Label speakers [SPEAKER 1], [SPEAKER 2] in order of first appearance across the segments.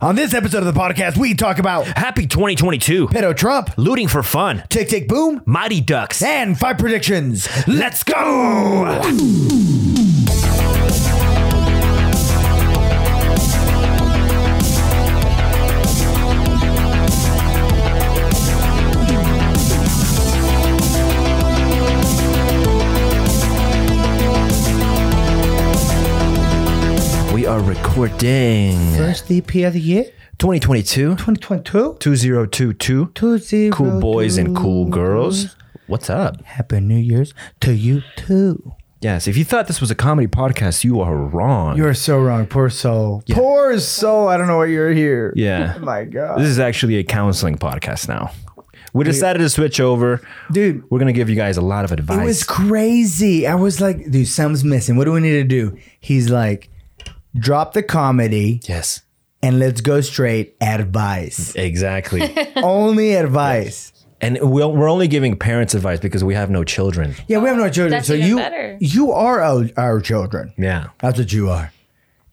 [SPEAKER 1] On this episode of the podcast, we talk about
[SPEAKER 2] Happy 2022.
[SPEAKER 1] pedo Trump,
[SPEAKER 2] Looting for fun.
[SPEAKER 1] tick tick boom,
[SPEAKER 2] Mighty Ducks.
[SPEAKER 1] and five predictions.
[SPEAKER 2] Let's go! We are recording
[SPEAKER 1] First DP of the year,
[SPEAKER 2] 2022
[SPEAKER 1] 2022.
[SPEAKER 2] 2022. Cool boys and cool girls. What's up?
[SPEAKER 1] Happy New Year's to you too.
[SPEAKER 2] Yes, if you thought this was a comedy podcast, you are wrong.
[SPEAKER 1] You're so wrong, poor soul. Poor soul. I don't know why you're here. Oh
[SPEAKER 2] yeah.
[SPEAKER 1] My God,
[SPEAKER 2] This is actually a counseling podcast now. We decided to switch over.
[SPEAKER 1] dude.
[SPEAKER 2] We're going to give you guys a lot of
[SPEAKER 1] It
[SPEAKER 2] advice.
[SPEAKER 1] was crazy. I was like, dude, something's missing. What do we need to do? He's like, drop the comedy
[SPEAKER 2] yes.
[SPEAKER 1] and let's go straight advice.
[SPEAKER 2] Exactly.
[SPEAKER 1] Only advice.
[SPEAKER 2] and we'll, we're only giving parents advice because we have no children.
[SPEAKER 1] Yeah, we have no children.
[SPEAKER 3] Oh, That's
[SPEAKER 1] so
[SPEAKER 3] even
[SPEAKER 1] you
[SPEAKER 3] better.
[SPEAKER 1] you are our, our children.
[SPEAKER 2] Yeah.
[SPEAKER 1] That's what you are.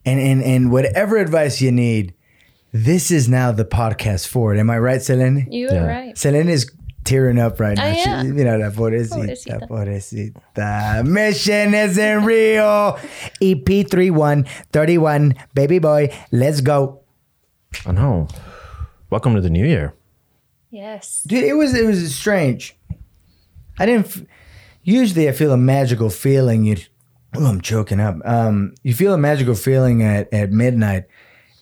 [SPEAKER 1] And and and whatever advice you need, this is now the podcast for it. Am I right, Celine?
[SPEAKER 3] You
[SPEAKER 2] Yeah.
[SPEAKER 3] are right.
[SPEAKER 1] Celine is tearing up right now.
[SPEAKER 3] I
[SPEAKER 1] She-
[SPEAKER 3] am.
[SPEAKER 1] you know, la pobrecita,
[SPEAKER 3] Pobrecita.
[SPEAKER 1] pobrecita. Mission isn't real. E EP31, 31, baby boy, let's go.
[SPEAKER 2] I know. Welcome to the new year.
[SPEAKER 3] Yes.
[SPEAKER 1] Dude, it was it was strange. I didn't. F- Usually, I feel a magical feeling. You, oh, I'm choking up. Um, you feel a magical feeling at at midnight,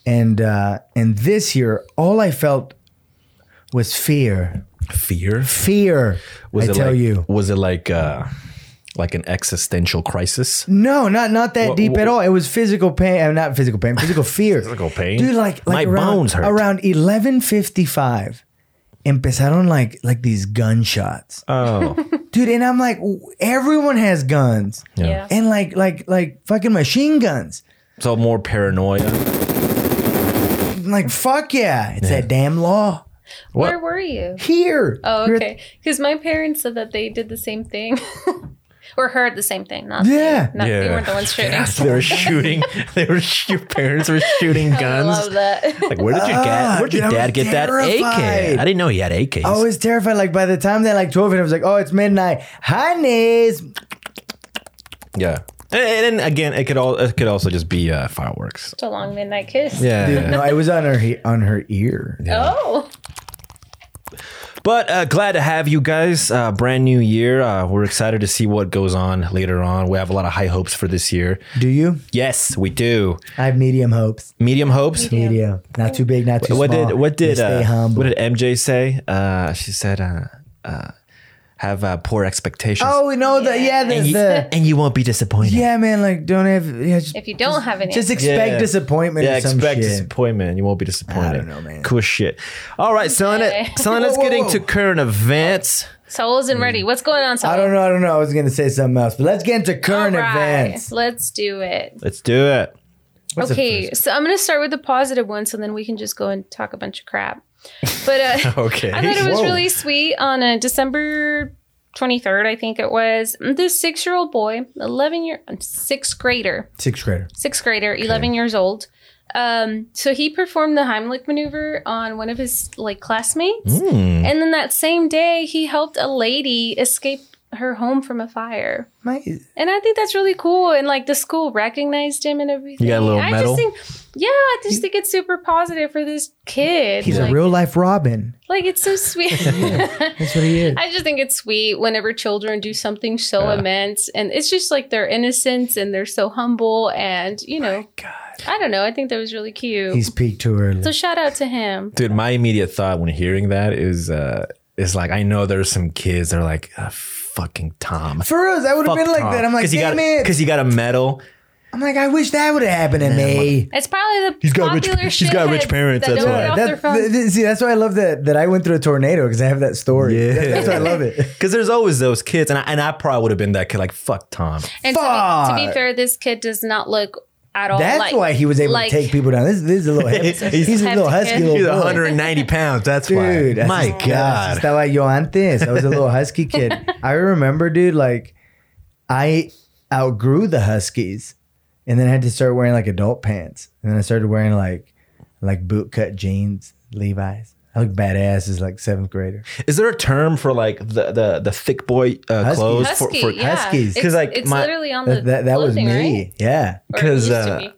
[SPEAKER 1] and uh, and this year, all I felt was fear.
[SPEAKER 2] Fear?
[SPEAKER 1] Fear. I tell
[SPEAKER 2] like,
[SPEAKER 1] you,
[SPEAKER 2] Was it like uh, like an existential crisis?
[SPEAKER 1] no, not not that
[SPEAKER 2] What-
[SPEAKER 1] deep at
[SPEAKER 2] what-
[SPEAKER 1] all. It was physical pain. uh, not physical pain. Physical fear.
[SPEAKER 2] Physical pain?
[SPEAKER 1] Dude, like,
[SPEAKER 2] My
[SPEAKER 1] like around,
[SPEAKER 2] bones hurt.
[SPEAKER 1] Around 11:55, empezaron like like these gunshots.
[SPEAKER 2] Oh.
[SPEAKER 1] dude and i'm like w- everyone has guns
[SPEAKER 2] Yeah.
[SPEAKER 3] Yeah.
[SPEAKER 1] and like like like fucking machine guns
[SPEAKER 2] so more paranoia.
[SPEAKER 1] I'm like fuck yeah it's that damn law
[SPEAKER 2] What?
[SPEAKER 3] Where were you?
[SPEAKER 1] here
[SPEAKER 3] Oh,
[SPEAKER 1] Here-
[SPEAKER 3] okay. Because my parents said that they did the same thing. or heard the same thing. Not
[SPEAKER 1] Yeah.
[SPEAKER 3] They, not, they weren't the ones shooting.
[SPEAKER 2] they were shooting. They were. sh- Your parents were shooting
[SPEAKER 3] I
[SPEAKER 2] guns.
[SPEAKER 3] love that.
[SPEAKER 2] Like, where did your
[SPEAKER 1] Ah,
[SPEAKER 2] dad? Where'd your
[SPEAKER 1] dude, I
[SPEAKER 2] dad
[SPEAKER 1] was
[SPEAKER 2] get that
[SPEAKER 1] terrified. Oh,
[SPEAKER 2] AK? I didn't know he had AKs.
[SPEAKER 1] i was terrified like by the time that like 12 and i was like oh it's midnight honeys
[SPEAKER 2] yeah. And, and then again, it could all it could also just be uh, fireworks.
[SPEAKER 3] it's a long midnight kiss.
[SPEAKER 2] Yeah.
[SPEAKER 1] dude no it was on her he- on her ear
[SPEAKER 3] Oh,
[SPEAKER 2] But uh, glad to have you guys. Uh, brand new year. Uh, we're excited to see what goes on later on. We have a lot of high hopes for this year.
[SPEAKER 1] do you
[SPEAKER 2] Yes, we do.
[SPEAKER 1] i have medium hopes
[SPEAKER 2] Medium hopes.
[SPEAKER 3] Yeah.
[SPEAKER 1] medium not too big not too
[SPEAKER 2] What
[SPEAKER 1] small
[SPEAKER 2] did what
[SPEAKER 1] They
[SPEAKER 2] did
[SPEAKER 1] stay
[SPEAKER 2] uh,
[SPEAKER 1] humble
[SPEAKER 2] what did MJ say? Uh, she said, uh, uh, "Have uh, poor expectations."
[SPEAKER 1] oh no the yeah the,
[SPEAKER 2] and you,
[SPEAKER 1] the
[SPEAKER 2] and you won't be disappointed.
[SPEAKER 1] yeah man like don't have yeah just,
[SPEAKER 3] if you don't have any,
[SPEAKER 1] just expect
[SPEAKER 2] Yeah.
[SPEAKER 1] disappointment
[SPEAKER 2] Yeah,
[SPEAKER 1] or some
[SPEAKER 2] expect
[SPEAKER 1] shit.
[SPEAKER 2] disappointment. You won't be disappointed.
[SPEAKER 1] know, man.
[SPEAKER 2] Cool shit. All right, selling
[SPEAKER 3] Okay.
[SPEAKER 2] it. Selling. Let's
[SPEAKER 1] Whoa,
[SPEAKER 2] get
[SPEAKER 1] whoa,
[SPEAKER 2] into
[SPEAKER 1] whoa.
[SPEAKER 2] current events.
[SPEAKER 3] Soul isn't ready. What's going on, Soul?
[SPEAKER 1] Mm. I don't know. I don't know. I was going to say something else, but let's get into current events.
[SPEAKER 3] Let's do it.
[SPEAKER 2] Let's do it.
[SPEAKER 1] What's the
[SPEAKER 3] okay,
[SPEAKER 1] first-
[SPEAKER 3] so I'm gonna start with the positive one, so then we can just go and talk a bunch of crap. But uh,
[SPEAKER 2] Okay.
[SPEAKER 3] I thought it was
[SPEAKER 1] Whoa.
[SPEAKER 3] really sweet on uh, December 23rd, I think it was. This six year old boy, 11 year, sixth grader,
[SPEAKER 1] Sixth grader.
[SPEAKER 3] sixth grader, 11 years old. Um, so he performed the Heimlich maneuver on one of his like classmates.
[SPEAKER 2] Mm. Hmm.
[SPEAKER 3] And then that same day, he helped a lady escape her home from a fire.
[SPEAKER 1] My,
[SPEAKER 3] And I think that's really cool. And like the school recognized him and everything.
[SPEAKER 2] got a little
[SPEAKER 3] I
[SPEAKER 2] medal?
[SPEAKER 3] just think, yeah, I just think it's super positive for this kid.
[SPEAKER 1] he's
[SPEAKER 3] like,
[SPEAKER 1] a real life Robin.
[SPEAKER 3] like it's so sweet.
[SPEAKER 1] That's what he is.
[SPEAKER 3] I just think it's sweet whenever children do something so
[SPEAKER 2] Yeah.
[SPEAKER 3] immense, and it's just like their innocence and they're so humble, and you know, I don't know. I think that was really cute.
[SPEAKER 1] He's peaked too early.
[SPEAKER 3] so shout out to him.
[SPEAKER 2] Dude, my immediate thought when hearing that is uh is like I know there's some kids that are like ah, fucking Tom.
[SPEAKER 1] For us, I would have been like that. I'm like,
[SPEAKER 2] because you
[SPEAKER 1] damn
[SPEAKER 2] got
[SPEAKER 1] it.
[SPEAKER 2] because you got a medal.
[SPEAKER 1] I'm like, I wish that would have happened to me.
[SPEAKER 3] It's probably the
[SPEAKER 2] He's got rich-
[SPEAKER 3] popular
[SPEAKER 2] he's got rich
[SPEAKER 3] shitheads
[SPEAKER 2] parents,
[SPEAKER 3] that
[SPEAKER 2] that's
[SPEAKER 3] don't
[SPEAKER 2] why.
[SPEAKER 3] get off their
[SPEAKER 1] That,
[SPEAKER 3] phones.
[SPEAKER 1] th- th- see, that's why I love that that I went through a tornado because I have that story.
[SPEAKER 2] Yeah.
[SPEAKER 1] That- that's why I love it.
[SPEAKER 2] Because there's always those kids, and I, and I probably would have been that kid. Like fuck Tom.
[SPEAKER 3] and to be, to
[SPEAKER 1] Fuck.
[SPEAKER 3] be fair, this kid does not look at all.
[SPEAKER 1] That's
[SPEAKER 3] like,
[SPEAKER 1] why he was able
[SPEAKER 3] like-
[SPEAKER 1] to take people down. This, this is a little he's, he's a little
[SPEAKER 3] Hefty
[SPEAKER 1] husky
[SPEAKER 3] kid.
[SPEAKER 1] little
[SPEAKER 2] He's
[SPEAKER 1] boy.
[SPEAKER 2] 190 pounds. That's
[SPEAKER 1] dude.
[SPEAKER 2] why.
[SPEAKER 1] that's-
[SPEAKER 2] My
[SPEAKER 1] yeah,
[SPEAKER 2] God.
[SPEAKER 1] estaba yo antes. I was a little husky kid. I remember, dude, like I outgrew the huskies, and then I had to start wearing like adult pants, and then I started wearing like like bootcut jeans, Levi's. I look badass as like seventh grader.
[SPEAKER 2] Is there a term for like the the, the thick boy uh,
[SPEAKER 1] Husky.
[SPEAKER 2] clothes for,
[SPEAKER 3] Husky,
[SPEAKER 2] for
[SPEAKER 3] yeah.
[SPEAKER 1] Huskies. 'Cause,
[SPEAKER 3] It's-
[SPEAKER 2] like,
[SPEAKER 3] it's
[SPEAKER 2] my-
[SPEAKER 3] literally on the
[SPEAKER 1] That that, that was
[SPEAKER 3] clothing,
[SPEAKER 1] me.
[SPEAKER 3] right?
[SPEAKER 1] Yeah,
[SPEAKER 3] Or it used
[SPEAKER 2] 'Cause,
[SPEAKER 3] to
[SPEAKER 2] uh,
[SPEAKER 3] be.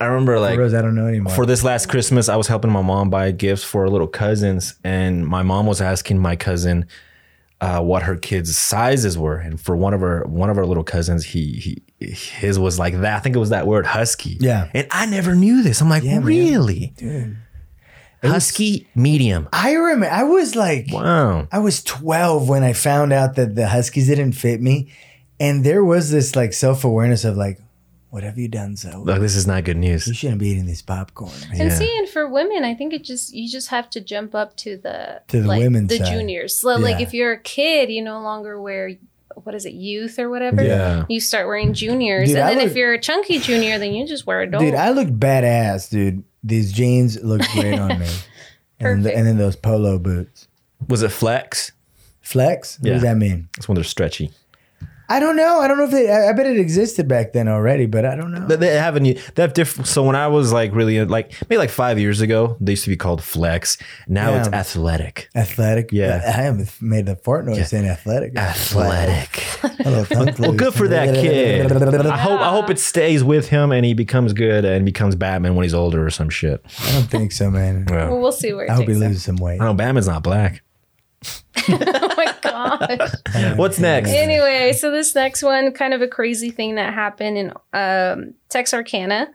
[SPEAKER 2] I remember like
[SPEAKER 1] Rose, I don't know anymore.
[SPEAKER 2] for this last Christmas, I was helping my mom buy gifts for little cousins, and my mom was asking my cousin uh, what her kids' sizes were. And for one of her one of our little cousins, he he his was like that. I think it was that word husky.
[SPEAKER 1] Yeah.
[SPEAKER 2] and I never knew this. I'm like,
[SPEAKER 1] man.
[SPEAKER 2] really, husky medium.
[SPEAKER 1] I remember. I was like,
[SPEAKER 2] Wow.
[SPEAKER 1] I was 12 when I found out that the Huskies didn't fit me, and there was this like self awareness of like, what have you done, so
[SPEAKER 2] Look, this is not good
[SPEAKER 1] you
[SPEAKER 2] news.
[SPEAKER 1] shouldn't be eating this popcorn.
[SPEAKER 3] And
[SPEAKER 2] Yeah.
[SPEAKER 3] see, and for women, I think it just you just have to jump up to the
[SPEAKER 1] To the
[SPEAKER 3] like,
[SPEAKER 1] women's
[SPEAKER 3] the
[SPEAKER 1] side.
[SPEAKER 3] juniors. So, Like
[SPEAKER 1] Yeah.
[SPEAKER 3] if you're a kid, you no longer wear what is it, youth or whatever.
[SPEAKER 2] Yeah.
[SPEAKER 3] You start wearing juniors,
[SPEAKER 1] Dude,
[SPEAKER 3] and
[SPEAKER 1] I
[SPEAKER 3] then
[SPEAKER 1] look-
[SPEAKER 3] if you're a chunky junior, then you just wear adult.
[SPEAKER 1] Dude, I looked badass, dude. These jeans looked great on me, and, then-
[SPEAKER 3] Perfect.
[SPEAKER 1] and then those polo boots.
[SPEAKER 2] Was it flex?
[SPEAKER 1] Flex? What does
[SPEAKER 2] Yeah.
[SPEAKER 1] that mean?
[SPEAKER 2] That's when they're stretchy.
[SPEAKER 1] I don't know. I don't know if they. I, I bet it existed back then already, but I don't know.
[SPEAKER 2] They, they haven't. They have different. So when I was like really like maybe like five years ago, they used to be called flex. Now it's
[SPEAKER 1] Yeah.
[SPEAKER 2] athletic.
[SPEAKER 1] athletic.
[SPEAKER 2] Yeah.
[SPEAKER 1] I haven't made the fart noise saying athletic.
[SPEAKER 2] Athletic.
[SPEAKER 1] Hello, tongue
[SPEAKER 2] Well, good for that kid. I
[SPEAKER 1] I
[SPEAKER 2] hope I hope it stays with him and he becomes good and becomes Batman when he's older or some shit.
[SPEAKER 1] don't think so, man.
[SPEAKER 3] well, we'll see where it
[SPEAKER 1] I hope he
[SPEAKER 3] takes. us.
[SPEAKER 1] loses some weight.
[SPEAKER 2] I know Batman's not black.
[SPEAKER 3] oh my gosh.
[SPEAKER 2] What's next?
[SPEAKER 3] anyway, so this next one, kind of a crazy thing that happened in um, Texarkana.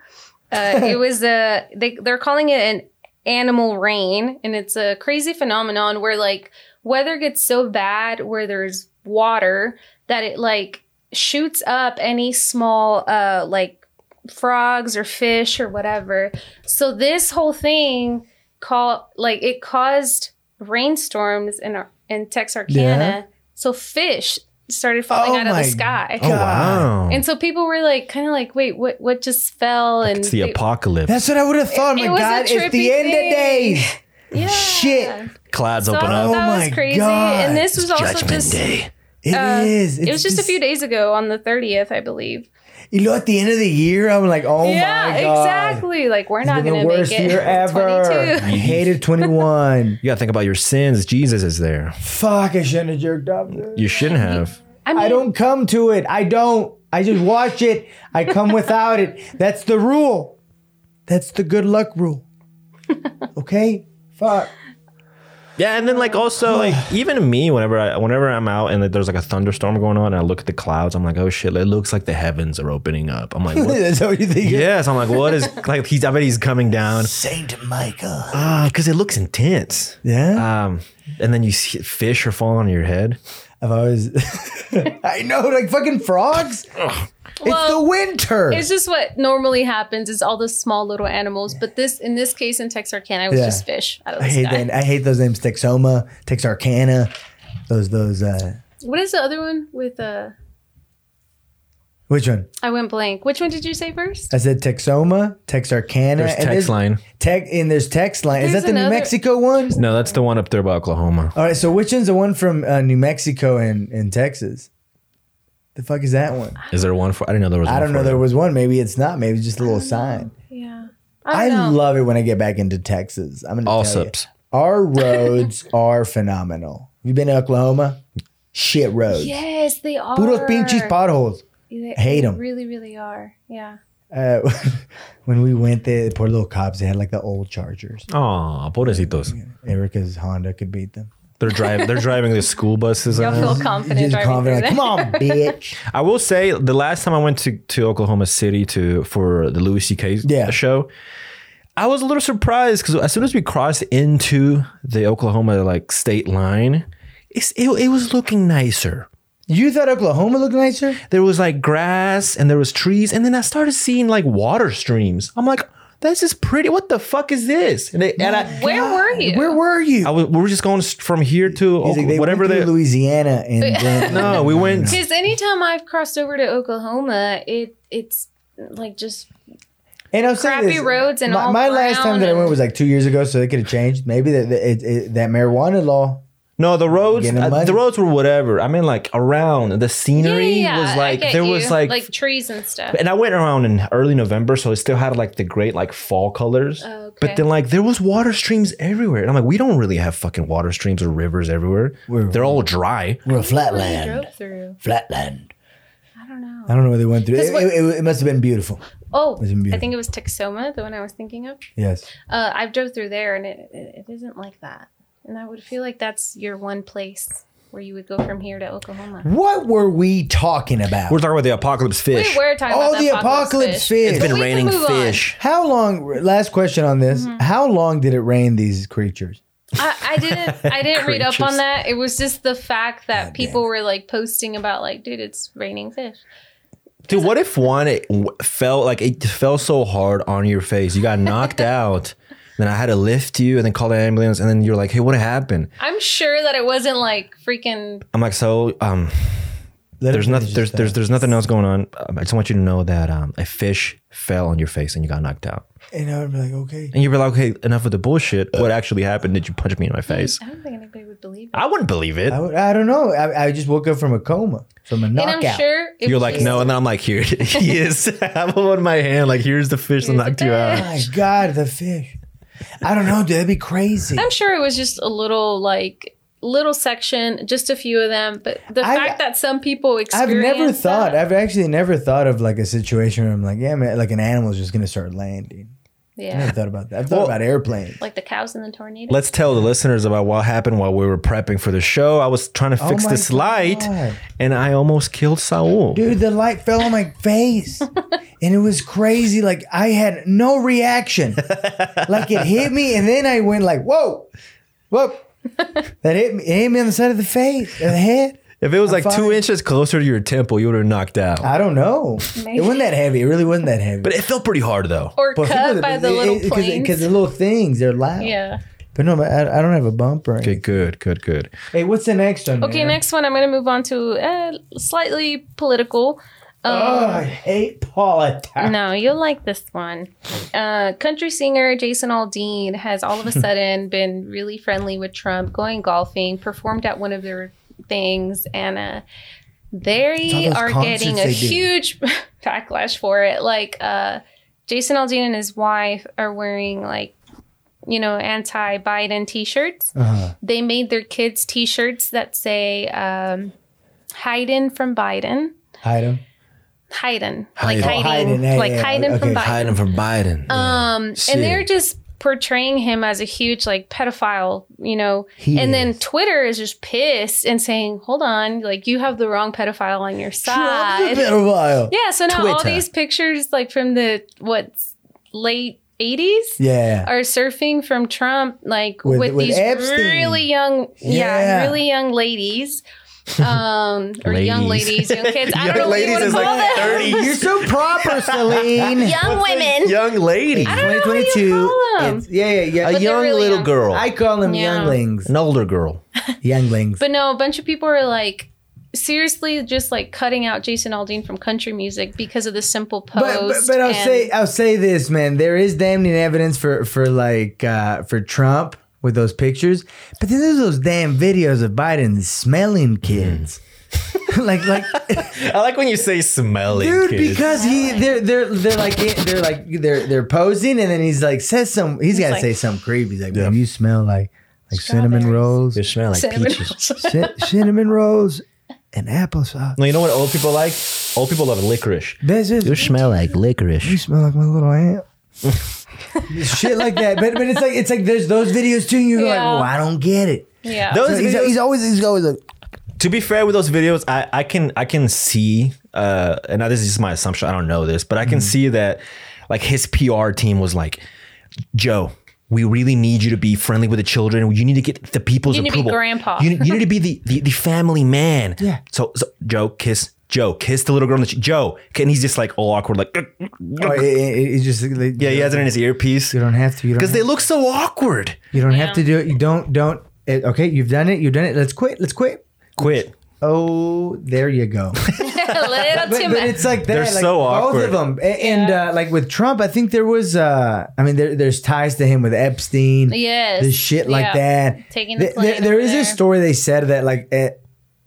[SPEAKER 3] Uh, it was a they, they're calling it an animal rain, and it's a crazy phenomenon where like weather gets so bad where there's water that it like shoots up any small uh, like frogs or fish or whatever. So this whole thing called like it caused rainstorms in our, in Texarkana.
[SPEAKER 1] Yeah.
[SPEAKER 3] So fish started falling
[SPEAKER 1] Oh
[SPEAKER 3] out of
[SPEAKER 1] my
[SPEAKER 3] the sky.
[SPEAKER 2] Oh wow!
[SPEAKER 3] And so people were like, kind of like, wait, what? What just fell? And
[SPEAKER 2] it's the
[SPEAKER 3] they-
[SPEAKER 2] apocalypse.
[SPEAKER 1] That's what I would have thought.
[SPEAKER 3] It-
[SPEAKER 1] my
[SPEAKER 3] it was a
[SPEAKER 1] God, it's
[SPEAKER 3] trippy
[SPEAKER 1] the end
[SPEAKER 3] thing.
[SPEAKER 1] of days.
[SPEAKER 3] yeah.
[SPEAKER 1] Shit.
[SPEAKER 2] Clouds
[SPEAKER 3] So
[SPEAKER 2] open
[SPEAKER 3] that
[SPEAKER 2] up.
[SPEAKER 1] Oh
[SPEAKER 3] was
[SPEAKER 1] my
[SPEAKER 3] crazy.
[SPEAKER 1] God.
[SPEAKER 3] And this was
[SPEAKER 2] It's
[SPEAKER 3] also
[SPEAKER 2] Judgment
[SPEAKER 3] just
[SPEAKER 2] Day.
[SPEAKER 1] It
[SPEAKER 3] uh,
[SPEAKER 1] is.
[SPEAKER 3] it was just, a few days ago on the thirtieth, I believe.
[SPEAKER 1] You know, at the end of the year, I'm like, oh
[SPEAKER 3] yeah,
[SPEAKER 1] my God.
[SPEAKER 3] exactly. Like we're not
[SPEAKER 1] It's been
[SPEAKER 3] gonna
[SPEAKER 1] the worst
[SPEAKER 3] make it.
[SPEAKER 1] year ever.
[SPEAKER 3] 22.
[SPEAKER 1] I hated 21.
[SPEAKER 2] You gotta think about your sins. Jesus is there.
[SPEAKER 1] Fuck, I shouldn't have jerked up.
[SPEAKER 2] You shouldn't have.
[SPEAKER 3] I mean,
[SPEAKER 1] I don't come to it. I don't. I just watch it. I come without it. That's the rule. That's the good luck rule. Okay? Fuck.
[SPEAKER 2] Yeah, and then like also like even me whenever I whenever I'm out and like, there's like a thunderstorm going on and I look at the clouds, I'm like, oh shit, it looks like the heavens are opening up. I'm like, what?
[SPEAKER 1] That's how you think.
[SPEAKER 2] yes, I'm like, what is like? He's I bet he's coming down.
[SPEAKER 1] Saint Michael.
[SPEAKER 2] Ah, because it looks intense.
[SPEAKER 1] Yeah?
[SPEAKER 2] Um, and then you see fish are falling on your head.
[SPEAKER 1] I've always. I know, like fucking frogs. it's the
[SPEAKER 3] Well,
[SPEAKER 1] winter.
[SPEAKER 3] It's just what normally happens is all the small little animals, but this in this case in Texarkana, it was
[SPEAKER 1] Yeah.
[SPEAKER 3] just fish out of the
[SPEAKER 1] I hate
[SPEAKER 3] sky.
[SPEAKER 1] that. I hate those names. Texoma, Texarkana. Those those. uh
[SPEAKER 3] What is the other one with uh
[SPEAKER 1] Which one?
[SPEAKER 3] I went blank. Which one did you say first?
[SPEAKER 1] I said Texoma, Texarkana.
[SPEAKER 2] There's
[SPEAKER 1] and
[SPEAKER 2] text line.
[SPEAKER 1] Tech and there's text line. Is
[SPEAKER 3] There's
[SPEAKER 1] that the New
[SPEAKER 3] another-
[SPEAKER 1] Mexico one?
[SPEAKER 2] No, that's the one up there by Oklahoma.
[SPEAKER 1] All right. So which one's the one from uh, New Mexico and and Texas? The fuck is that one?
[SPEAKER 2] Is there one for? I didn't know there was.
[SPEAKER 1] I
[SPEAKER 2] one
[SPEAKER 1] don't
[SPEAKER 2] for
[SPEAKER 1] know. There
[SPEAKER 2] it.
[SPEAKER 1] was one. Maybe it's not. Maybe it's just a little sign.
[SPEAKER 3] Yeah.
[SPEAKER 1] I,
[SPEAKER 3] I, don't know.
[SPEAKER 1] love it when I get back into Texas. I'm gonna
[SPEAKER 2] All
[SPEAKER 1] tell you.
[SPEAKER 2] subs.
[SPEAKER 1] Our roads are phenomenal. You been to Oklahoma? Shit roads.
[SPEAKER 3] Yes, they are.
[SPEAKER 1] Puros pinches potholes.
[SPEAKER 3] They
[SPEAKER 1] hate 'em.
[SPEAKER 3] Really, really are. Yeah.
[SPEAKER 1] Uh, when we went there, the poor little cops, they had like the old Chargers.
[SPEAKER 2] Aw, pobrecitos.
[SPEAKER 1] Erica's Honda could beat them.
[SPEAKER 2] They're driving. They're driving the school buses.
[SPEAKER 3] Y'all
[SPEAKER 2] around.
[SPEAKER 3] feel confident
[SPEAKER 1] Just
[SPEAKER 3] driving
[SPEAKER 1] confident, like,
[SPEAKER 3] through
[SPEAKER 1] come on, bitch.
[SPEAKER 2] I will say the last time I went to, to Oklahoma City to for the Louis C.K.
[SPEAKER 1] Yeah.
[SPEAKER 2] show, I was a little surprised because as soon as we crossed into the Oklahoma like state line, it's, it, it was looking nicer.
[SPEAKER 1] You thought Oklahoma looked nicer?
[SPEAKER 2] there was like grass and there was trees and then i started seeing like water streams i'm like this is pretty what the fuck is this and, they, and
[SPEAKER 3] that.
[SPEAKER 2] I,
[SPEAKER 3] Uh, Where were you?
[SPEAKER 1] Where were you?
[SPEAKER 2] I was, we were just going s- from here to
[SPEAKER 1] He's like,
[SPEAKER 2] Oka-
[SPEAKER 1] they
[SPEAKER 2] Oh, whatever
[SPEAKER 1] went
[SPEAKER 2] they
[SPEAKER 1] through Louisiana and then
[SPEAKER 2] no we went
[SPEAKER 3] Because anytime I've crossed over to Oklahoma, it it's like just
[SPEAKER 1] and I'm saying
[SPEAKER 3] Crappy
[SPEAKER 1] this,
[SPEAKER 3] roads and
[SPEAKER 1] my,
[SPEAKER 3] all
[SPEAKER 1] my last
[SPEAKER 3] brown
[SPEAKER 1] time that I
[SPEAKER 3] and-
[SPEAKER 1] went was like two years ago, so they could have changed. Maybe that that- it, it, that marijuana law
[SPEAKER 2] No, the roads,
[SPEAKER 1] Getting
[SPEAKER 2] uh,
[SPEAKER 1] muddy.
[SPEAKER 2] the roads were whatever. I mean, like around the
[SPEAKER 3] Yeah,
[SPEAKER 2] scenery
[SPEAKER 3] yeah, yeah,
[SPEAKER 2] was
[SPEAKER 3] I
[SPEAKER 2] like
[SPEAKER 3] get
[SPEAKER 2] there
[SPEAKER 3] you.
[SPEAKER 2] was like,
[SPEAKER 3] like trees and stuff.
[SPEAKER 2] and I went around in early November, so it still had like the great like fall colors.
[SPEAKER 3] Oh, Okay.
[SPEAKER 2] But then like there was water streams everywhere, and I'm like, we don't really have fucking water streams or rivers everywhere.
[SPEAKER 1] We're-
[SPEAKER 2] They're all dry.
[SPEAKER 1] We're a
[SPEAKER 3] What we
[SPEAKER 1] flatland.
[SPEAKER 3] drove through.
[SPEAKER 1] Flatland.
[SPEAKER 3] I don't know.
[SPEAKER 1] I don't know what they went through.
[SPEAKER 3] 'Cause
[SPEAKER 1] It,
[SPEAKER 3] what-
[SPEAKER 1] it, it, it must have been beautiful.
[SPEAKER 3] Oh,
[SPEAKER 1] It's beautiful.
[SPEAKER 3] I think it was Texoma, the one I was thinking of.
[SPEAKER 1] Yes.
[SPEAKER 3] Uh, I've drove through there, and it, it it isn't like that. And I would feel like that's your one place where you would go from here to Oklahoma.
[SPEAKER 1] What were we talking about?
[SPEAKER 2] We're talking about the apocalypse fish.
[SPEAKER 3] We were talking
[SPEAKER 1] oh,
[SPEAKER 3] about
[SPEAKER 1] the apocalypse fish.
[SPEAKER 2] it's been
[SPEAKER 3] We Mm-hmm. can
[SPEAKER 2] raining
[SPEAKER 3] move on.
[SPEAKER 2] fish.
[SPEAKER 1] How long? Last question on this. How long did it rain these creatures?
[SPEAKER 3] I, I didn't. I didn't read up
[SPEAKER 2] Creatures.
[SPEAKER 3] on that. It was just the fact that
[SPEAKER 1] God damn
[SPEAKER 3] people were like posting about like, dude, it's raining fish.
[SPEAKER 2] Dude, what if one it w- fell like it fell so hard on your face, you got knocked out, then I had to lift you and then call the ambulance, and then you're like, "Hey, what happened?"
[SPEAKER 3] I'm sure that it wasn't like freaking.
[SPEAKER 2] I'm like, "So, um,
[SPEAKER 1] Let
[SPEAKER 2] there's
[SPEAKER 1] it
[SPEAKER 2] nothing,
[SPEAKER 1] finish
[SPEAKER 2] there's,
[SPEAKER 1] this
[SPEAKER 2] there's, there's nothing else going on. Um, I just want you to know that um, a fish fell on your face and you got knocked out."
[SPEAKER 1] thing. And I would be like, okay.
[SPEAKER 2] And you'd be like, "Okay, enough of the bullshit. What actually happened? Did you punch me in my face?"
[SPEAKER 3] I don't think anybody would believe it.
[SPEAKER 2] I wouldn't believe it.
[SPEAKER 1] I, would, I don't know. I, I just woke up from a coma, from a
[SPEAKER 3] and I'm
[SPEAKER 1] knockout.
[SPEAKER 3] sure it
[SPEAKER 2] You're
[SPEAKER 3] was
[SPEAKER 2] like,
[SPEAKER 3] just-
[SPEAKER 2] "No," and then I'm like, "Here he is." I have him in my hand. Like, here's the fish that
[SPEAKER 3] Here's the
[SPEAKER 2] knocked you
[SPEAKER 1] Oh
[SPEAKER 2] out.
[SPEAKER 1] my God, the fish. I don't know, dude. That'd be crazy.
[SPEAKER 3] I'm sure it was just a little like little section, just a few of them. But the
[SPEAKER 1] I-
[SPEAKER 3] fact that some people
[SPEAKER 1] I've
[SPEAKER 3] experience
[SPEAKER 1] never thought.
[SPEAKER 3] that,
[SPEAKER 1] I've actually never thought of like a situation where I'm like, yeah, man, like an animal's just gonna start landing. I
[SPEAKER 3] yeah,
[SPEAKER 1] never thought about that. I've thought
[SPEAKER 2] Well-
[SPEAKER 1] about airplanes.
[SPEAKER 3] like the cows in the tornado.
[SPEAKER 2] Let's tell the listeners about what happened while we were prepping for the show. I was trying to
[SPEAKER 1] Oh
[SPEAKER 2] fix
[SPEAKER 1] my
[SPEAKER 2] this light
[SPEAKER 1] God.
[SPEAKER 2] and I almost killed Saul.
[SPEAKER 1] Dude, the light fell on my face. and it was crazy. Like I had no reaction. like it hit me and then I went like, whoa. Whoa. that hit me. It hit me on the side of the face. Of the head.
[SPEAKER 2] If it was like two
[SPEAKER 1] fine.
[SPEAKER 2] inches closer to your temple, you would have knocked out.
[SPEAKER 1] I don't know.
[SPEAKER 3] Maybe.
[SPEAKER 1] It wasn't that heavy. It really wasn't that heavy.
[SPEAKER 2] but it felt pretty hard though.
[SPEAKER 3] or cut by the little planes.
[SPEAKER 1] Because the little things, they're loud.
[SPEAKER 3] yeah.
[SPEAKER 1] But no, I, I don't have a bumper.
[SPEAKER 2] Okay, good, good, good.
[SPEAKER 1] Hey, what's the next one?
[SPEAKER 3] Okay,
[SPEAKER 1] man?
[SPEAKER 3] next one. I'm going to move on to uh, slightly political.
[SPEAKER 1] Oh,
[SPEAKER 3] Um,
[SPEAKER 1] I hate politics.
[SPEAKER 3] No, you'll like this one. Uh, country singer Jason Aldean has all of a sudden been really friendly with Trump, going golfing, performed at one of their things, and
[SPEAKER 1] all
[SPEAKER 3] uh, they
[SPEAKER 1] those
[SPEAKER 3] are
[SPEAKER 1] concerts
[SPEAKER 3] getting a
[SPEAKER 1] they do.
[SPEAKER 3] huge backlash for it. Like uh, Jason Aldean and his wife are wearing like you know anti-Biden T-shirts.
[SPEAKER 1] Uh-huh.
[SPEAKER 3] They made their kids T-shirts that say um, "Hayden from Biden."
[SPEAKER 1] Hide him.
[SPEAKER 3] Hayden, like
[SPEAKER 2] Hayden.
[SPEAKER 1] Oh,
[SPEAKER 3] hiding,
[SPEAKER 1] Hayden. Yeah,
[SPEAKER 3] like
[SPEAKER 1] yeah, yeah.
[SPEAKER 3] hiding from
[SPEAKER 1] Okay,
[SPEAKER 3] Biden.
[SPEAKER 2] Hiding from Biden.
[SPEAKER 3] Um,
[SPEAKER 2] Shit.
[SPEAKER 3] and they're just portraying him as a huge like pedophile, you know.
[SPEAKER 1] He
[SPEAKER 3] and then
[SPEAKER 1] is.
[SPEAKER 3] Twitter is just pissed and saying, "Hold on, like you have the wrong pedophile on your
[SPEAKER 1] Trump's
[SPEAKER 3] side."
[SPEAKER 1] a pedophile.
[SPEAKER 3] yeah, so now all
[SPEAKER 2] Twitter.
[SPEAKER 3] these pictures like from the what late 80s
[SPEAKER 1] Yeah.
[SPEAKER 3] are surfing from Trump like
[SPEAKER 1] With-
[SPEAKER 3] with,
[SPEAKER 1] with
[SPEAKER 3] these
[SPEAKER 1] Epstein.
[SPEAKER 3] really young
[SPEAKER 1] Yeah.
[SPEAKER 3] yeah, really young ladies. Um or young
[SPEAKER 2] Ladies.
[SPEAKER 3] ladies, young kids. I don't know what you
[SPEAKER 2] ladies
[SPEAKER 3] want to
[SPEAKER 2] is
[SPEAKER 3] call
[SPEAKER 2] like
[SPEAKER 3] them.
[SPEAKER 2] 30.
[SPEAKER 1] You're so proper, Celine.
[SPEAKER 3] Young women.
[SPEAKER 2] young lady.
[SPEAKER 3] I don't know what you
[SPEAKER 1] 2022,
[SPEAKER 3] call 'em.
[SPEAKER 1] it's- Yeah, yeah,
[SPEAKER 2] A
[SPEAKER 1] yeah.
[SPEAKER 3] But they're
[SPEAKER 2] young
[SPEAKER 3] really
[SPEAKER 2] little
[SPEAKER 3] young.
[SPEAKER 2] girl.
[SPEAKER 1] I call them
[SPEAKER 3] Yeah.
[SPEAKER 1] younglings.
[SPEAKER 2] an older girl.
[SPEAKER 1] Younglings.
[SPEAKER 3] But no, a bunch of people are like seriously just like cutting out Jason Aldean from country music because of the simple post.
[SPEAKER 1] but, but, but I'll
[SPEAKER 3] and-
[SPEAKER 1] say I'll say this, man. There is damning evidence for for like uh, for Trump with those pictures, but then there's those damn videos of Biden smelling kids.
[SPEAKER 2] Mm.
[SPEAKER 1] like like
[SPEAKER 2] I like when you say smelly.
[SPEAKER 1] dude
[SPEAKER 2] kid.
[SPEAKER 1] because he they're they're they're like they're like they're they're posing and then he's like says some he's got to
[SPEAKER 3] like-
[SPEAKER 1] say something creepy he's like man you smell like like cinnamon
[SPEAKER 3] Strawberries.
[SPEAKER 1] rolls
[SPEAKER 2] They smell like
[SPEAKER 3] Cinnamon
[SPEAKER 2] peaches.
[SPEAKER 3] rolls.
[SPEAKER 1] Cin- cinnamon rolls and applesauce
[SPEAKER 2] No, you know what old people like? Old people love licorice.
[SPEAKER 1] this is
[SPEAKER 2] smell like licorice.
[SPEAKER 1] You smell like my little aunt. Shit like that, but but it's like it's like there's those videos too. And you're like,
[SPEAKER 3] Yeah.
[SPEAKER 1] oh, I don't get it.
[SPEAKER 3] yeah.
[SPEAKER 2] Those
[SPEAKER 1] So he's,
[SPEAKER 2] videos-
[SPEAKER 1] he's always he's always like,
[SPEAKER 2] to be fair with those videos i i can i can see uh and now this is just my assumption i don't know this but i can see that like his pr team was like joe we really need you to be friendly with the children. You need to get the people's
[SPEAKER 3] You need to be
[SPEAKER 2] approval.
[SPEAKER 3] grandpa.
[SPEAKER 2] You, need- you need to be the, the, the family man.
[SPEAKER 1] Yeah.
[SPEAKER 2] So, so Joe kiss Joe kiss the little girl. On the cheek. Joe and he's just like all awkward, like
[SPEAKER 1] oh, it, it- it's just like,
[SPEAKER 2] yeah, he has it in his earpiece
[SPEAKER 1] You don't have to. You don't.
[SPEAKER 2] because
[SPEAKER 1] Have,
[SPEAKER 2] they look so awkward.
[SPEAKER 1] you don't have to do it. You don't don't. eh, It, okay, you've done it. You've done it. Let's quit. Let's quit.
[SPEAKER 2] Quit.
[SPEAKER 1] Oh, there you go.
[SPEAKER 3] a little
[SPEAKER 1] But,
[SPEAKER 3] too
[SPEAKER 1] but
[SPEAKER 3] much.
[SPEAKER 1] it's like that.
[SPEAKER 2] They're
[SPEAKER 1] like
[SPEAKER 2] so
[SPEAKER 1] Both
[SPEAKER 2] awkward.
[SPEAKER 1] of them, A- and uh, like with Trump, I think there was. Uh, I mean, there, there's ties to him with Epstein.
[SPEAKER 3] Yes.
[SPEAKER 1] This shit like
[SPEAKER 3] Yeah.
[SPEAKER 1] that.
[SPEAKER 3] Taking the
[SPEAKER 1] Th- there-
[SPEAKER 3] plane
[SPEAKER 1] there
[SPEAKER 3] over
[SPEAKER 1] is
[SPEAKER 3] there.
[SPEAKER 1] this story they said that like eh,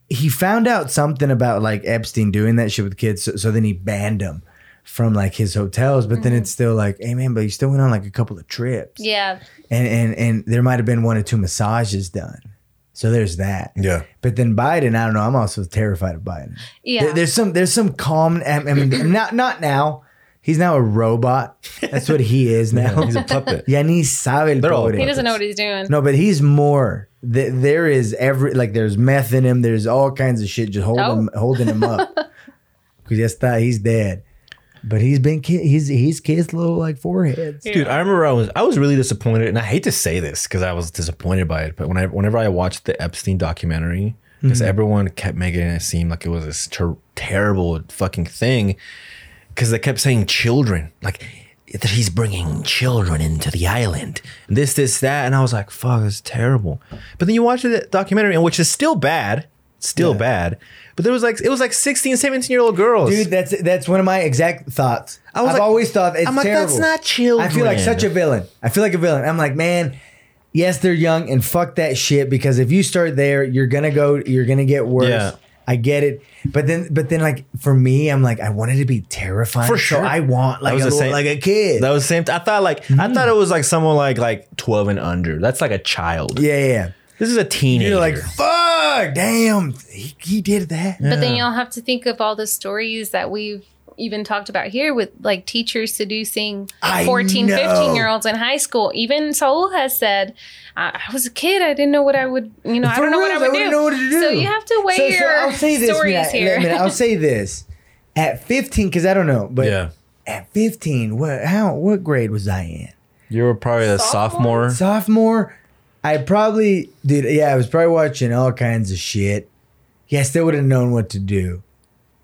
[SPEAKER 1] he found out something about like Epstein doing that shit with kids, so, so then he banned him from like his hotels. But
[SPEAKER 3] Mm-hmm.
[SPEAKER 1] then it's still like, hey man, but he still went on like a couple of trips,
[SPEAKER 3] Yeah.
[SPEAKER 1] and and and there might have been one or two massages done. So there's that.
[SPEAKER 2] Yeah.
[SPEAKER 1] But then Biden, I don't know. I'm also terrified of Biden.
[SPEAKER 3] Yeah.
[SPEAKER 1] There- there's some there's some calm. I I mean, not not now. He's now a robot. That's what he is now.
[SPEAKER 2] He's a puppet.
[SPEAKER 1] Ya ni sabe el
[SPEAKER 2] They're all
[SPEAKER 1] pobre.
[SPEAKER 3] he doesn't know
[SPEAKER 2] puppets.
[SPEAKER 3] what he's doing.
[SPEAKER 1] No, but he's more. Th- there is every like there's meth in him. There's all kinds of shit just holding
[SPEAKER 3] Oh.
[SPEAKER 1] him, holding him up. Because yes, that he's dead. But he's been ki- he's he's kissed little like foreheads.
[SPEAKER 2] Dude, I remember I was I was really disappointed, and I hate to say this because I was disappointed by it. But when I, whenever I watched the Epstein documentary, because
[SPEAKER 1] Mm-hmm.
[SPEAKER 2] everyone kept making it seem like it was this ter- terrible fucking thing, because they kept saying children, like that he's bringing children into the island, this, this, that, and I was like, fuck, this is terrible. But then you watch the documentary, and which is still bad, still bad. But there was like it was like 16, 17 year old girls.
[SPEAKER 1] Dude, that's that's one of my exact thoughts. I
[SPEAKER 2] I was
[SPEAKER 1] have
[SPEAKER 2] like-
[SPEAKER 1] always thought it's
[SPEAKER 2] I'm like,
[SPEAKER 1] terrible.
[SPEAKER 2] that's not children.
[SPEAKER 1] I feel like such a villain. I feel like a villain. I'm like, man, yes, they're young and fuck that shit because if you start there, you're gonna go, you're gonna get worse.
[SPEAKER 2] Yeah.
[SPEAKER 1] I get it, but then, but then, like for me, I'm like, I wanted to be terrifying.
[SPEAKER 2] For
[SPEAKER 1] so
[SPEAKER 2] sure.
[SPEAKER 1] I want like
[SPEAKER 2] was
[SPEAKER 1] a
[SPEAKER 2] the
[SPEAKER 1] little-
[SPEAKER 2] same-
[SPEAKER 1] like a kid. Mm.
[SPEAKER 2] That was the same. I thought like I thought it was like someone like like twelve and under. That's like a child.
[SPEAKER 1] yeah, yeah, yeah.
[SPEAKER 2] This is a teenager.
[SPEAKER 1] You're like, fuck, damn, he, he did that.
[SPEAKER 3] But then
[SPEAKER 2] Yeah.
[SPEAKER 3] you'll have to think of all the stories that we've even talked about here with like teachers seducing
[SPEAKER 1] I
[SPEAKER 3] 14,
[SPEAKER 1] know.
[SPEAKER 3] 15 year olds in high school. Even Saul has said, I, I was a kid. I didn't know what I would, you know, I
[SPEAKER 1] For
[SPEAKER 3] don't know what I
[SPEAKER 1] reals,
[SPEAKER 3] would do.
[SPEAKER 1] wouldn't know what to do.
[SPEAKER 3] So you have to weigh
[SPEAKER 1] So- so
[SPEAKER 3] your
[SPEAKER 1] I'll say this,
[SPEAKER 3] stories
[SPEAKER 1] Matt,
[SPEAKER 3] here.
[SPEAKER 1] Matt, I'll say this at 15 because I don't know, but
[SPEAKER 2] yeah,
[SPEAKER 1] at 15, what how what grade was I in?
[SPEAKER 2] you were probably a sophomore.
[SPEAKER 3] Sophomore?
[SPEAKER 1] sophomore, I probably dude, yeah, I was probably watching all kinds of shit. Yeah, I still would have known what to do.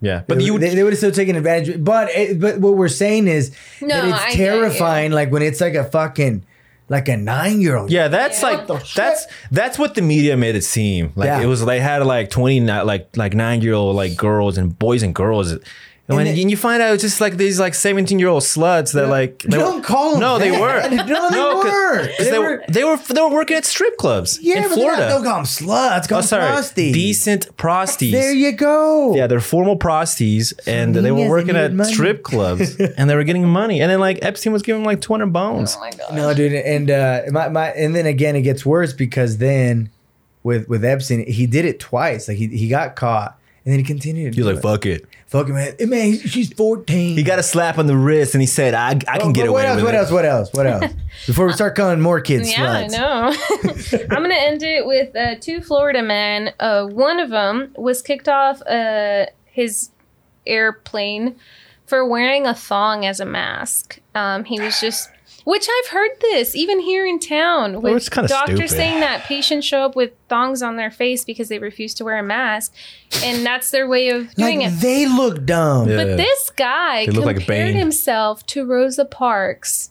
[SPEAKER 2] Yeah,
[SPEAKER 1] But
[SPEAKER 2] but
[SPEAKER 1] they,
[SPEAKER 2] you.
[SPEAKER 1] they, would have still taken advantage. of it. But it, but what we're saying is
[SPEAKER 3] No,
[SPEAKER 1] that
[SPEAKER 3] I
[SPEAKER 1] it's
[SPEAKER 3] get you.
[SPEAKER 1] terrifying. Like when it's like a fucking like a nine year old.
[SPEAKER 2] yeah, that's
[SPEAKER 3] Yeah.
[SPEAKER 2] like that's that's what the media made it seem. Like
[SPEAKER 1] Yeah.
[SPEAKER 2] it was they had like twenty ni- like like nine year old like girls and boys and girls. And, when,
[SPEAKER 1] it-
[SPEAKER 2] and you find out it's just like these like seventeen year old sluts that like they
[SPEAKER 1] don't
[SPEAKER 2] were-
[SPEAKER 1] call them
[SPEAKER 2] No, they
[SPEAKER 1] that.
[SPEAKER 2] were.
[SPEAKER 1] No, they were.
[SPEAKER 2] 'cause they, were. They were they were working at strip clubs
[SPEAKER 1] yeah,
[SPEAKER 2] in
[SPEAKER 1] but
[SPEAKER 2] Florida.
[SPEAKER 1] Florida. don't call them sluts. Call
[SPEAKER 2] Oh,
[SPEAKER 1] them
[SPEAKER 2] sorry.
[SPEAKER 1] prosties.
[SPEAKER 2] Decent prosties.
[SPEAKER 1] There you go.
[SPEAKER 2] yeah, they're formal prosties, and they were
[SPEAKER 1] Niñas,
[SPEAKER 2] working
[SPEAKER 1] they
[SPEAKER 2] at
[SPEAKER 1] needed money.
[SPEAKER 2] strip clubs, and they were getting money. And then like Epstein was giving them like two hundred bones.
[SPEAKER 3] oh my God.
[SPEAKER 1] No, dude, and uh, my, my and then again it gets worse because then with with Epstein he did it twice. Like he, he got caught and then he continued. To
[SPEAKER 2] He
[SPEAKER 1] do
[SPEAKER 2] was like,
[SPEAKER 1] it.
[SPEAKER 2] "Fuck it."
[SPEAKER 1] fuck him, man. Hey, man, he- she's fourteen.
[SPEAKER 2] He got a slap on the wrist, and he said, "I, I can get away
[SPEAKER 1] Oh, what else,
[SPEAKER 2] with
[SPEAKER 1] what
[SPEAKER 2] it."
[SPEAKER 1] else? What else? What else? Before we start calling more kids
[SPEAKER 3] Yeah, I
[SPEAKER 1] sluts.
[SPEAKER 3] know. I'm going to end it with uh, two Florida men. Uh, one of them was kicked off uh, his airplane for wearing a thong as a mask. Um, he was just, which I've heard this even here in town with
[SPEAKER 2] Oh, it's kinda
[SPEAKER 3] doctors
[SPEAKER 2] stupid.
[SPEAKER 3] saying that patients show up with thongs on their face because they refuse to wear a mask, and that's their way of doing
[SPEAKER 1] Like
[SPEAKER 3] it.
[SPEAKER 1] they look dumb.
[SPEAKER 2] Yeah.
[SPEAKER 3] But this guy
[SPEAKER 2] They look like
[SPEAKER 3] compared
[SPEAKER 2] Bane.
[SPEAKER 3] himself to Rosa Parks.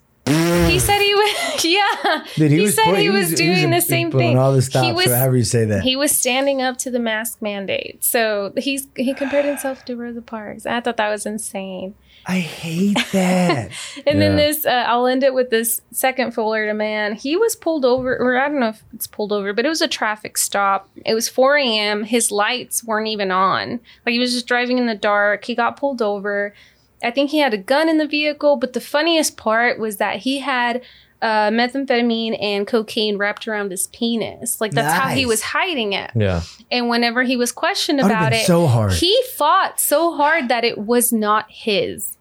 [SPEAKER 3] he said he was, yeah.
[SPEAKER 1] Dude,
[SPEAKER 3] he said
[SPEAKER 1] put-
[SPEAKER 3] he was doing
[SPEAKER 1] he
[SPEAKER 3] the
[SPEAKER 1] was
[SPEAKER 3] same
[SPEAKER 1] pulling
[SPEAKER 3] thing.
[SPEAKER 1] All the stops,
[SPEAKER 3] he was
[SPEAKER 1] or however you say that.
[SPEAKER 3] he was standing up to the mask mandate. So he's he compared himself to Rosa Parks. I thought that was insane.
[SPEAKER 1] I hate that.
[SPEAKER 3] And then
[SPEAKER 2] Yeah.
[SPEAKER 3] this, uh, I'll end it with this second Florida man. He was pulled over, or I don't know if it's pulled over, but it was a traffic stop. It was 4 a.m. His lights weren't even on. Like he was just driving in the dark. He got pulled over. I think he had a gun in the vehicle, but the funniest part was that he had uh, methamphetamine and cocaine wrapped around his penis. Like that's how he
[SPEAKER 1] Nice.
[SPEAKER 3] was hiding it.
[SPEAKER 2] Yeah,
[SPEAKER 3] And whenever he was questioned
[SPEAKER 1] I would've
[SPEAKER 3] about
[SPEAKER 1] been
[SPEAKER 3] it,
[SPEAKER 1] so hard.
[SPEAKER 3] he fought so hard that it was not his.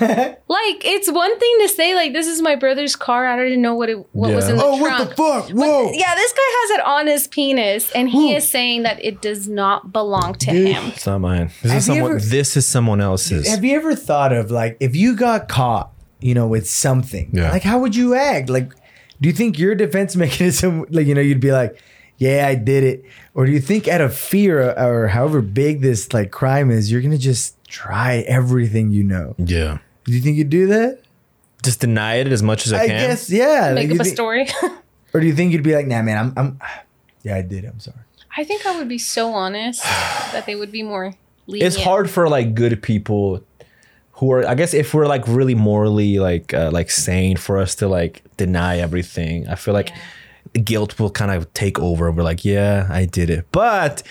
[SPEAKER 3] like it's one thing to say like this is my brother's car. I didn't know what it what was
[SPEAKER 2] Yeah.
[SPEAKER 3] in the
[SPEAKER 1] oh,
[SPEAKER 3] trunk.
[SPEAKER 1] what the fuck? Whoa.
[SPEAKER 3] Yeah, this guy has it on his penis, and he
[SPEAKER 1] Who?
[SPEAKER 3] is saying that it does not belong to
[SPEAKER 1] Dude.
[SPEAKER 3] him.
[SPEAKER 2] it's not mine. This
[SPEAKER 1] Have you
[SPEAKER 2] is someone.
[SPEAKER 1] ever-
[SPEAKER 2] this is someone else's.
[SPEAKER 1] Have you ever thought of like if you got caught, you know, with something,
[SPEAKER 2] Yeah.
[SPEAKER 1] like how would you act? Like, do you think your defense mechanism, like you know, you'd be like, "Yeah, I did it," or do you think out of fear or however big this like crime is, you're gonna just try everything you know?
[SPEAKER 2] yeah,
[SPEAKER 1] Do you think you'd do that?
[SPEAKER 2] just deny it as much as I,
[SPEAKER 1] I
[SPEAKER 2] can.
[SPEAKER 1] guess, yeah. Like,
[SPEAKER 3] Make
[SPEAKER 1] you
[SPEAKER 3] up a
[SPEAKER 1] think-
[SPEAKER 3] story.
[SPEAKER 1] or do you think you'd be like, "Nah, man, I'm, I'm, yeah, I did. I'm sorry."
[SPEAKER 3] I think I would be so honest that they would be more
[SPEAKER 2] it's
[SPEAKER 3] lenient.
[SPEAKER 2] hard for like good people who are i guess if we're like really morally like uh, like sane for us to like deny everything i feel like guilt will kind of take over we're like yeah i did it but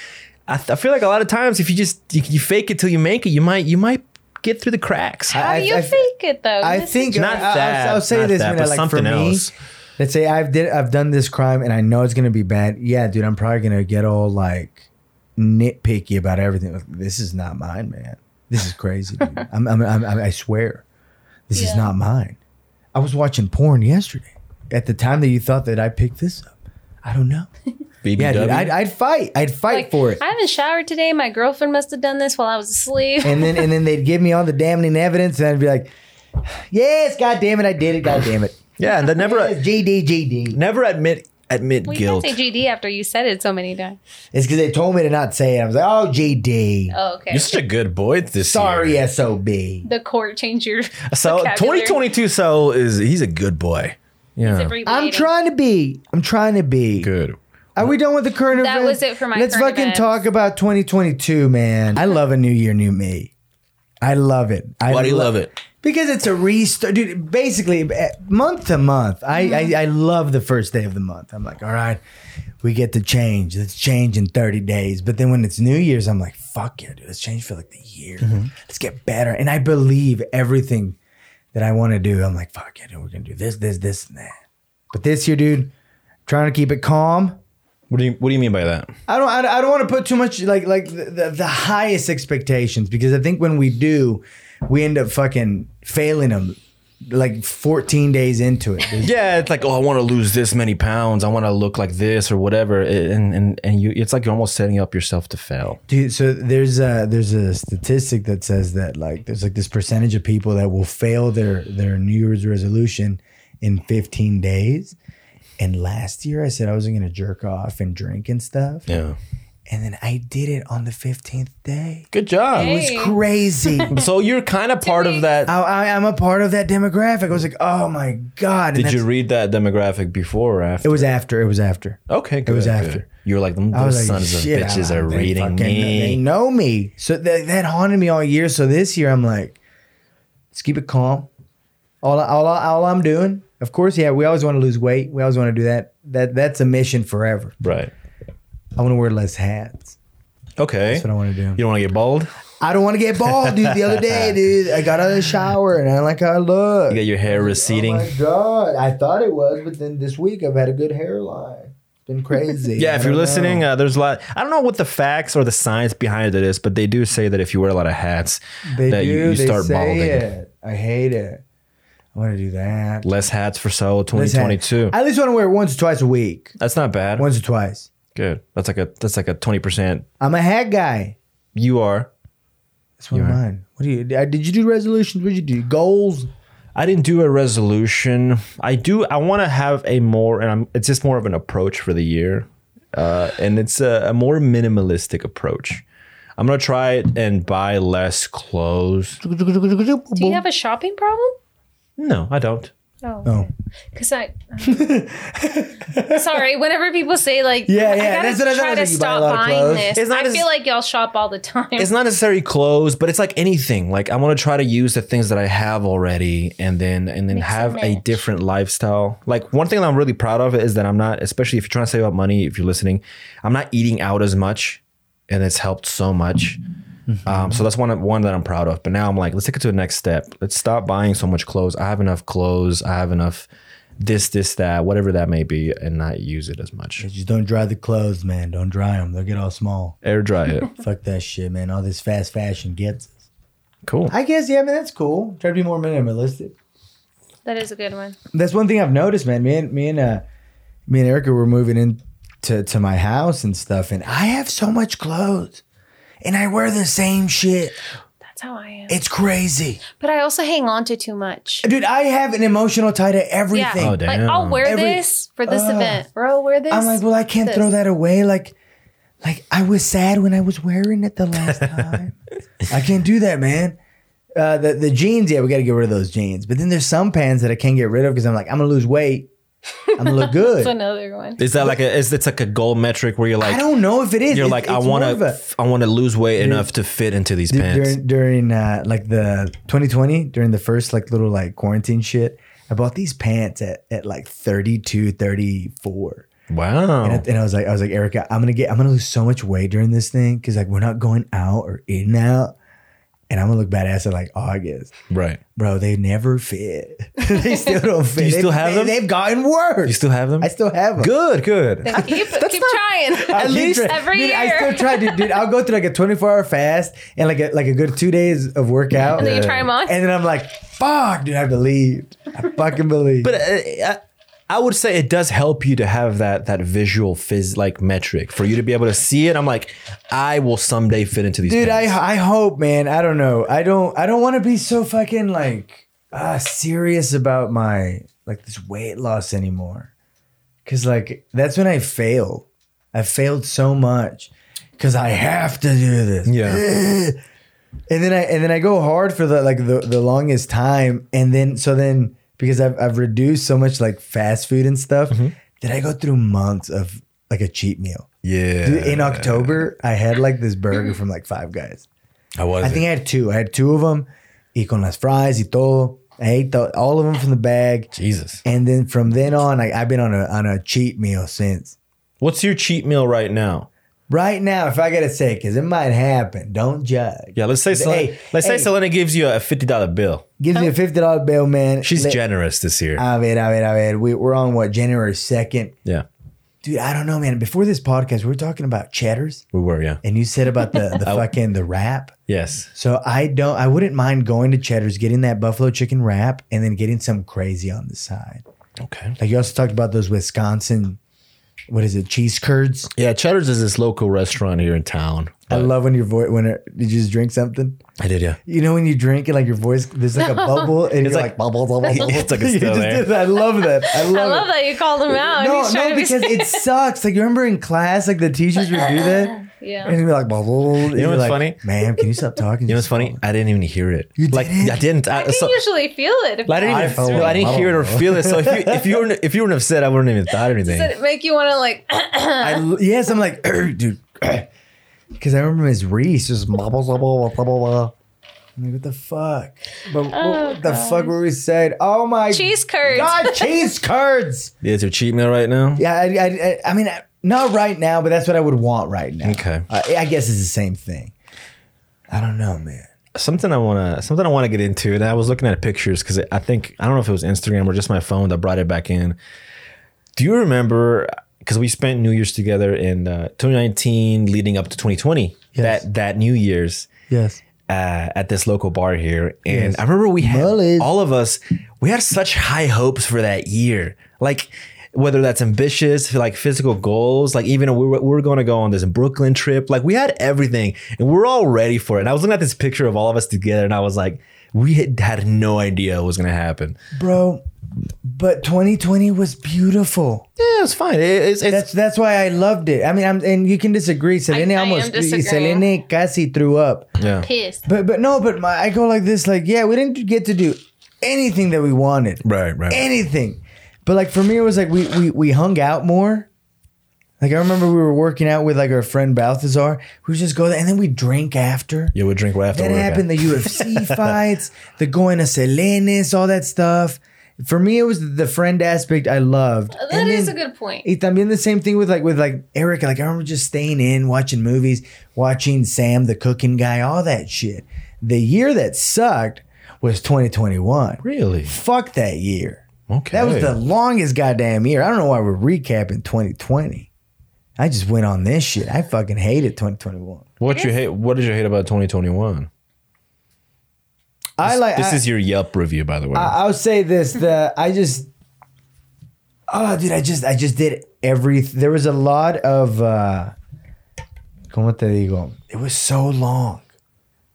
[SPEAKER 2] I, th- I feel like a lot of times if you just you, you fake it till you make it you might you might get through the cracks
[SPEAKER 3] How
[SPEAKER 1] I-
[SPEAKER 3] do you
[SPEAKER 1] I-
[SPEAKER 3] fake it though?
[SPEAKER 1] I
[SPEAKER 3] This is-
[SPEAKER 1] think
[SPEAKER 2] Not
[SPEAKER 1] I, I'll-
[SPEAKER 2] that,
[SPEAKER 1] I'll, say
[SPEAKER 2] not
[SPEAKER 1] this,
[SPEAKER 2] that,
[SPEAKER 1] you know,
[SPEAKER 2] but
[SPEAKER 1] like for
[SPEAKER 2] something
[SPEAKER 1] me,
[SPEAKER 2] else.
[SPEAKER 1] let's say I've did I've done this crime and I know it's gonna be bad. Yeah, dude, I'm probably gonna get all like nitpicky about everything. Like, this is not mine, man. This is crazy. dude. I'm, I'm, I'm, I'm, I swear, this
[SPEAKER 3] Yeah.
[SPEAKER 1] is not mine. I was watching porn yesterday. At the time that you thought that I picked this up, I don't know.
[SPEAKER 2] BBW.
[SPEAKER 1] Yeah, dude, I'd, I'd fight. I'd fight
[SPEAKER 3] like,
[SPEAKER 1] for it.
[SPEAKER 3] I haven't showered today. My girlfriend must have done this while I was asleep.
[SPEAKER 1] and then and then they'd give me all the damning evidence, and I'd be like, "Yes, God damn it, I did it. God damn it.
[SPEAKER 2] yeah and then
[SPEAKER 1] Yes,
[SPEAKER 2] never
[SPEAKER 1] GD GD."
[SPEAKER 2] never admit admit
[SPEAKER 3] well, you can't
[SPEAKER 2] guilt
[SPEAKER 3] say GD after you said it so many times.
[SPEAKER 1] It's because they told me to not say it. I was like, "Oh, GD.
[SPEAKER 3] Oh, okay.
[SPEAKER 2] you're such a good boy this
[SPEAKER 1] Sorry,
[SPEAKER 2] year.
[SPEAKER 1] sob."
[SPEAKER 3] the court changed your.
[SPEAKER 2] so
[SPEAKER 3] vocabulary.
[SPEAKER 2] 2022 so is he's a good boy yeah
[SPEAKER 1] I'm trying to be. I'm trying to be.
[SPEAKER 2] good
[SPEAKER 1] Are we done with the current
[SPEAKER 3] That
[SPEAKER 1] events?
[SPEAKER 3] was it for my
[SPEAKER 1] Let's
[SPEAKER 3] current
[SPEAKER 1] fucking
[SPEAKER 3] events.
[SPEAKER 1] talk about 2022, man. I love a new year, new me. I love it. I
[SPEAKER 2] why do you
[SPEAKER 1] lo-
[SPEAKER 2] love it
[SPEAKER 1] Because it's a restart, dude. Basically, eh, month to month, I, I I love the first day of the month. I'm like, all right, we get to change. Let's change in 30 days. But then when it's New Year's, I'm like, fuck yeah, dude. Let's change for like the year. Let's get better. And I believe everything that I want to do. I'm like, fuck yeah, dude. We're gonna do this, this, this, and that. But this year, dude, trying to keep it calm.
[SPEAKER 2] what do you what do you mean by that
[SPEAKER 1] I don't. I, I don't want to put too much like like the, the, the highest expectations because I think when we do, we end up fucking failing them, like fourteen days into it. dude.
[SPEAKER 2] Yeah, it's like, oh, I want to lose this many pounds. I want to look like this or whatever. And and and you, it's like you're almost setting up yourself to fail.
[SPEAKER 1] Dude, so there's a there's a statistic that says that like there's like this percentage of people that will fail their their New Year's resolution in 15 days. And last year I said I wasn't gonna jerk off and drink and stuff,
[SPEAKER 2] Yeah.
[SPEAKER 1] and then I did it on the 15th day.
[SPEAKER 2] Good job.
[SPEAKER 3] Hey.
[SPEAKER 1] It's crazy.
[SPEAKER 2] So you're kind of part of that.
[SPEAKER 1] I, Oh, I, I'm a part of that demographic. I was like, oh my god! And
[SPEAKER 2] Did you
[SPEAKER 1] that's-
[SPEAKER 2] read that demographic before or after?
[SPEAKER 1] It was after. It was after.
[SPEAKER 2] okay. Good,
[SPEAKER 1] was
[SPEAKER 2] good.
[SPEAKER 1] after.
[SPEAKER 2] You were like, them
[SPEAKER 1] I
[SPEAKER 2] those
[SPEAKER 1] was like,
[SPEAKER 2] sons
[SPEAKER 1] shit,
[SPEAKER 2] of bitches
[SPEAKER 1] I-
[SPEAKER 2] are
[SPEAKER 1] they
[SPEAKER 2] reading
[SPEAKER 1] fucking- They
[SPEAKER 2] me.
[SPEAKER 1] know me. So that that haunted me all year. So this year, I'm like, let's keep it calm. All I- all I- all I'm doing, of course, yeah. We always want to lose weight. We always want to do that. That that's a mission forever.
[SPEAKER 2] Right.
[SPEAKER 1] I want to wear less hats.
[SPEAKER 2] Okay.
[SPEAKER 1] That's what I want to do.
[SPEAKER 2] you don't want to get bald.
[SPEAKER 1] I don't want to get bald, dude. The other day, dude, I got out of the shower and I like how I look.
[SPEAKER 2] You got your hair
[SPEAKER 1] Oh
[SPEAKER 2] receding.
[SPEAKER 1] my god! I thought it was, but then this week I've had a good hairline. It's been crazy.
[SPEAKER 2] yeah,
[SPEAKER 1] I
[SPEAKER 2] if you're
[SPEAKER 1] don't
[SPEAKER 2] listening,
[SPEAKER 1] know.
[SPEAKER 2] uh, there's a lot. I don't know what the facts or the science behind it is, but they do say that if you wear a lot of hats,
[SPEAKER 1] they
[SPEAKER 2] that
[SPEAKER 1] do.
[SPEAKER 2] you- you
[SPEAKER 1] they
[SPEAKER 2] start
[SPEAKER 1] say
[SPEAKER 2] balding.
[SPEAKER 1] It. I hate it. I want to do that.
[SPEAKER 2] less hats for so
[SPEAKER 1] Listen,
[SPEAKER 2] 2022.
[SPEAKER 1] I at least want to wear it once or twice a week.
[SPEAKER 2] That's not bad.
[SPEAKER 1] Once or twice.
[SPEAKER 2] Good. That's like a that's like a twenty percent.
[SPEAKER 1] I'm a hat guy.
[SPEAKER 2] You are.
[SPEAKER 1] That's one of mine. What do you? Did you do resolutions? What did you do? Goals?
[SPEAKER 2] I didn't do a resolution. I do. I want to have a more, and I'm, it's just more of an approach for the year, uh, and it's a, a more minimalistic approach. I'm gonna try it and buy less clothes.
[SPEAKER 3] Do you have a shopping problem?
[SPEAKER 2] No, I don't.
[SPEAKER 1] Oh.
[SPEAKER 3] Oh. Because I. uh, sorry, whenever people say, like,
[SPEAKER 1] Yeah,
[SPEAKER 3] I
[SPEAKER 1] yeah,
[SPEAKER 3] gotta
[SPEAKER 1] that's what I thought,
[SPEAKER 3] try
[SPEAKER 1] like,
[SPEAKER 3] to
[SPEAKER 1] you buy a
[SPEAKER 3] stop
[SPEAKER 1] lot of
[SPEAKER 3] buying
[SPEAKER 1] clothes.
[SPEAKER 3] this.
[SPEAKER 2] It's not
[SPEAKER 3] I
[SPEAKER 2] as-
[SPEAKER 3] feel like y'all shop all the time.
[SPEAKER 2] It's not necessarily clothes, but it's like anything. Like I want to try to use the things that I have already, and then and then
[SPEAKER 3] Mix and
[SPEAKER 2] have a
[SPEAKER 3] match.
[SPEAKER 2] different lifestyle. Like one thing that I'm really proud of is that I'm not, especially if you're trying to save up money, if you're listening, I'm not eating out as much, and it's helped so much. Um, so that's one one that I'm proud of. But now I'm like, let's take it to the next step. Let's stop buying so much clothes. I have enough clothes. I have enough this, this, that, whatever that may be, and not use it as much.
[SPEAKER 1] Just don't dry the clothes, man. Don't dry them. They'll get all small.
[SPEAKER 2] Air dry it.
[SPEAKER 1] Fuck that shit, man. All this fast fashion gets us.
[SPEAKER 2] Cool.
[SPEAKER 1] I guess yeah, man. That's cool. Try to be more minimalistic.
[SPEAKER 3] that is a good one.
[SPEAKER 1] that's one thing I've noticed, man. Me and me and uh, me and Erica were moving in to, to my house and stuff, and I have so much clothes, and I wear the same shit.
[SPEAKER 3] That's how I am.
[SPEAKER 1] It's crazy,
[SPEAKER 3] But I also hang on to too much.
[SPEAKER 1] dude. I have an emotional tie to
[SPEAKER 3] Yeah.
[SPEAKER 1] everything.
[SPEAKER 2] Oh,
[SPEAKER 3] like, I'll
[SPEAKER 2] damn.
[SPEAKER 3] wear
[SPEAKER 1] Every-
[SPEAKER 3] this for this
[SPEAKER 1] Ugh.
[SPEAKER 3] event, or I'll wear this.
[SPEAKER 1] I'm like, well, I can't
[SPEAKER 3] this.
[SPEAKER 1] throw that away. Like, like I was sad when I was wearing it the last time. I can't do that, man. Uh, the the jeans, yeah, we got to get rid of those jeans. But then there's some pants that I can't get rid of because I'm like, I'm gonna lose weight. I'm gonna look good.
[SPEAKER 3] It's another one.
[SPEAKER 2] Is that like a? Is it's like a goal metric where you're like,
[SPEAKER 1] I don't know if it is.
[SPEAKER 2] you're
[SPEAKER 1] It's-
[SPEAKER 2] like, I
[SPEAKER 1] it's
[SPEAKER 2] want
[SPEAKER 1] more of a-
[SPEAKER 2] to, I want to lose weight enough to fit into these
[SPEAKER 1] Dude,
[SPEAKER 2] pants.
[SPEAKER 1] during during uh, like the 2020 during the first like little like quarantine shit i bought these pants at, at like 32 34 and,
[SPEAKER 2] wow.
[SPEAKER 1] I, and I was like i was like erica i'm gonna get i'm gonna lose so much weight during this thing because like we're not going out or eating out and i'm gonna look badass at like august
[SPEAKER 2] Right.
[SPEAKER 1] bro they never fit they still don't fit
[SPEAKER 2] you
[SPEAKER 1] They-
[SPEAKER 2] still have
[SPEAKER 1] they,
[SPEAKER 2] them?
[SPEAKER 1] they've gotten worse
[SPEAKER 2] You still have them?
[SPEAKER 1] i still have them
[SPEAKER 2] Good. Good.
[SPEAKER 3] Keep, keep trying.
[SPEAKER 1] I
[SPEAKER 2] At
[SPEAKER 1] keep
[SPEAKER 2] least
[SPEAKER 1] try-
[SPEAKER 3] every
[SPEAKER 1] dude, I
[SPEAKER 3] year.
[SPEAKER 1] still try, dude. dude I'll go through like a 24 hour fast and like a, like a good two days of workout.
[SPEAKER 3] And then you try 'em on?
[SPEAKER 1] And then I'm like, fuck, dude, I believed. I fucking believed.
[SPEAKER 2] But uh, I, I would say it does help you to have that that visual phys like metric for you to be able to see it. I'm like, I will someday fit into these.
[SPEAKER 1] dude, I
[SPEAKER 2] pants.
[SPEAKER 1] I hope, man. I don't know. I don't I don't want to be so fucking like uh, serious about my like this weight loss anymore. Cause like that's when I fail. I failed so much. Cause I have to do this.
[SPEAKER 2] Yeah.
[SPEAKER 1] and then I and then I go hard for the like the, the longest time, and then so then because I've I've reduced so much like fast food and stuff,
[SPEAKER 2] Mm-hmm.
[SPEAKER 1] that I go through months of like a cheat meal.
[SPEAKER 2] yeah.
[SPEAKER 1] Dude, in October, I had like this burger from like Five Guys.
[SPEAKER 2] I was.
[SPEAKER 1] I think I had two. I had two of them, y con las fries y todo. I ate the, all of them from the bag,
[SPEAKER 2] Jesus.
[SPEAKER 1] and then from then on, like I've been on a on a cheat meal since.
[SPEAKER 2] What's your cheat meal right now?
[SPEAKER 1] Right now, if I gotta say, because it might happen, don't judge.
[SPEAKER 2] Yeah, let's say Selena,
[SPEAKER 1] Hey,
[SPEAKER 2] let's
[SPEAKER 1] hey.
[SPEAKER 2] say Selena gives you a fifty dollar bill.
[SPEAKER 1] Give me a fifty dollar bill, man.
[SPEAKER 2] She's
[SPEAKER 1] Let-
[SPEAKER 2] generous this year.
[SPEAKER 1] A ver, a ver, a ver. We, we're on what, January 2nd?
[SPEAKER 2] yeah,
[SPEAKER 1] Dude, I don't know, man. Before this podcast, we were talking about cheddars
[SPEAKER 2] we were. Yeah.
[SPEAKER 1] and you said about the, the fucking, the wrap.
[SPEAKER 2] Yes.
[SPEAKER 1] So I don't, I wouldn't mind going to cheddars, getting that buffalo chicken wrap and then getting some crazy on the side.
[SPEAKER 2] Okay.
[SPEAKER 1] Like you also talked about those Wisconsin, what is it? Cheese curds.
[SPEAKER 2] Yeah, Cheddar's is this local restaurant here in town. Uh,
[SPEAKER 1] I love when your voice, when it, did you just drink something?
[SPEAKER 2] I did. Yeah.
[SPEAKER 1] You know, when you drink it, like your voice, there's like a bubble and you're like,
[SPEAKER 2] like-
[SPEAKER 1] bubble, bubble, bubble.
[SPEAKER 2] It's like eh? it's
[SPEAKER 1] You
[SPEAKER 2] still
[SPEAKER 1] just
[SPEAKER 2] there.
[SPEAKER 1] did that. I love that. I love,
[SPEAKER 3] I love
[SPEAKER 1] it.
[SPEAKER 3] that you called him out.
[SPEAKER 1] No,
[SPEAKER 3] He's trying
[SPEAKER 1] no,
[SPEAKER 3] to be-
[SPEAKER 1] because it sucks. Like you remember in class, like the teachers would do that, and
[SPEAKER 3] yeah.
[SPEAKER 1] they'd be like, blah, blah, blah. You
[SPEAKER 2] what's funny?
[SPEAKER 1] Ma'am, can you stop talking?
[SPEAKER 2] You know what's funny? I didn't even hear it.
[SPEAKER 1] You
[SPEAKER 2] like
[SPEAKER 1] didn't?
[SPEAKER 2] I didn't. I,
[SPEAKER 3] I can
[SPEAKER 2] so-
[SPEAKER 3] usually feel it. If
[SPEAKER 2] I didn't
[SPEAKER 1] I
[SPEAKER 2] even.
[SPEAKER 1] felt
[SPEAKER 2] feel- I didn't
[SPEAKER 1] it.
[SPEAKER 2] hear it or feel it. So if you if you were if you weren't upset, I wouldn't even thought anything.
[SPEAKER 3] Does it make you want to like?
[SPEAKER 1] I l- yes, I'm like, "Er, dude, because I remember Miss Reese just blah, blah, blah, blah, blah, blah, blah. I'm like, what the fuck? But what, what the
[SPEAKER 3] Oh, God.
[SPEAKER 1] fuck were we saying? Oh my
[SPEAKER 3] Cheese curds.
[SPEAKER 1] God, cheese curds.
[SPEAKER 2] Yeah, it's your cheat meal right now.
[SPEAKER 1] Yeah, I, I, I, I mean, I- not right now, but that's what I would want right now.
[SPEAKER 2] Okay.
[SPEAKER 1] I, I guess it's the same thing. I don't know, man.
[SPEAKER 2] Something I wanna something I wanna get into, and I was looking at pictures because I think I don't know if it was Instagram or just my phone that brought it back in. Do you remember? Because we spent New Year's together in uh, 2019, leading up to 2020.
[SPEAKER 1] Yes.
[SPEAKER 2] That that New Year's.
[SPEAKER 1] Yes.
[SPEAKER 2] uh, at this local bar here, and
[SPEAKER 1] Yes.
[SPEAKER 2] I remember we had
[SPEAKER 1] Mullis.
[SPEAKER 2] all of us. We had such high hopes for that year, like whether that's ambitious, like physical goals, like even we were, we were going to go on this Brooklyn trip. Like we had everything, and we're all ready for it. And I was looking at this picture of all of us together, and I was like, we had, had no idea what was going to happen.
[SPEAKER 1] bro. But 2020 was beautiful.
[SPEAKER 2] Yeah, it was fine. It, it's, it's
[SPEAKER 1] That's that's why I loved it. I mean, I'm and you can disagree. Selene
[SPEAKER 3] I am
[SPEAKER 1] almost,
[SPEAKER 3] disagreeing.
[SPEAKER 1] Selene casi threw up.
[SPEAKER 2] yeah,
[SPEAKER 3] Pissed.
[SPEAKER 1] But but no, but my, I go like this. Like yeah, we didn't get to do anything that we wanted,
[SPEAKER 2] right, right.
[SPEAKER 1] anything. But like for me, it was like we we we hung out more. Like I remember we were working out with like our friend Balthazar. We would just go there and then we drink after.
[SPEAKER 2] you would drink right after
[SPEAKER 1] That
[SPEAKER 2] work.
[SPEAKER 1] happened. The UFC fights, the going to Selenes, all that stuff. For me, it was the friend aspect I loved.
[SPEAKER 3] That is
[SPEAKER 1] And
[SPEAKER 3] a
[SPEAKER 1] then-
[SPEAKER 3] good point.
[SPEAKER 1] Y también the same thing with like with like Erica. Like I remember just staying in, watching movies, watching Sam the cooking guy, all that shit. The year that sucked was 2021.
[SPEAKER 2] Really?
[SPEAKER 1] Fuck that year.
[SPEAKER 2] Okay.
[SPEAKER 1] That was the longest goddamn year. I don't know why we're recapping 2020. I just went on this shit. I fucking hated 2021.
[SPEAKER 2] what you hate. What did you hate about 2021?
[SPEAKER 1] I like
[SPEAKER 2] this
[SPEAKER 1] I-
[SPEAKER 2] is your Yelp review, by the way.
[SPEAKER 1] I, I'll say this: the I just, oh, dude, I just, I just did every. There was a lot of, uh, como te digo? It was so long,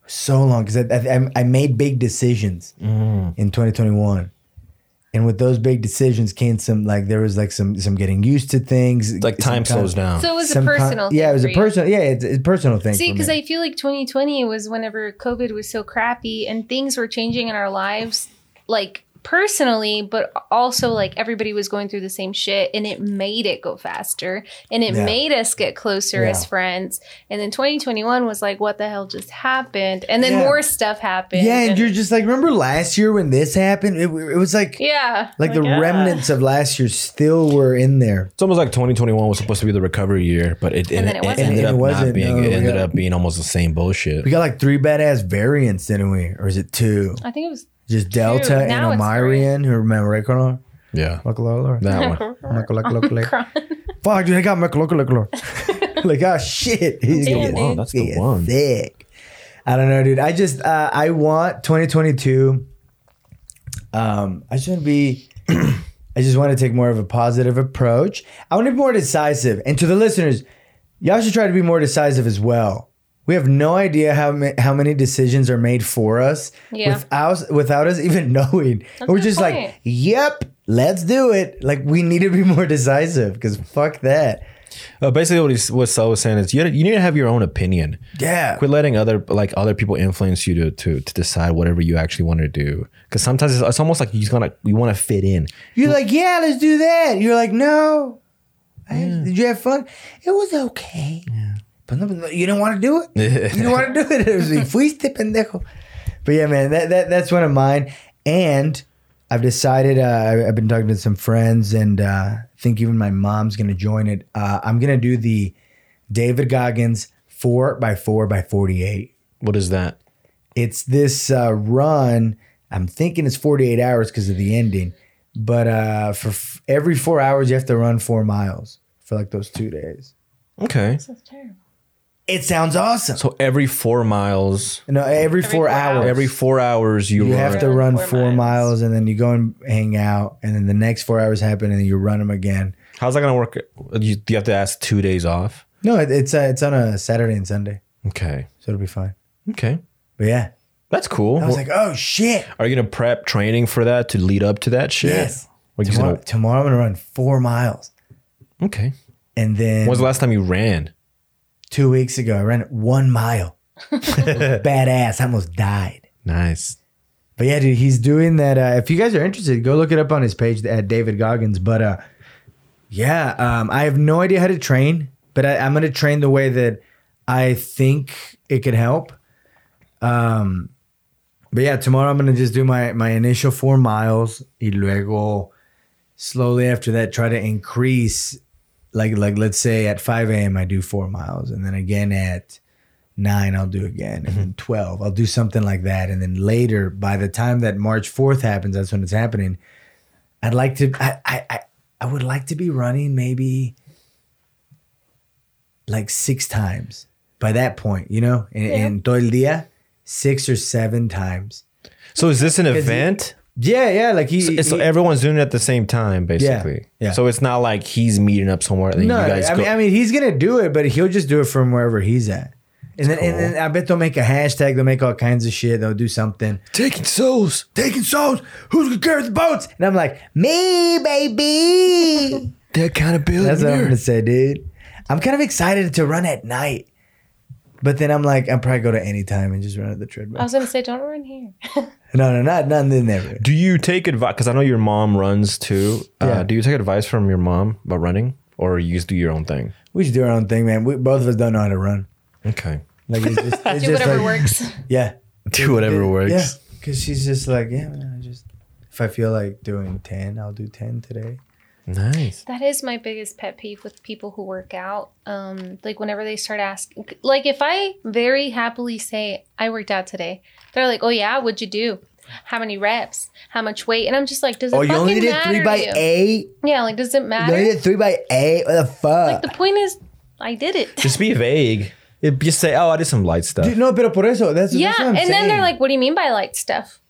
[SPEAKER 1] so long because I, I, I made big decisions
[SPEAKER 2] Mm.
[SPEAKER 1] in 2021, and with those big decisions came some like there was like some some getting used to things.
[SPEAKER 2] like time slows down.
[SPEAKER 3] So it was a personal.
[SPEAKER 1] yeah,
[SPEAKER 3] thing
[SPEAKER 1] it was
[SPEAKER 3] for
[SPEAKER 1] a
[SPEAKER 3] you.
[SPEAKER 1] personal. Yeah, it's, it's a personal thing.
[SPEAKER 3] See,
[SPEAKER 1] for
[SPEAKER 3] because
[SPEAKER 1] me.
[SPEAKER 3] I feel like 2020 was whenever COVID was so crappy and things were changing in our lives, like personally, but also like everybody was going through the same shit and it made it go faster and it
[SPEAKER 1] Yeah.
[SPEAKER 3] made us get closer
[SPEAKER 1] Yeah.
[SPEAKER 3] as friends. And then 2021 was like, what the hell just happened? And then
[SPEAKER 1] Yeah.
[SPEAKER 3] more stuff happened.
[SPEAKER 1] Yeah, and you're just like, remember last year when this happened? It, it was like,
[SPEAKER 3] yeah.
[SPEAKER 1] like the
[SPEAKER 3] yeah.
[SPEAKER 1] remnants of last year still were in there.
[SPEAKER 2] It's almost like 2021 was supposed to be the recovery year, but it,
[SPEAKER 3] And
[SPEAKER 2] it,
[SPEAKER 3] then it
[SPEAKER 2] it
[SPEAKER 3] wasn't.
[SPEAKER 2] ended
[SPEAKER 1] And it
[SPEAKER 2] up
[SPEAKER 1] wasn't,
[SPEAKER 2] not being.
[SPEAKER 1] no,
[SPEAKER 2] it
[SPEAKER 1] we
[SPEAKER 2] ended
[SPEAKER 1] got-
[SPEAKER 2] up being almost the same bullshit.
[SPEAKER 1] We got like three badass variants, didn't we? Or is it two?
[SPEAKER 3] I think it was.
[SPEAKER 1] Just Delta and
[SPEAKER 3] now it's
[SPEAKER 1] Omarion, who remember right, Connor?
[SPEAKER 2] yeah,
[SPEAKER 1] Macalor?
[SPEAKER 2] that one.
[SPEAKER 1] Macalor. Fuck, dude, I got Macalor. like, oh shit. He's
[SPEAKER 3] the
[SPEAKER 1] gonna
[SPEAKER 3] one,
[SPEAKER 2] that's
[SPEAKER 1] be
[SPEAKER 2] the one.
[SPEAKER 1] Thick. I don't know, dude. I just, uh, I want 2022. Um, I just want to be, I just want to take more of a positive approach. I want to be more decisive. And to the listeners, y'all should try to be more decisive as well. We have no idea how ma- how many decisions are made for us
[SPEAKER 3] Yeah.
[SPEAKER 1] without without us even knowing. We're
[SPEAKER 3] a
[SPEAKER 1] just
[SPEAKER 3] point.
[SPEAKER 1] like, "Yep, let's do it." Like we need to be more decisive because fuck that.
[SPEAKER 2] Uh, basically, what he's, what Sal was saying is you, you need to have your own opinion.
[SPEAKER 1] Yeah,
[SPEAKER 2] Quit letting other like other people influence you to to, to decide whatever you actually want to do. Because sometimes it's, it's almost like you just gonna you want to fit in.
[SPEAKER 1] you're like, "Yeah, let's do that." You're like, "No." I- did you have fun? It was okay. Yeah. But no- you don't want to do it. you don't want to do it. It was, Fuiste pendejo. But yeah, man, that, that that's one of mine. And I've decided. Uh, I- I've been talking to some friends, and uh, I think even my mom's gonna join it. Uh, I'm gonna do the David Goggins four by four by forty eight.
[SPEAKER 2] What is that?
[SPEAKER 1] It's this uh, run. I'm thinking it's 48 hours because of the ending. But uh, for f- every four hours, you have to run four miles for like those two days.
[SPEAKER 2] Okay,
[SPEAKER 3] That's terrible.
[SPEAKER 1] It sounds awesome.
[SPEAKER 2] so every four miles,
[SPEAKER 1] No, every, four,
[SPEAKER 3] four
[SPEAKER 1] hours.
[SPEAKER 3] hours.
[SPEAKER 2] every four hours you,
[SPEAKER 1] you
[SPEAKER 2] run.
[SPEAKER 1] have to
[SPEAKER 3] Run
[SPEAKER 1] run four,
[SPEAKER 3] four miles.
[SPEAKER 1] miles and then you go and hang out and then the next four hours happen and then you run them again
[SPEAKER 2] How's that gonna work? You, you have to ask two days off.
[SPEAKER 1] no it, it's uh, it's on a saturday and sunday
[SPEAKER 2] Okay,
[SPEAKER 1] so it'll be fine
[SPEAKER 2] okay,
[SPEAKER 1] but yeah
[SPEAKER 2] that's cool.
[SPEAKER 1] i was like oh shit
[SPEAKER 2] Are you gonna prep training for that to lead up to that shit?
[SPEAKER 1] yes
[SPEAKER 2] Or you just
[SPEAKER 1] tomorrow,
[SPEAKER 2] gonna,
[SPEAKER 1] tomorrow i'm gonna run four miles
[SPEAKER 2] okay.
[SPEAKER 1] and then
[SPEAKER 2] When was the last time you ran?
[SPEAKER 1] two weeks ago i ran one mile badass I almost died
[SPEAKER 2] Nice.
[SPEAKER 1] but yeah dude he's doing that uh, if you guys are interested go look it up on his page at david goggins but uh Yeah, um, I have no idea how to train, but I, I'm going to train the way that I think it could help. Um, but yeah, tomorrow I'm going to just do my my initial four miles, y luego slowly after that try to increase. Like like let's say at 5 a.m. I do four miles, and then again at nine I'll do again, and
[SPEAKER 2] Mm-hmm.
[SPEAKER 1] then 12 I'll do something like that, and then later by the time that March 4th happens, that's when it's happening. I'd like to. I, I, I I would like to be running maybe like six times by that point, you know, in, in todo el día, six or seven times.
[SPEAKER 2] So is this an event?
[SPEAKER 1] Yeah, yeah, like he.
[SPEAKER 2] It's
[SPEAKER 1] he-
[SPEAKER 2] everyone's doing it at the same time, basically.
[SPEAKER 1] yeah.
[SPEAKER 2] So it's not like he's meeting up somewhere and then
[SPEAKER 1] no,
[SPEAKER 2] you guys
[SPEAKER 1] I
[SPEAKER 2] go.
[SPEAKER 1] mean, I mean, he's gonna do it, but he'll just do it from wherever he's at. And then, and then I bet they'll make a hashtag. They'll make all kinds of shit. They'll do something.
[SPEAKER 2] taking souls.
[SPEAKER 1] Taking souls. Who's gonna carry the boats? And I'm like, me, baby.
[SPEAKER 2] The accountability.
[SPEAKER 1] That's um, what I'm gonna say, dude. I'm kind of excited to run at night, but then I'm like, I'll probably go to any time and just run at the treadmill.
[SPEAKER 3] I was going to say, don't run here.
[SPEAKER 1] no, no, not nothing there.
[SPEAKER 2] do you take advice? Because I know your mom runs too.
[SPEAKER 1] Yeah.
[SPEAKER 2] Uh, do you take advice from your mom about running, or you just do your own thing?
[SPEAKER 1] We should do our own thing, man. We both of us don't know how to run.
[SPEAKER 2] Okay.
[SPEAKER 1] Like it's just, it's
[SPEAKER 3] Do
[SPEAKER 1] just
[SPEAKER 3] whatever
[SPEAKER 1] like-
[SPEAKER 3] works.
[SPEAKER 1] Yeah,
[SPEAKER 2] Do whatever works.
[SPEAKER 1] Yeah, because she's just like, yeah, man. I just if I feel like doing ten, I'll do ten today.
[SPEAKER 2] Nice.
[SPEAKER 3] That is my biggest pet peeve with people who work out. Um, like whenever they start asking, like if I very happily say I worked out today, they're like, "Oh yeah, what'd you do? How many reps? How much weight?" And I'm just like, "Does it
[SPEAKER 1] Oh, you
[SPEAKER 3] fucking
[SPEAKER 1] only did
[SPEAKER 3] matter?"
[SPEAKER 1] three by
[SPEAKER 3] to you?
[SPEAKER 1] eight.
[SPEAKER 3] Yeah, like does it
[SPEAKER 1] You only
[SPEAKER 3] matter?
[SPEAKER 1] did three by eight. What the
[SPEAKER 3] Like
[SPEAKER 1] fuck?
[SPEAKER 3] the point is, I did it.
[SPEAKER 2] Just be vague. It, just say, "Oh, I did some light stuff,"
[SPEAKER 1] Dude, no, pero por eso. That's
[SPEAKER 3] yeah,
[SPEAKER 1] That's what I'm
[SPEAKER 3] and then they're
[SPEAKER 1] saying.
[SPEAKER 3] like, "What do you mean by light stuff?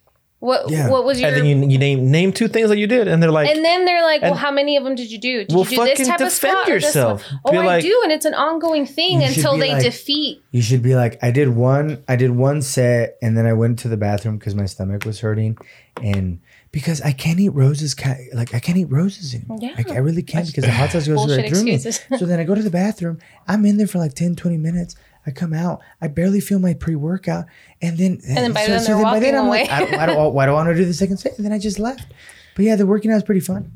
[SPEAKER 3] What
[SPEAKER 1] Yeah.
[SPEAKER 3] What was your?"
[SPEAKER 2] and then you, you name name two things that you did, and they're like,
[SPEAKER 3] And then they're like, "Well,
[SPEAKER 2] And-
[SPEAKER 3] how many of them did you do? Did
[SPEAKER 2] Well,
[SPEAKER 3] you do this
[SPEAKER 2] fucking
[SPEAKER 3] type of
[SPEAKER 2] defend
[SPEAKER 3] squat or this one?"
[SPEAKER 2] yourself.
[SPEAKER 3] Oh,
[SPEAKER 2] Be
[SPEAKER 3] I
[SPEAKER 2] like-
[SPEAKER 3] do, and it's an ongoing thing
[SPEAKER 1] You should
[SPEAKER 3] until
[SPEAKER 1] be
[SPEAKER 3] they
[SPEAKER 1] like-
[SPEAKER 3] defeat.
[SPEAKER 1] You should be like, I did one, I did one set, and then I went to the bathroom because my stomach was hurting, and because I can't eat roses, ca- like I can't eat roses anymore.
[SPEAKER 3] Yeah.
[SPEAKER 1] Like, I really can't because the hot sauce goes
[SPEAKER 3] Bullshit
[SPEAKER 1] right through me.
[SPEAKER 3] excuses.
[SPEAKER 1] So then I go to the bathroom. I'm in there for like 10, 20 minutes. I come out, I barely feel my pre workout, and then and
[SPEAKER 3] then by then they're
[SPEAKER 1] by then
[SPEAKER 3] walking
[SPEAKER 1] I'm like,
[SPEAKER 3] away.
[SPEAKER 1] I don't, I don't, why do I want to do the second set? And then I just left. But yeah, the working out is pretty fun.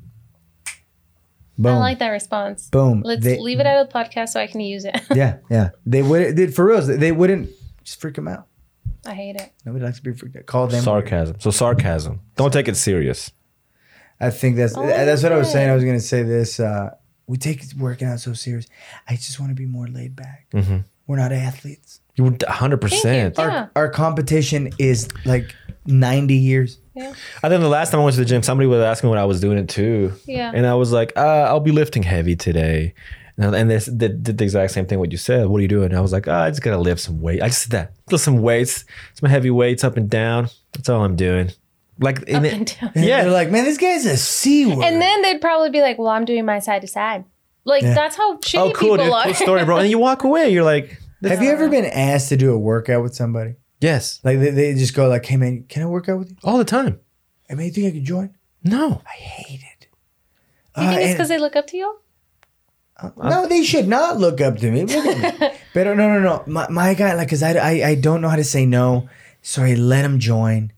[SPEAKER 1] Boom,
[SPEAKER 3] I like that response.
[SPEAKER 1] boom.
[SPEAKER 3] Let's
[SPEAKER 1] They-
[SPEAKER 3] leave it out of the podcast so I can use it.
[SPEAKER 1] Yeah, yeah. They would they, for reals. They wouldn't just freak them out.
[SPEAKER 3] I hate it.
[SPEAKER 1] Nobody likes to be freaked out. Call them.
[SPEAKER 2] sarcasm. So sarcasm. Don't take it serious.
[SPEAKER 1] I think that's
[SPEAKER 3] Oh,
[SPEAKER 1] that's what I was
[SPEAKER 3] yeah.
[SPEAKER 1] saying. I was gonna say this. Uh, we take working out so serious. I just want to be more laid back.
[SPEAKER 2] Mhm.
[SPEAKER 1] We're not athletes.
[SPEAKER 2] You would 100.
[SPEAKER 3] Thank
[SPEAKER 2] percent
[SPEAKER 3] you.
[SPEAKER 1] Our
[SPEAKER 3] Yeah.
[SPEAKER 1] our competition is like ninety years.
[SPEAKER 2] I think the last time I went to the gym, somebody was asking what I was doing it too.
[SPEAKER 3] Yeah.
[SPEAKER 2] And I was like, uh, I'll be lifting heavy today. And and they s- they did the exact same thing what you said. What are you doing? I was like, "Ah, I just gotta lift some weight. I just did that. Lift some weights, some heavy weights up and down. That's all I'm doing. Like in
[SPEAKER 3] Up
[SPEAKER 2] it,
[SPEAKER 3] and down.
[SPEAKER 1] And
[SPEAKER 2] Yeah.
[SPEAKER 1] they're like, man, this guy's a c word.
[SPEAKER 3] And then they'd probably be like, "Well, I'm doing my side to side." Like
[SPEAKER 1] Yeah.
[SPEAKER 3] that's how shitty
[SPEAKER 2] oh cool,
[SPEAKER 3] people
[SPEAKER 2] dude.
[SPEAKER 3] are.
[SPEAKER 2] Cool story, bro. And you walk away. You're like,
[SPEAKER 1] have you ever been asked to do a workout with somebody?
[SPEAKER 2] yes,
[SPEAKER 1] Like they, they just go like, hey man, can I work out with you?
[SPEAKER 2] all the time.
[SPEAKER 1] I mean, you think I could join?
[SPEAKER 2] No,
[SPEAKER 1] I hate it.
[SPEAKER 3] you
[SPEAKER 1] Uh,
[SPEAKER 3] think it's
[SPEAKER 1] and-
[SPEAKER 3] because they look up to you?
[SPEAKER 1] No, they should not look up to me. Look at me. but no, no, no. My, my guy, like, cause I, I, I don't know how to say no, so I let him join,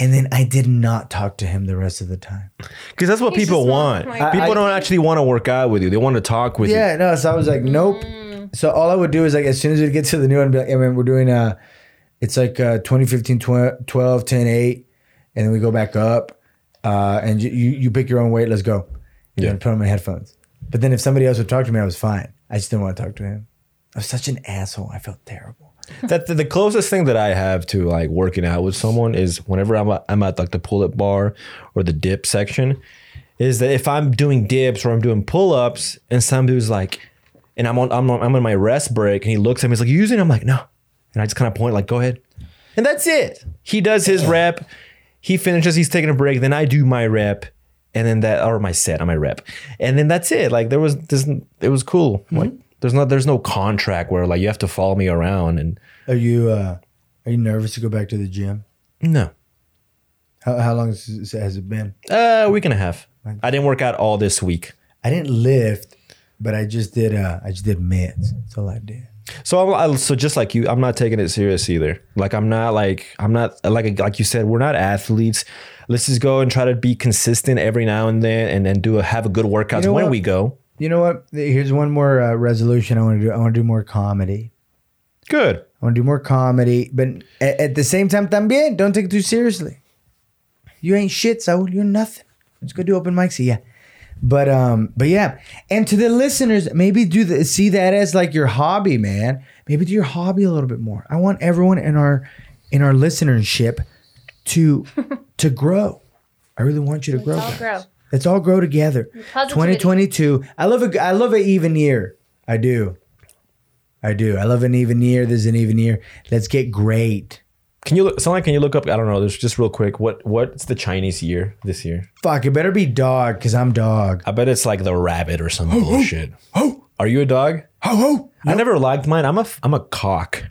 [SPEAKER 1] and then I did not talk to him the rest of the time.
[SPEAKER 2] because that's what
[SPEAKER 3] He's
[SPEAKER 2] people
[SPEAKER 3] just not-
[SPEAKER 2] want.
[SPEAKER 3] oh my
[SPEAKER 2] people
[SPEAKER 1] God.
[SPEAKER 2] don't actually want to work out with you. They want to talk with you. Mm.
[SPEAKER 1] Yeah, no. So I was like, nope. So all I would do is like, as soon as we get to the new one, I'd be like, hey, man, we're doing uh, it's like uh, 2015, 12, 12, 10, 8, and then we go back up, uh, and you, you, you pick your own weight. Let's go. And
[SPEAKER 2] Yeah.
[SPEAKER 1] then put on my headphones. But then if somebody else would talk to me, I was fine. I just didn't want to talk to him. I was such an asshole. I felt terrible.
[SPEAKER 2] that the, the closest thing that I have to like working out with someone is whenever I'm at, I'm at like the pull up bar or the dip section, is that if I'm doing dips or I'm doing pull ups and some dude's like, and I'm on I'm on, I'm on my rest break and he looks at me, he's like, "You using?" it?" I'm like, "No," and I just kind of point like, "Go ahead," and that's it. He does his rep, he finishes, he's taking a break, then I do my rep. And then that, or my set, on my rep, and then that's it. Like there was, this, it was cool. Like there's not, there's no contract where like you have to follow me around and
[SPEAKER 1] Are you uh, are you nervous to go back to the gym?
[SPEAKER 2] No.
[SPEAKER 1] How, how long has, has it been?
[SPEAKER 2] Uh, a week and a half. I didn't work out all this week.
[SPEAKER 1] I didn't lift, but I just did. Uh, I just did meds. That's all I did.
[SPEAKER 2] So I'm I, so just like you, I'm not taking it serious either. Like I'm not like I'm not like like you said, we're not athletes. Let's just go and try to be consistent every now and then, and then do a have a good workouts
[SPEAKER 1] You know
[SPEAKER 2] when
[SPEAKER 1] what?
[SPEAKER 2] we go.
[SPEAKER 1] You know what? Here's one more uh, resolution I want to do. I want to do more comedy.
[SPEAKER 2] Good.
[SPEAKER 1] I want to do more comedy, but at, at the same time, también don't take it too seriously. You ain't shit, Saul. You're nothing. Let's go do open mics. Yeah. But um, but yeah, and to the listeners, maybe do the, see that as like your hobby, man. Maybe do your hobby a little bit more. I want everyone in our in our listenership to to grow. I really want you to grow.
[SPEAKER 3] I'll
[SPEAKER 1] guys.
[SPEAKER 3] grow.
[SPEAKER 1] Let's all grow together.
[SPEAKER 3] Positivity.
[SPEAKER 1] 2022. I love a I love an even year. I do. I do. I love an even year. There's an even year. Let's get great.
[SPEAKER 2] Can you look, someone? Can you look up? I don't know. There's just real quick. What what's the Chinese year this year?
[SPEAKER 1] Fuck, it better be dog because I'm dog.
[SPEAKER 2] I bet it's like the rabbit or some bullshit. Are you a dog?
[SPEAKER 1] Ho ho.
[SPEAKER 2] I never liked mine. I'm a f- I'm a cock.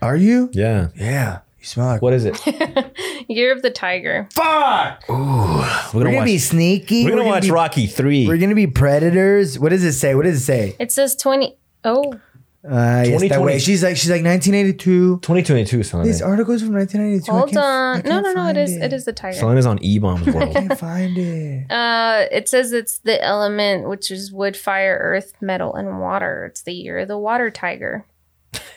[SPEAKER 1] Are you?
[SPEAKER 2] Yeah.
[SPEAKER 1] Yeah. You smell like
[SPEAKER 2] What is it?
[SPEAKER 3] Year of the Tiger.
[SPEAKER 2] Fuck. Ooh. We're
[SPEAKER 1] We're
[SPEAKER 2] gonna
[SPEAKER 1] gonna
[SPEAKER 2] watch.
[SPEAKER 1] be sneaky.
[SPEAKER 2] we're gonna watch
[SPEAKER 1] be,
[SPEAKER 2] Rocky three.
[SPEAKER 1] We're gonna be predators. What does it say? What does it say?
[SPEAKER 3] It says twenty. Oh,
[SPEAKER 1] Uh, yes, that
[SPEAKER 2] 2020.
[SPEAKER 1] way. She's like she's like 1982.
[SPEAKER 2] 2022, Selena.
[SPEAKER 1] These articles from 1992. I
[SPEAKER 3] hold
[SPEAKER 1] can't- I
[SPEAKER 3] on. No,
[SPEAKER 1] can't
[SPEAKER 3] no, no. It
[SPEAKER 1] find
[SPEAKER 3] is. It is the Tiger.
[SPEAKER 2] Selena's on E Bombs
[SPEAKER 1] I
[SPEAKER 2] World.
[SPEAKER 1] can't find it.
[SPEAKER 3] Uh, it says it's the element which is wood, fire, earth, metal, and water. It's the year of the water tiger.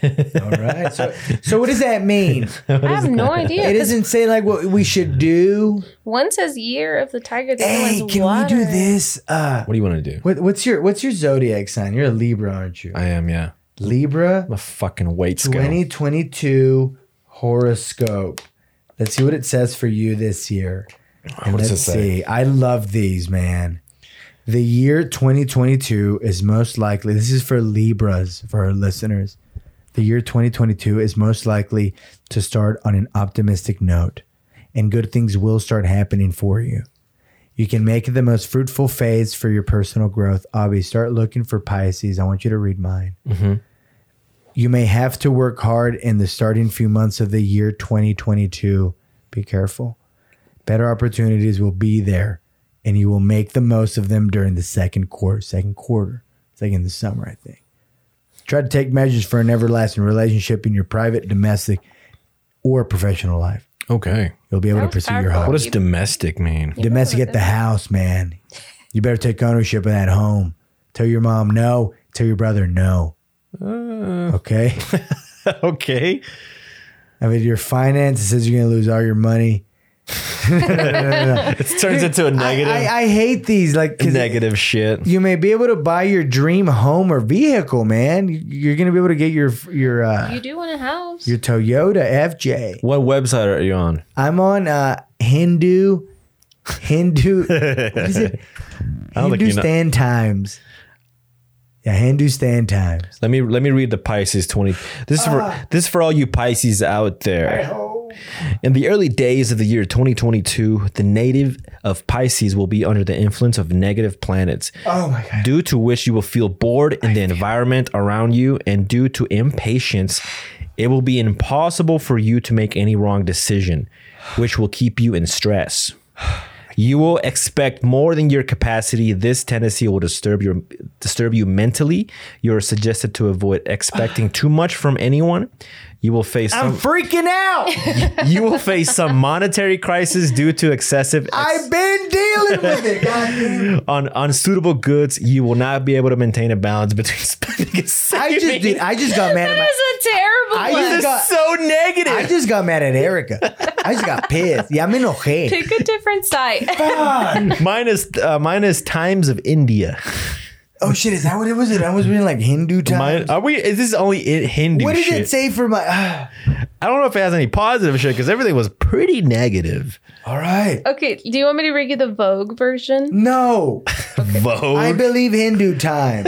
[SPEAKER 1] All right. So, so what does that mean?
[SPEAKER 3] I have no idea.
[SPEAKER 1] It doesn't say like what we should do.
[SPEAKER 3] One says year of the tiger. The other
[SPEAKER 1] Hey,
[SPEAKER 3] one's
[SPEAKER 1] can
[SPEAKER 3] water.
[SPEAKER 1] we do this? Uh,
[SPEAKER 2] what do you want to do?
[SPEAKER 1] what, what's your what's your zodiac sign? You're a Libra, aren't you?
[SPEAKER 2] I am, yeah.
[SPEAKER 1] Libra
[SPEAKER 2] I'm a fucking weight scale.
[SPEAKER 1] 2022 horoscope. Let's see what it says for you this year. And
[SPEAKER 2] What does
[SPEAKER 1] let's
[SPEAKER 2] it say?
[SPEAKER 1] see. I love these, man. The year 2022 is most likely. This is for Libras for our listeners. The year 2022 is most likely to start on an optimistic note, and good things will start happening for you. You can make it the most fruitful phase for your personal growth. Abby, start looking for Pisces. I want you to read mine. You may have to work hard in the starting few months of the year 2022. Be careful. Better opportunities will be there, and you will make the most of them during the second quarter, second quarter. It's like in the summer, I think. Try to take measures for an everlasting relationship in your private, domestic, or professional life.
[SPEAKER 2] Okay.
[SPEAKER 1] You'll be able to
[SPEAKER 3] Sounds
[SPEAKER 1] pursue your
[SPEAKER 3] powerful.
[SPEAKER 2] What
[SPEAKER 1] hobby.
[SPEAKER 2] does domestic mean?
[SPEAKER 1] Domestic at the house, man. You better take ownership of that home. Tell your mom no. Tell your brother no.
[SPEAKER 2] Uh,
[SPEAKER 1] Okay.
[SPEAKER 2] okay.
[SPEAKER 1] I mean, your finance it says you're going to lose all your money.
[SPEAKER 2] It turns into a negative
[SPEAKER 1] I, I, I hate these. Like 'cause
[SPEAKER 2] negative shit.
[SPEAKER 1] You may be able to buy your dream home or vehicle, man. You- You're going to be able to get your your uh,
[SPEAKER 3] You do want a house.
[SPEAKER 1] your Toyota FJ.
[SPEAKER 2] What website are you on?
[SPEAKER 1] I'm on uh, Hindu Hindu
[SPEAKER 2] I
[SPEAKER 1] is it?
[SPEAKER 2] don't think you know.
[SPEAKER 1] Hindustan Times. Yeah, Hindustan Times.
[SPEAKER 2] Let me let me read the Pisces twenty. This is
[SPEAKER 1] Ah.
[SPEAKER 2] for this is for all you Pisces out there. In the early days of the year 2022, the native of Pisces will be under the influence of negative planets,
[SPEAKER 1] Oh my god.
[SPEAKER 2] due to which you will feel bored in the environment around you, and due to impatience, it will be impossible for you to make any wrong decision, which will keep you in stress. You will expect more than your capacity. This tendency will disturb your disturb you mentally. You are suggested to avoid expecting too much from anyone. You will face
[SPEAKER 1] I'm
[SPEAKER 2] some,
[SPEAKER 1] freaking out.
[SPEAKER 2] you will face some monetary crisis due to excessive ex-
[SPEAKER 1] I've been dealing with it. God damn it.
[SPEAKER 2] on unsuitable goods. You will not be able to maintain a balance between spending and
[SPEAKER 1] I
[SPEAKER 2] saving.
[SPEAKER 1] just did. I just got mad at
[SPEAKER 3] that
[SPEAKER 1] my.
[SPEAKER 3] is a terrible
[SPEAKER 1] I
[SPEAKER 3] one.
[SPEAKER 1] just
[SPEAKER 2] This
[SPEAKER 1] got-
[SPEAKER 2] is so negative.
[SPEAKER 1] I just got mad at Erica. I just got pissed. Yeah, me enojé.
[SPEAKER 3] Pick a different site.
[SPEAKER 2] minus uh, minus times of India.
[SPEAKER 1] Oh shit! Is that what it was? I was reading like Hindu times.
[SPEAKER 2] Min- are we? Is this only it Hindu
[SPEAKER 1] what did
[SPEAKER 2] shit?
[SPEAKER 1] it say for my? ah,
[SPEAKER 2] I don't know if it has any positive shit because everything was pretty negative.
[SPEAKER 1] all right.
[SPEAKER 3] okay, do you want me to read you the Vogue version?
[SPEAKER 1] No,
[SPEAKER 2] Vogue.
[SPEAKER 1] I believe Hindu times.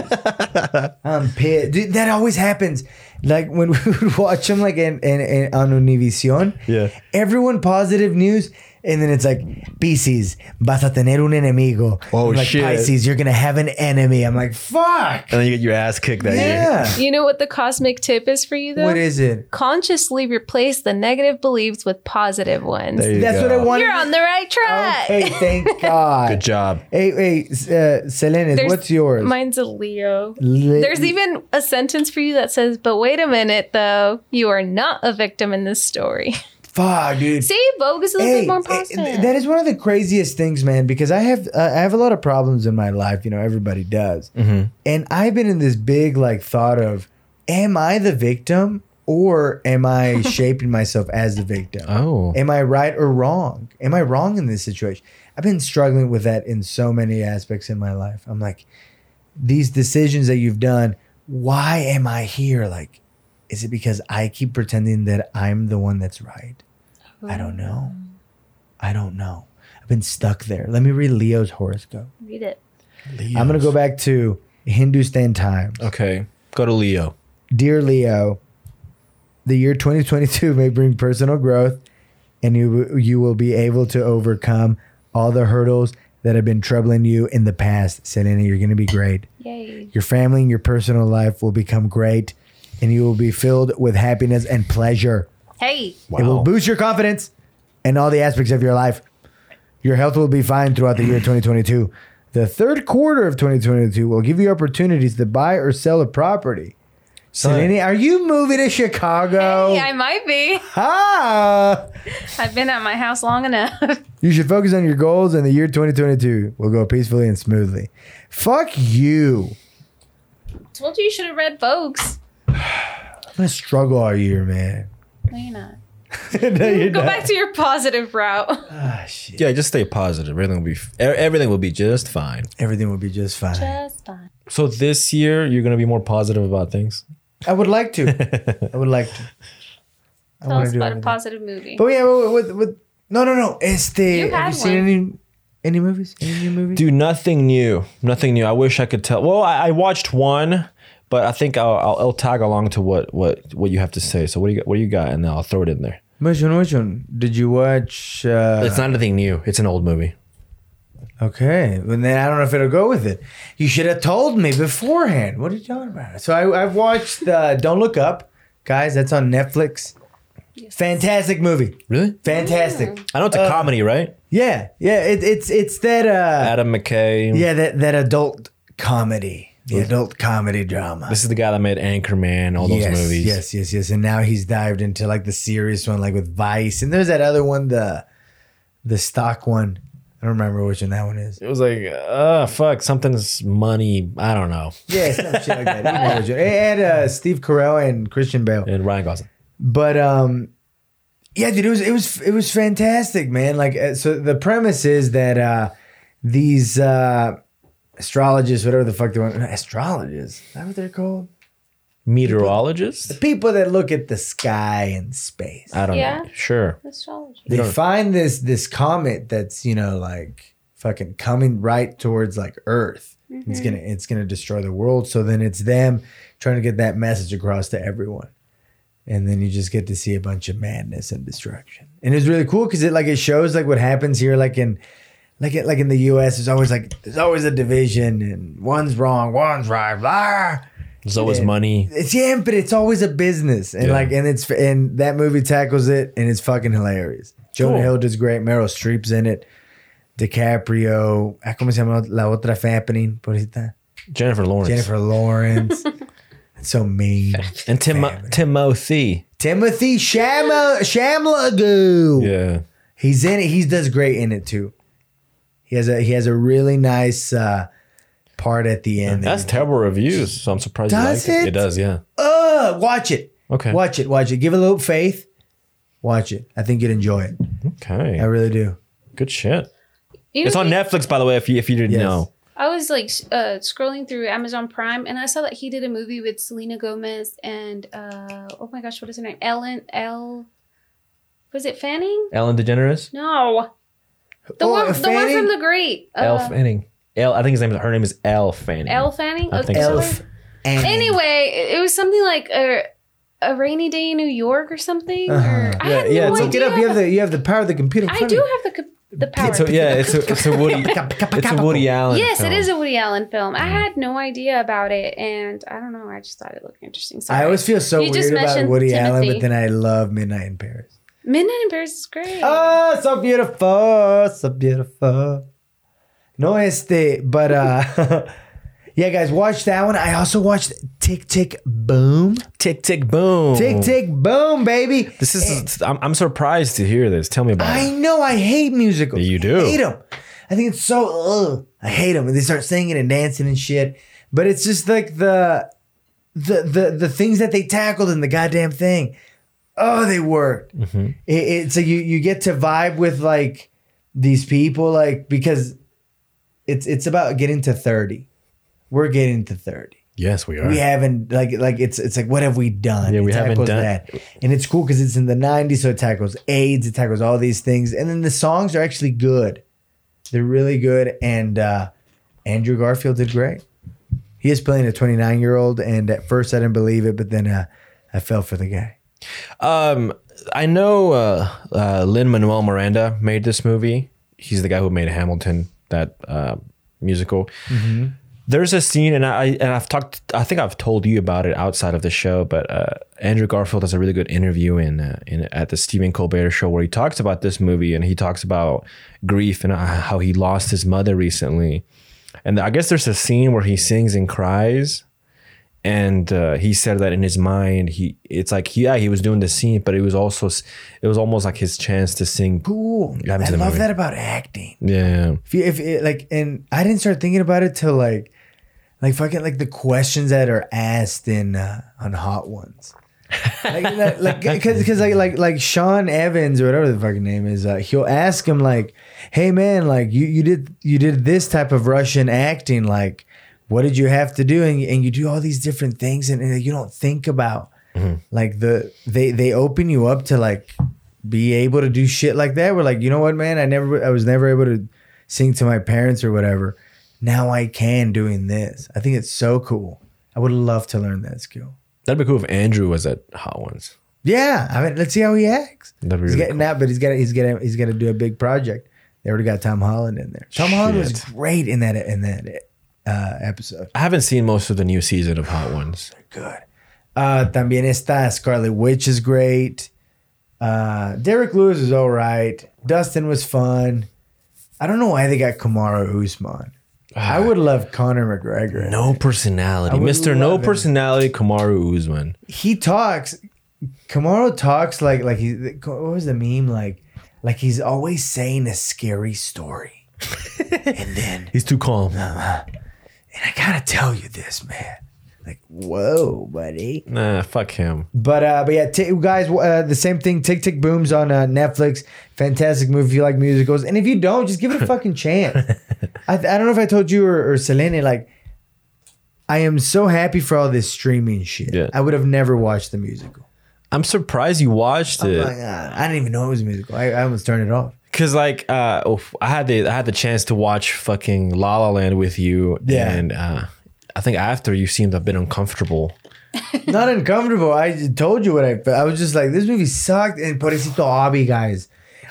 [SPEAKER 1] I'm pissed. Dude, that always happens. Like when we would watch them, like in, in, in on Univision.
[SPEAKER 2] Yeah.
[SPEAKER 1] Everyone positive news, and then it's like Pisces, vas a tener un enemigo.
[SPEAKER 2] Oh,
[SPEAKER 1] like,
[SPEAKER 2] shit.
[SPEAKER 1] Pisces, you're gonna have an enemy. I'm like, fuck.
[SPEAKER 2] and then you get your ass kicked that year.
[SPEAKER 1] Yeah.
[SPEAKER 3] You know what the cosmic tip is for you though?
[SPEAKER 1] What is it?
[SPEAKER 3] Consciously replace the negative beliefs with positive ones.
[SPEAKER 2] There you
[SPEAKER 1] That's what I
[SPEAKER 2] go.
[SPEAKER 1] wanted.
[SPEAKER 3] You're on the right track.
[SPEAKER 1] Hey, thank God.
[SPEAKER 2] Good job.
[SPEAKER 1] Hey, wait, uh, Selene,
[SPEAKER 3] There's-
[SPEAKER 1] what's yours?
[SPEAKER 3] Mine's a Leo.
[SPEAKER 1] Li-
[SPEAKER 3] There's even a sentence for you that says, but wait a minute though, you are not a victim in this story.
[SPEAKER 1] fuck, dude.
[SPEAKER 3] See, Vogue is a little
[SPEAKER 1] Hey,
[SPEAKER 3] bit more
[SPEAKER 1] eh,
[SPEAKER 3] positive.
[SPEAKER 1] that is one of the craziest things, man. Because I have uh, I have a lot of problems in my life. You know, everybody does,
[SPEAKER 2] Mm-hmm.
[SPEAKER 1] and I've been in this big like thought of, am I the victim or am I shaping myself as the victim?
[SPEAKER 2] Oh.
[SPEAKER 1] Am I right or wrong? Am I wrong in this situation? I've been struggling with that in so many aspects in my life. I'm like, these decisions that you've done, why am I here? Like, is it because I keep pretending that I'm the one that's right? I don't know. I don't know. I've been stuck there. Let me read Leo's horoscope.
[SPEAKER 3] Read it.
[SPEAKER 1] I'm going to go back to Hindustan Times.
[SPEAKER 2] Okay. Go to Leo.
[SPEAKER 1] Dear Leo, the year 2022 may bring personal growth and you you will be able to overcome all the hurdles that have been troubling you in the past. Selena, you're going to be great.
[SPEAKER 3] Yay.
[SPEAKER 1] Your family and your personal life will become great and you will be filled with happiness and pleasure.
[SPEAKER 3] Hey.
[SPEAKER 1] It will
[SPEAKER 2] Wow.
[SPEAKER 1] boost your confidence and all the aspects of your life. Your health will be fine throughout the year 2022. The third quarter of 2022 will give you opportunities to buy or sell a property. Selene, are you moving to Chicago?
[SPEAKER 3] Hey, I might be.
[SPEAKER 1] ah!
[SPEAKER 3] I've been at my house long enough.
[SPEAKER 1] You should focus on your goals, and the year 2022 will go peacefully and smoothly. Fuck you.
[SPEAKER 3] Told you you should have read Vogue's.
[SPEAKER 1] I'm gonna struggle all year, man.
[SPEAKER 3] No, you're not.
[SPEAKER 1] no, you're
[SPEAKER 3] Go
[SPEAKER 1] not.
[SPEAKER 3] back to your positive route.
[SPEAKER 1] Ah, shit.
[SPEAKER 2] Yeah, just stay positive. Everything will be f- e- everything will be just fine.
[SPEAKER 1] Everything will be just fine.
[SPEAKER 3] Just fine.
[SPEAKER 2] So this year you're gonna be more positive about things.
[SPEAKER 1] I would like to. I would like to. I
[SPEAKER 3] Tell
[SPEAKER 1] wanna
[SPEAKER 3] us
[SPEAKER 1] do
[SPEAKER 3] about a
[SPEAKER 1] everything.
[SPEAKER 3] positive movie.
[SPEAKER 1] But yeah, with, with, with no, no, no. Este, have
[SPEAKER 3] You had
[SPEAKER 1] you seen
[SPEAKER 3] one.
[SPEAKER 1] any any movies? Any new movies?
[SPEAKER 2] Do nothing new. Nothing new. I wish I could tell. Well, I, I watched one, but I think I'll, I'll, I'll tag along to what what what you have to say. So what do you got- what do you got, and then I'll throw it in there.
[SPEAKER 1] Which one? Which one? Did you watch? Uh,
[SPEAKER 2] it's not anything new. It's an old movie.
[SPEAKER 1] okay, well, then I don't know if it'll go with it. You should have told me beforehand. What are you talking about? So I, I've watched uh, Don't Look Up, guys. That's on Netflix. Fantastic movie.
[SPEAKER 2] Really?
[SPEAKER 3] Oh,
[SPEAKER 1] Fantastic.
[SPEAKER 2] I know it's a comedy, right?
[SPEAKER 1] Yeah, yeah. It, it's it's that. Uh,
[SPEAKER 2] Adam McKay.
[SPEAKER 1] yeah, that that adult comedy. The adult comedy drama.
[SPEAKER 2] This is the guy that made Anchorman, all those
[SPEAKER 1] yes,
[SPEAKER 2] movies.
[SPEAKER 1] Yes, yes, yes. And now he's dived into like the serious one, like with Vice. And there's that other one, the the stock one. I don't remember which one that one is.
[SPEAKER 2] It was like, uh, fuck, something's money. I don't know.
[SPEAKER 1] Yeah, some shit like that. You know which one. It had uh, Steve Carell and Christian Bale.
[SPEAKER 2] And Ryan Gosling.
[SPEAKER 1] But um, yeah, dude, it was it was it was fantastic, man. Like, uh, so the premise is that uh, these uh, astrologists, whatever the fuck they want, astrologists, is that what they're called?
[SPEAKER 2] Meteorologist?
[SPEAKER 1] People that look at the sky and space.
[SPEAKER 2] I don't
[SPEAKER 3] Yeah.
[SPEAKER 2] know. Sure.
[SPEAKER 3] Astrology.
[SPEAKER 1] they
[SPEAKER 2] don't-
[SPEAKER 1] find this this comet that's you know like fucking coming right towards like Earth. It's gonna it's gonna destroy the world. So then it's them trying to get that message across to everyone, and then you just get to see a bunch of madness and destruction. And it's really cool because it like it shows like what happens here, like in like it like in the U.S. There's always like there's always a division and one's wrong, one's right, blah
[SPEAKER 2] There's always
[SPEAKER 1] Yeah.
[SPEAKER 2] money.
[SPEAKER 1] it's yeah, but it's always a business, and
[SPEAKER 2] Yeah.
[SPEAKER 1] like, and it's and that movie tackles it, and it's fucking hilarious. Jonah
[SPEAKER 2] Cool.
[SPEAKER 1] Hill does great. Meryl Streep's in it. DiCaprio. Ah, ¿Cómo se llama la otra fue happening? Pobrecita.
[SPEAKER 2] Jennifer Lawrence.
[SPEAKER 1] Jennifer Lawrence. That's so mean.
[SPEAKER 2] And Tim- Timothy.
[SPEAKER 1] Timothy Shama Shamlagoo.
[SPEAKER 2] Yeah.
[SPEAKER 1] He's in it. He does great in it too. He has a he has a really nice uh, part at the end.
[SPEAKER 2] That's terrible reviews, so I'm surprised
[SPEAKER 1] Does
[SPEAKER 2] you liked
[SPEAKER 1] it?
[SPEAKER 2] it. It does, yeah.
[SPEAKER 1] uh, watch it.
[SPEAKER 2] Okay.
[SPEAKER 1] Watch it. Watch it. Give it a little faith. Watch it. I think you'd enjoy it. I
[SPEAKER 2] Okay.
[SPEAKER 1] really do.
[SPEAKER 2] Good shit.
[SPEAKER 3] You
[SPEAKER 2] It's
[SPEAKER 3] know,
[SPEAKER 2] on Netflix, by the way, if you if you didn't
[SPEAKER 1] Yes.
[SPEAKER 2] know.
[SPEAKER 3] I was like s- uh, scrolling through Amazon Prime, and I saw that he did a movie with Selena Gomez and uh, oh my gosh, what is her name? Ellen L. Was it Fanning?
[SPEAKER 2] Ellen DeGeneres?
[SPEAKER 3] No, the
[SPEAKER 1] Oh,
[SPEAKER 3] one, the one
[SPEAKER 1] Fanning?
[SPEAKER 3] from The Great. Uh,
[SPEAKER 2] Elle Fanning. Elle, I think his name is her name is Elle Fanning.
[SPEAKER 3] Elle Fanning.
[SPEAKER 2] I think so.
[SPEAKER 1] Elf. And
[SPEAKER 3] Anyway, it it was something like a a rainy day in New York or something.
[SPEAKER 1] Uh-huh.
[SPEAKER 2] Uh-huh.
[SPEAKER 3] Or, I
[SPEAKER 2] Yeah,
[SPEAKER 3] had
[SPEAKER 2] yeah,
[SPEAKER 3] no
[SPEAKER 2] it's
[SPEAKER 1] So
[SPEAKER 2] a-
[SPEAKER 3] idea.
[SPEAKER 1] get up. You have the you have the power of the computer. in
[SPEAKER 3] I
[SPEAKER 1] front
[SPEAKER 3] do
[SPEAKER 1] of you.
[SPEAKER 3] have the co- the power.
[SPEAKER 2] It's a, yeah, it's a it's a Woody it's a Woody Allen.
[SPEAKER 3] Yes,
[SPEAKER 2] film.
[SPEAKER 3] it is a Woody Allen film.
[SPEAKER 1] Mm-hmm.
[SPEAKER 3] I had no idea about it, and I don't know. I just thought it looked interesting. So
[SPEAKER 1] I always feel so
[SPEAKER 3] You just
[SPEAKER 1] weird about
[SPEAKER 3] mentioned
[SPEAKER 1] Woody Allen, but
[SPEAKER 3] Timothy.
[SPEAKER 1] then I love Midnight in Paris.
[SPEAKER 3] Midnight in Paris is great.
[SPEAKER 2] Uh,
[SPEAKER 1] Oh, so beautiful, so beautiful. No este, but uh, yeah, guys, watch that one. I also watched Tick Tick Boom.
[SPEAKER 2] Tick tick boom.
[SPEAKER 1] Tick Tick Boom, baby.
[SPEAKER 2] This is I'm, I'm surprised to hear this. Tell me about
[SPEAKER 1] I
[SPEAKER 2] it.
[SPEAKER 1] know. I hate musicals.
[SPEAKER 2] You do.
[SPEAKER 1] I hate them. I think it's so. Ugh, I hate them. And they start singing and dancing and shit. But it's just like the, the the the things that they tackled in the goddamn thing. Oh, they worked.
[SPEAKER 2] Mm-hmm.
[SPEAKER 1] It, it's like you you get to vibe with like these people like because it's it's about getting to thirty. We're getting to thirty
[SPEAKER 2] Yes, we are.
[SPEAKER 1] we haven't like like it's it's like what have we done?
[SPEAKER 2] Yeah, we
[SPEAKER 1] It
[SPEAKER 2] haven't
[SPEAKER 1] tackles
[SPEAKER 2] done-
[SPEAKER 1] that, and it's cool because it's in the '90s, so it tackles AIDS, it tackles all these things, and then the songs are actually good. They're really good, and uh, Andrew Garfield did great. He is playing a 29 year old, and at first I didn't believe it, but then uh, I fell for the guy.
[SPEAKER 2] Um, I know uh, uh, Lin Manuel Miranda made this movie. He's the guy who made Hamilton, that uh, musical. There's a scene, and I and I've talked. I think I've told you about it outside of the show, but uh, Andrew Garfield has a really good interview in uh, in at the Stephen Colbert show where he talks about this movie and he talks about grief and uh, how he lost his mother recently. And I guess there's a scene where he sings and cries and uh, he said that in his mind he it's like yeah he was doing the scene but it was also s- it was almost like his chance to sing
[SPEAKER 1] Cool.
[SPEAKER 2] got me
[SPEAKER 1] I
[SPEAKER 2] to the
[SPEAKER 1] love
[SPEAKER 2] movie.
[SPEAKER 1] that about acting.
[SPEAKER 2] yeah
[SPEAKER 1] If, you, if it, like, and I didn't start thinking about it till like, like fucking like the questions that are asked in uh, on Hot Ones, like because like, 'cause- 'cause, like like like Sean Evans or whatever the fucking name is, uh, he'll ask him like, "Hey man, like you you did you did this type of Russian acting, like what did you have to do?" And and you do all these different things, and, and you don't think about like the they they open you up to like be able to do shit like that. We're like, you know what, man? I never, I was never able to sing to my parents or whatever. Now I can doing this. I think it's so cool. I would love to learn that skill.
[SPEAKER 2] that'd be cool if Andrew was at Hot Ones
[SPEAKER 1] Yeah, I mean, let's see how he acts.
[SPEAKER 2] that'd be
[SPEAKER 1] He's
[SPEAKER 2] really
[SPEAKER 1] getting out, but he's got he's got he's got to do a big project. They already got Tom Holland in there. Tom Holland was
[SPEAKER 2] Shit.
[SPEAKER 1] great in that in that uh, episode.
[SPEAKER 2] cool. I haven't seen most of the new season of Hot Ones
[SPEAKER 1] Good. Uh, también está Scarlet Witch is great. Uh, Derek Lewis is all right. Dustin was fun. I don't know why they got Kamara Usman. I would love Conor McGregor.
[SPEAKER 2] Ah. No personality,
[SPEAKER 1] I would
[SPEAKER 2] Mister No
[SPEAKER 1] love it.
[SPEAKER 2] Personality, Kamaru Usman.
[SPEAKER 1] he talks. Kamaro talks like like he. What was the meme like? Like he's always saying a scary story, and then
[SPEAKER 2] He's too calm.
[SPEAKER 1] and I gotta tell you this, man. Like whoa, buddy.
[SPEAKER 2] Nah, fuck him.
[SPEAKER 1] But uh, but yeah, t- guys, uh, the same thing. Tick Tick Booms on uh, Netflix. Fantastic movie if you like musicals, and if you don't, just give it a fucking chance. I, th- I don't know if I told you or, or Selene, like I am so happy for all this streaming shit.
[SPEAKER 2] Yeah.
[SPEAKER 1] I would have never watched the musical.
[SPEAKER 2] I'm surprised you watched
[SPEAKER 1] I'm
[SPEAKER 2] it.
[SPEAKER 1] like, ah, I didn't even know it was a musical. I, I almost turned it off.
[SPEAKER 2] Cause like uh, oof, I had the I had the chance to watch fucking La La Land with you,
[SPEAKER 1] Yeah.
[SPEAKER 2] and uh, I think after you seemed a bit uncomfortable.
[SPEAKER 1] Not uncomfortable. I just told you what I felt. I was just like, this movie sucked. And Pobrecito Abby, guys.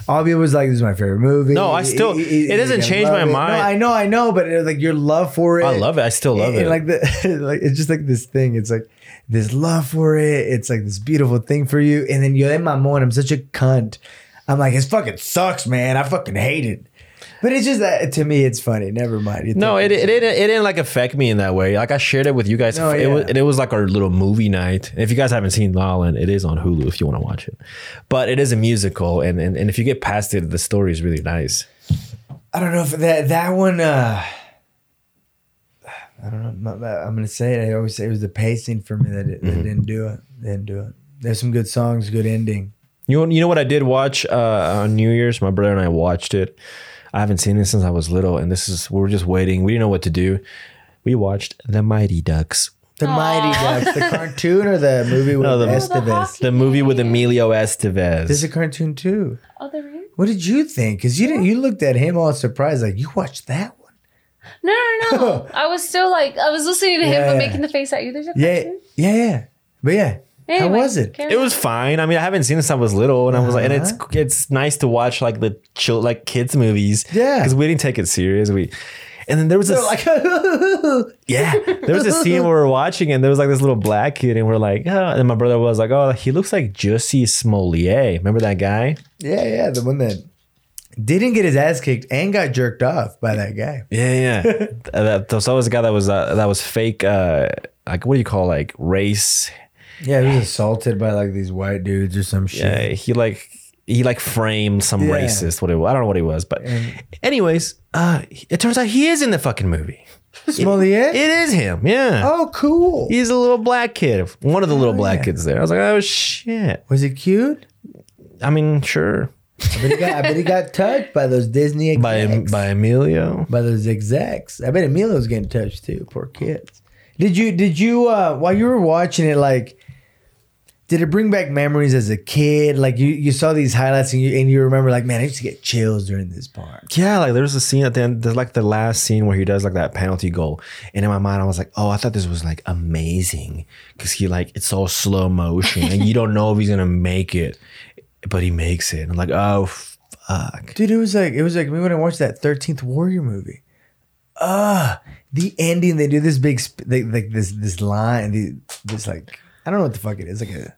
[SPEAKER 1] Abby was like, this is my favorite movie.
[SPEAKER 2] No, I still- it
[SPEAKER 1] you're
[SPEAKER 2] doesn't
[SPEAKER 1] gonna
[SPEAKER 2] change
[SPEAKER 1] love
[SPEAKER 2] my
[SPEAKER 1] it. No,
[SPEAKER 2] mind.
[SPEAKER 1] I know, I know, but it, like your love for it.
[SPEAKER 2] I love it. I still love
[SPEAKER 1] and,
[SPEAKER 2] it.
[SPEAKER 1] Like the, like it's just like this thing. It's like this love for it. It's like this beautiful thing for you. And then you're in my moan. I'm such a cunt. I'm like, it fucking sucks, man. I fucking hate it. But it's just that to me, it's funny. Never mind. It's
[SPEAKER 2] no,
[SPEAKER 1] like-
[SPEAKER 2] it, it didn't it didn't like affect me in that way. Like I shared it with you guys.
[SPEAKER 1] No,
[SPEAKER 2] it
[SPEAKER 1] yeah.
[SPEAKER 2] was and it was like our little movie night. And if you guys haven't seen La La Land, it is on Hulu if you want to watch it. But it is a musical, and, and and if you get past it, the story is really nice.
[SPEAKER 1] I don't know if that that one. uh I don't know. I'm gonna say it. I always say it was the pacing for me that, it,
[SPEAKER 2] Mm-hmm.
[SPEAKER 1] that didn't do it. Didn't do it. There's some good songs, good ending.
[SPEAKER 2] You know, you know what I did watch uh, on New Year's? My brother and I watched it. I haven't seen it since I was little, and this is we were just waiting. We didn't know what to do. We watched The Mighty Ducks,
[SPEAKER 1] The Mighty Ducks, the cartoon or the movie with
[SPEAKER 2] No, the-
[SPEAKER 3] Oh, the
[SPEAKER 1] Estevez.
[SPEAKER 3] hockey.
[SPEAKER 2] the movie with Emilio Estevez.
[SPEAKER 1] There's a cartoon too.
[SPEAKER 3] Oh, the ring?
[SPEAKER 1] What did you think? Because you didn't. You looked at him all surprised, like you watched that one.
[SPEAKER 3] No, no, no. I was still like, I was listening to him,
[SPEAKER 1] Yeah.
[SPEAKER 3] but making the face at you. There's a
[SPEAKER 1] Yeah,
[SPEAKER 3] cartoon?
[SPEAKER 1] yeah, yeah. But yeah, how
[SPEAKER 3] Anyway,
[SPEAKER 1] was it?
[SPEAKER 3] carry
[SPEAKER 2] it
[SPEAKER 3] on.
[SPEAKER 2] was fine. I mean, I haven't seen it since I was little, and I was like, and it's it's nice to watch like the chill like kids movies.
[SPEAKER 1] Yeah.
[SPEAKER 2] because we didn't take it serious. We, and then there was a
[SPEAKER 1] They're like,
[SPEAKER 2] yeah, there was a scene where we were watching, and there was like this little black kid, and we're like, oh, and my brother was like, oh, he looks like Jussie Smollett. Remember that guy?
[SPEAKER 1] yeah, yeah. The one that didn't get his ass kicked and got jerked off by that guy.
[SPEAKER 2] Yeah, yeah. Uh, that, that was the guy that was uh, that was fake. Uh, like what do you call like race?
[SPEAKER 1] Yeah, he was assaulted by like these white dudes or some shit.
[SPEAKER 2] Yeah, he like he like framed some
[SPEAKER 1] Yeah.
[SPEAKER 2] racist. What it, I don't know what he was, but anyways, uh, it turns out he is in the fucking movie.
[SPEAKER 1] Smollett?
[SPEAKER 2] It is him. Yeah,
[SPEAKER 1] oh, cool.
[SPEAKER 2] he's a little black kid. One of the little black kids there. I was like, oh shit.
[SPEAKER 1] Was it cute?
[SPEAKER 2] I mean, sure.
[SPEAKER 1] I bet he got, I bet he got touched by those Disney execs.
[SPEAKER 2] By by Emilio.
[SPEAKER 1] by those execs. I bet Emilio's getting touched too. Poor kids. Did you did you uh while you were watching it like did it bring back memories as a kid? Like you, you saw these highlights and you and you remember like man I used to get chills during this part.
[SPEAKER 2] Yeah, like there's a scene at the end, there's like the last scene where he does like that penalty goal. And in my mind, I was like, oh, I thought this was like amazing because he like, it's all slow motion and you don't know if he's going to make it, but he makes it. I'm like, oh, fuck.
[SPEAKER 1] Dude, it was like it was like me when I watched that Thirteenth Warrior movie. Ah, the ending they do this big sp- they, like this this line the, this like I don't know what the fuck it is like a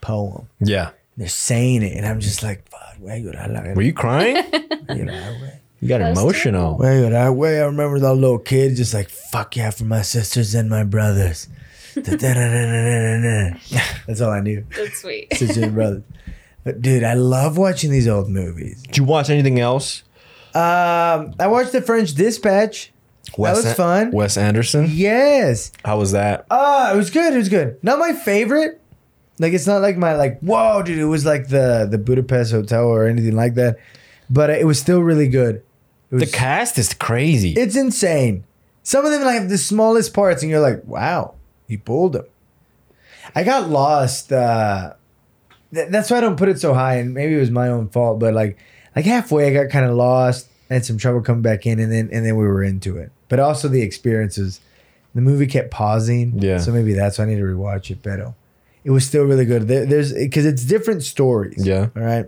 [SPEAKER 1] poem.
[SPEAKER 2] Yeah.
[SPEAKER 1] They're saying it and I'm just like fuck. Way good, I like
[SPEAKER 2] Were you crying?
[SPEAKER 1] it.
[SPEAKER 2] You got
[SPEAKER 3] Close to
[SPEAKER 2] emotional.
[SPEAKER 1] Way good, I way I remember that little kid just like fuck yeah for my sisters and my brothers. Da-da-da-da-da-da-da. That's all I knew.
[SPEAKER 3] That's sweet.
[SPEAKER 1] Sisters and brothers. But dude, I love watching these old movies.
[SPEAKER 2] Did you watch anything else?
[SPEAKER 1] Um, I watched The French Dispatch. was fun.
[SPEAKER 2] Wes Anderson.
[SPEAKER 1] Yes.
[SPEAKER 2] How was that?
[SPEAKER 1] Ah, it was good. It was good. Not my favorite. Like it's not like my like whoa, dude. It was like the the Budapest Hotel or anything like that. But it was still really good. It was,
[SPEAKER 2] The cast is crazy.
[SPEAKER 1] it's insane. Some of them like have the smallest parts, and you're like, wow, he pulled them. I got lost. Uh, th- that's why I don't put it so high, and maybe it was my own fault. But like, like halfway, I got kind of lost. I had some trouble coming back in, and then and then we were into it. But also the experiences. The movie kept pausing,
[SPEAKER 2] Yeah.
[SPEAKER 1] So maybe that's why I need to rewatch it. Better. It was still really good. There, there's because it's different stories.
[SPEAKER 2] Yeah.
[SPEAKER 1] All right.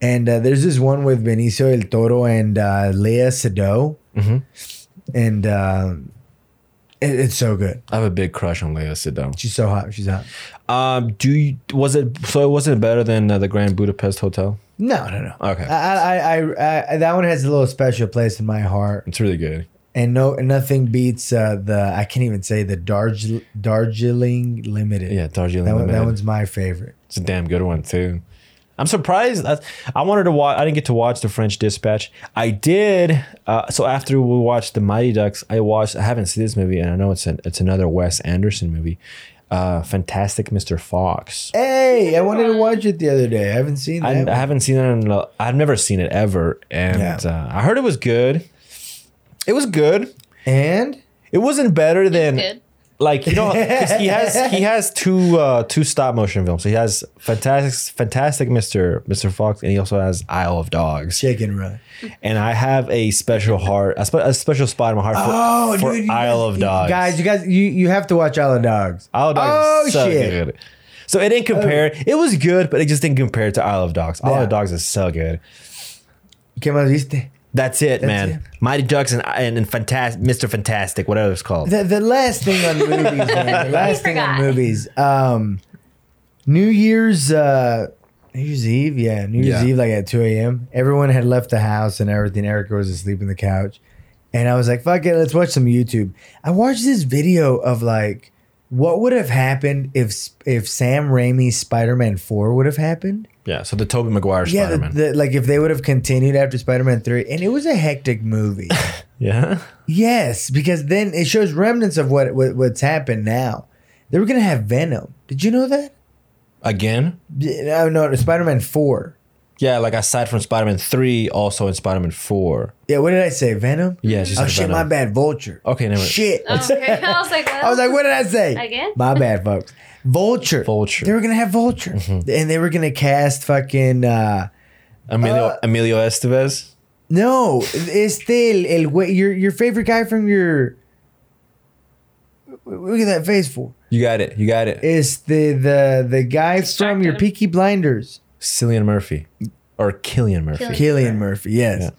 [SPEAKER 1] And uh, there's this one with Benicio del Toro and uh, Leia Sado,
[SPEAKER 2] Mhm.
[SPEAKER 1] and um, it, it's so good.
[SPEAKER 2] I have a big crush on Leia Sidon.
[SPEAKER 1] She's so hot. She's hot.
[SPEAKER 2] Um, do you, was it so? It wasn't better than uh, the Grand Budapest Hotel.
[SPEAKER 1] No, no, no.
[SPEAKER 2] Okay,
[SPEAKER 1] I, I, I, I, that one has a little special place in my heart,
[SPEAKER 2] it's really good.
[SPEAKER 1] And no, nothing beats uh, the I can't even say the Darj- Darjeeling Limited.
[SPEAKER 2] Yeah, Darjeeling
[SPEAKER 1] that, one, that
[SPEAKER 2] Limited.
[SPEAKER 1] one's my favorite.
[SPEAKER 2] It's a damn good one too. I'm surprised. I, I wanted to watch. I didn't get to watch the French Dispatch. I did. Uh, so after we watched the Mighty Ducks, I watched. I haven't seen this movie, and I know it's an, it's another Wes Anderson movie. Uh, Fantastic Mr. Fox.
[SPEAKER 1] Hey, I wanted to watch it the other day. I haven't seen
[SPEAKER 2] I,
[SPEAKER 1] that.
[SPEAKER 2] I haven't seen it. In a, I've never seen it ever, and
[SPEAKER 1] Yeah.
[SPEAKER 2] uh, I heard it was good. It was good.
[SPEAKER 1] and
[SPEAKER 2] It wasn't better than
[SPEAKER 3] Good.
[SPEAKER 2] like you know 'cause he has he has two uh two stop motion films. He has fantastic fantastic Mr. Mr. Fox and he also has Isle of Dogs.
[SPEAKER 1] Chicken Run.
[SPEAKER 2] And I have a special heart a, spe- a special spot in my heart for, for
[SPEAKER 1] Oh, dude, you
[SPEAKER 2] Isle
[SPEAKER 1] guys-
[SPEAKER 2] of Dogs.
[SPEAKER 1] Guys, you guys, you, you have to watch Isle of Dogs.
[SPEAKER 2] Isle of Dogs
[SPEAKER 1] oh
[SPEAKER 2] is so
[SPEAKER 1] shit! Oh.
[SPEAKER 2] good. So it didn't compare. It was good, but it just didn't compare to Isle of Dogs. Isle
[SPEAKER 1] Yeah.
[SPEAKER 2] of Dogs is so good.
[SPEAKER 1] ¿Qué más viste?
[SPEAKER 2] That's it, man.
[SPEAKER 1] it.
[SPEAKER 2] Mighty Ducks and and, and Fantastic Mr. Fantastic, whatever it's called.
[SPEAKER 1] The, the last thing on movies, man. The last thing on
[SPEAKER 3] forgot.
[SPEAKER 1] movies. Um, New Year's, uh, New Year's Eve, yeah, New Year's
[SPEAKER 2] Yeah.
[SPEAKER 1] Eve, like at two a.m. Everyone had left the house and everything. Erica was asleep on the couch, and I was like, "Fuck it, let's watch some YouTube." I watched this video of like what would have happened if if Sam Raimi's Spider-Man Four would have happened.
[SPEAKER 2] yeah, so the Toby Maguire
[SPEAKER 1] Yeah, the,
[SPEAKER 2] Spider-Man.
[SPEAKER 1] the, like if they would have continued after Spider-Man Three, and it was a hectic movie.
[SPEAKER 2] yeah.
[SPEAKER 1] Yes, because then it shows remnants of what, what what's happened now. They were gonna have Venom. Did you know that?
[SPEAKER 2] Again?
[SPEAKER 1] No, no, Spider Man Four.
[SPEAKER 2] Yeah, like aside from Spider Man three, also in Spider Man four.
[SPEAKER 1] Yeah, what did I say? Venom.
[SPEAKER 2] Yeah, she
[SPEAKER 1] Oh
[SPEAKER 2] said
[SPEAKER 1] shit,
[SPEAKER 2] Venom.
[SPEAKER 1] my bad. Vulture.
[SPEAKER 2] Okay, never.
[SPEAKER 1] Shit.
[SPEAKER 3] Oh, okay. I was like,
[SPEAKER 1] I was like, what did I say?
[SPEAKER 3] Again?
[SPEAKER 1] My bad, folks. Vulture.
[SPEAKER 2] Vulture. Mm-hmm.
[SPEAKER 1] They were gonna have Vulture, and they were gonna cast fucking. uh
[SPEAKER 2] Emilio Emilio Estevez.
[SPEAKER 1] No, este el, el güey- your your favorite guy from your. Look at that face for.
[SPEAKER 2] You got it. You got it.
[SPEAKER 1] It's the the the guy from your
[SPEAKER 3] Distracted.
[SPEAKER 1] Peaky Blinders.
[SPEAKER 2] Cillian Murphy, or Killian Murphy.
[SPEAKER 3] Cillian.
[SPEAKER 1] Killian Murphy, yes.
[SPEAKER 2] Yeah.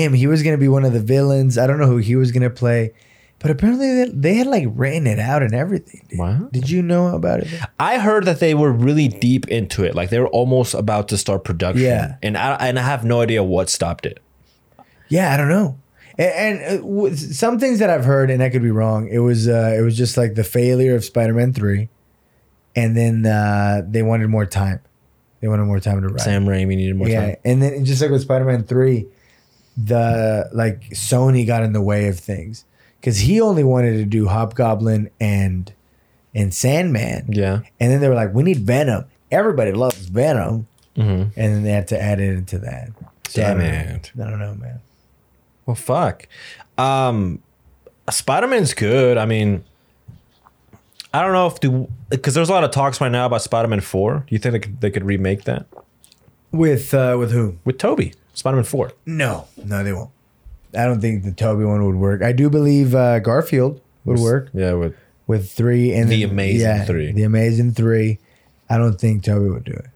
[SPEAKER 1] Him, he was going to be one of the villains. I don't know who he was going to play, but apparently they, they had like written it out and everything. dude.
[SPEAKER 2] Wow.
[SPEAKER 1] Did you know about it?
[SPEAKER 2] I heard that they were really deep into it. Like they were almost about to start production.
[SPEAKER 1] Yeah.
[SPEAKER 2] And I and I have no idea what stopped it.
[SPEAKER 1] Yeah, I don't know. And, and uh, w- some things that I've heard, and I could be wrong. It was uh, it was just like the failure of Spider Man three, and then uh, they wanted more time. They wanted more time to write.
[SPEAKER 2] Sam Raimi needed more
[SPEAKER 1] yeah,
[SPEAKER 2] time.
[SPEAKER 1] and then just like with Spider Man three, the like Sony got in the way of things because he only wanted to do Hobgoblin and and Sandman,
[SPEAKER 2] Yeah.
[SPEAKER 1] and then they were like, we need Venom. Everybody loves Venom,
[SPEAKER 2] Mhm.
[SPEAKER 1] and then they had to add it into that. So,
[SPEAKER 2] Damn
[SPEAKER 1] I don't know.
[SPEAKER 2] it.
[SPEAKER 1] I don't know, man.
[SPEAKER 2] Well, fuck. Um, Spider Man's good. I mean, I don't know if do because there's a lot of talks right now about Spider Man Four. Do you think they could, they could remake that
[SPEAKER 1] With uh, with who?
[SPEAKER 2] with Toby Spider Man Four?
[SPEAKER 1] No, no, they won't. I don't think the Toby one would work. I do believe uh, Garfield would work
[SPEAKER 2] Yeah, with
[SPEAKER 1] with three and
[SPEAKER 2] The
[SPEAKER 1] then-
[SPEAKER 2] Amazing Three.
[SPEAKER 1] The amazing three. I don't think Toby would do it.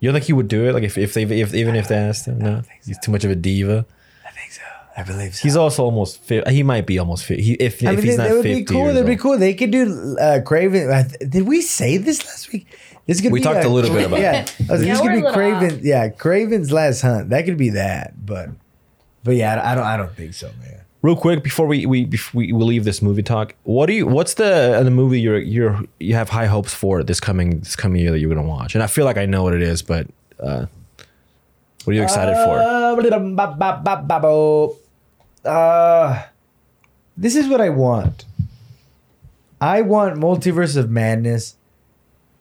[SPEAKER 2] you don't think he would do it? Like if if they if even if they asked him, no, he's too much of a diva.
[SPEAKER 1] I think so. I believe so.
[SPEAKER 2] He's also almost fi- he might be almost fifty. He, if
[SPEAKER 1] I
[SPEAKER 2] if
[SPEAKER 1] mean, they,
[SPEAKER 2] he's not
[SPEAKER 1] they would
[SPEAKER 2] fifty,
[SPEAKER 1] be cool.
[SPEAKER 2] years
[SPEAKER 1] They'd be
[SPEAKER 2] old.
[SPEAKER 1] cool. They could do uh, Craven. I th- Did we say this last week? This could
[SPEAKER 2] We
[SPEAKER 1] be
[SPEAKER 2] talked a little bit about
[SPEAKER 1] yeah.
[SPEAKER 2] it.
[SPEAKER 1] I was like,
[SPEAKER 3] Yeah,
[SPEAKER 1] this
[SPEAKER 3] we're a
[SPEAKER 1] could be
[SPEAKER 3] little
[SPEAKER 1] Craven.
[SPEAKER 3] off.
[SPEAKER 1] Yeah, Craven's Last Hunt. That could be that. But but yeah, I, I don't. I don't think so, man.
[SPEAKER 2] Real quick before we we before we we leave this movie talk, what do you what's the uh, the movie you're you're you have high hopes for this coming this coming year that you're gonna watch? And I feel like I know what it is, but uh, what are you excited for?
[SPEAKER 1] Uh, this is what I want. I want Multiverse of Madness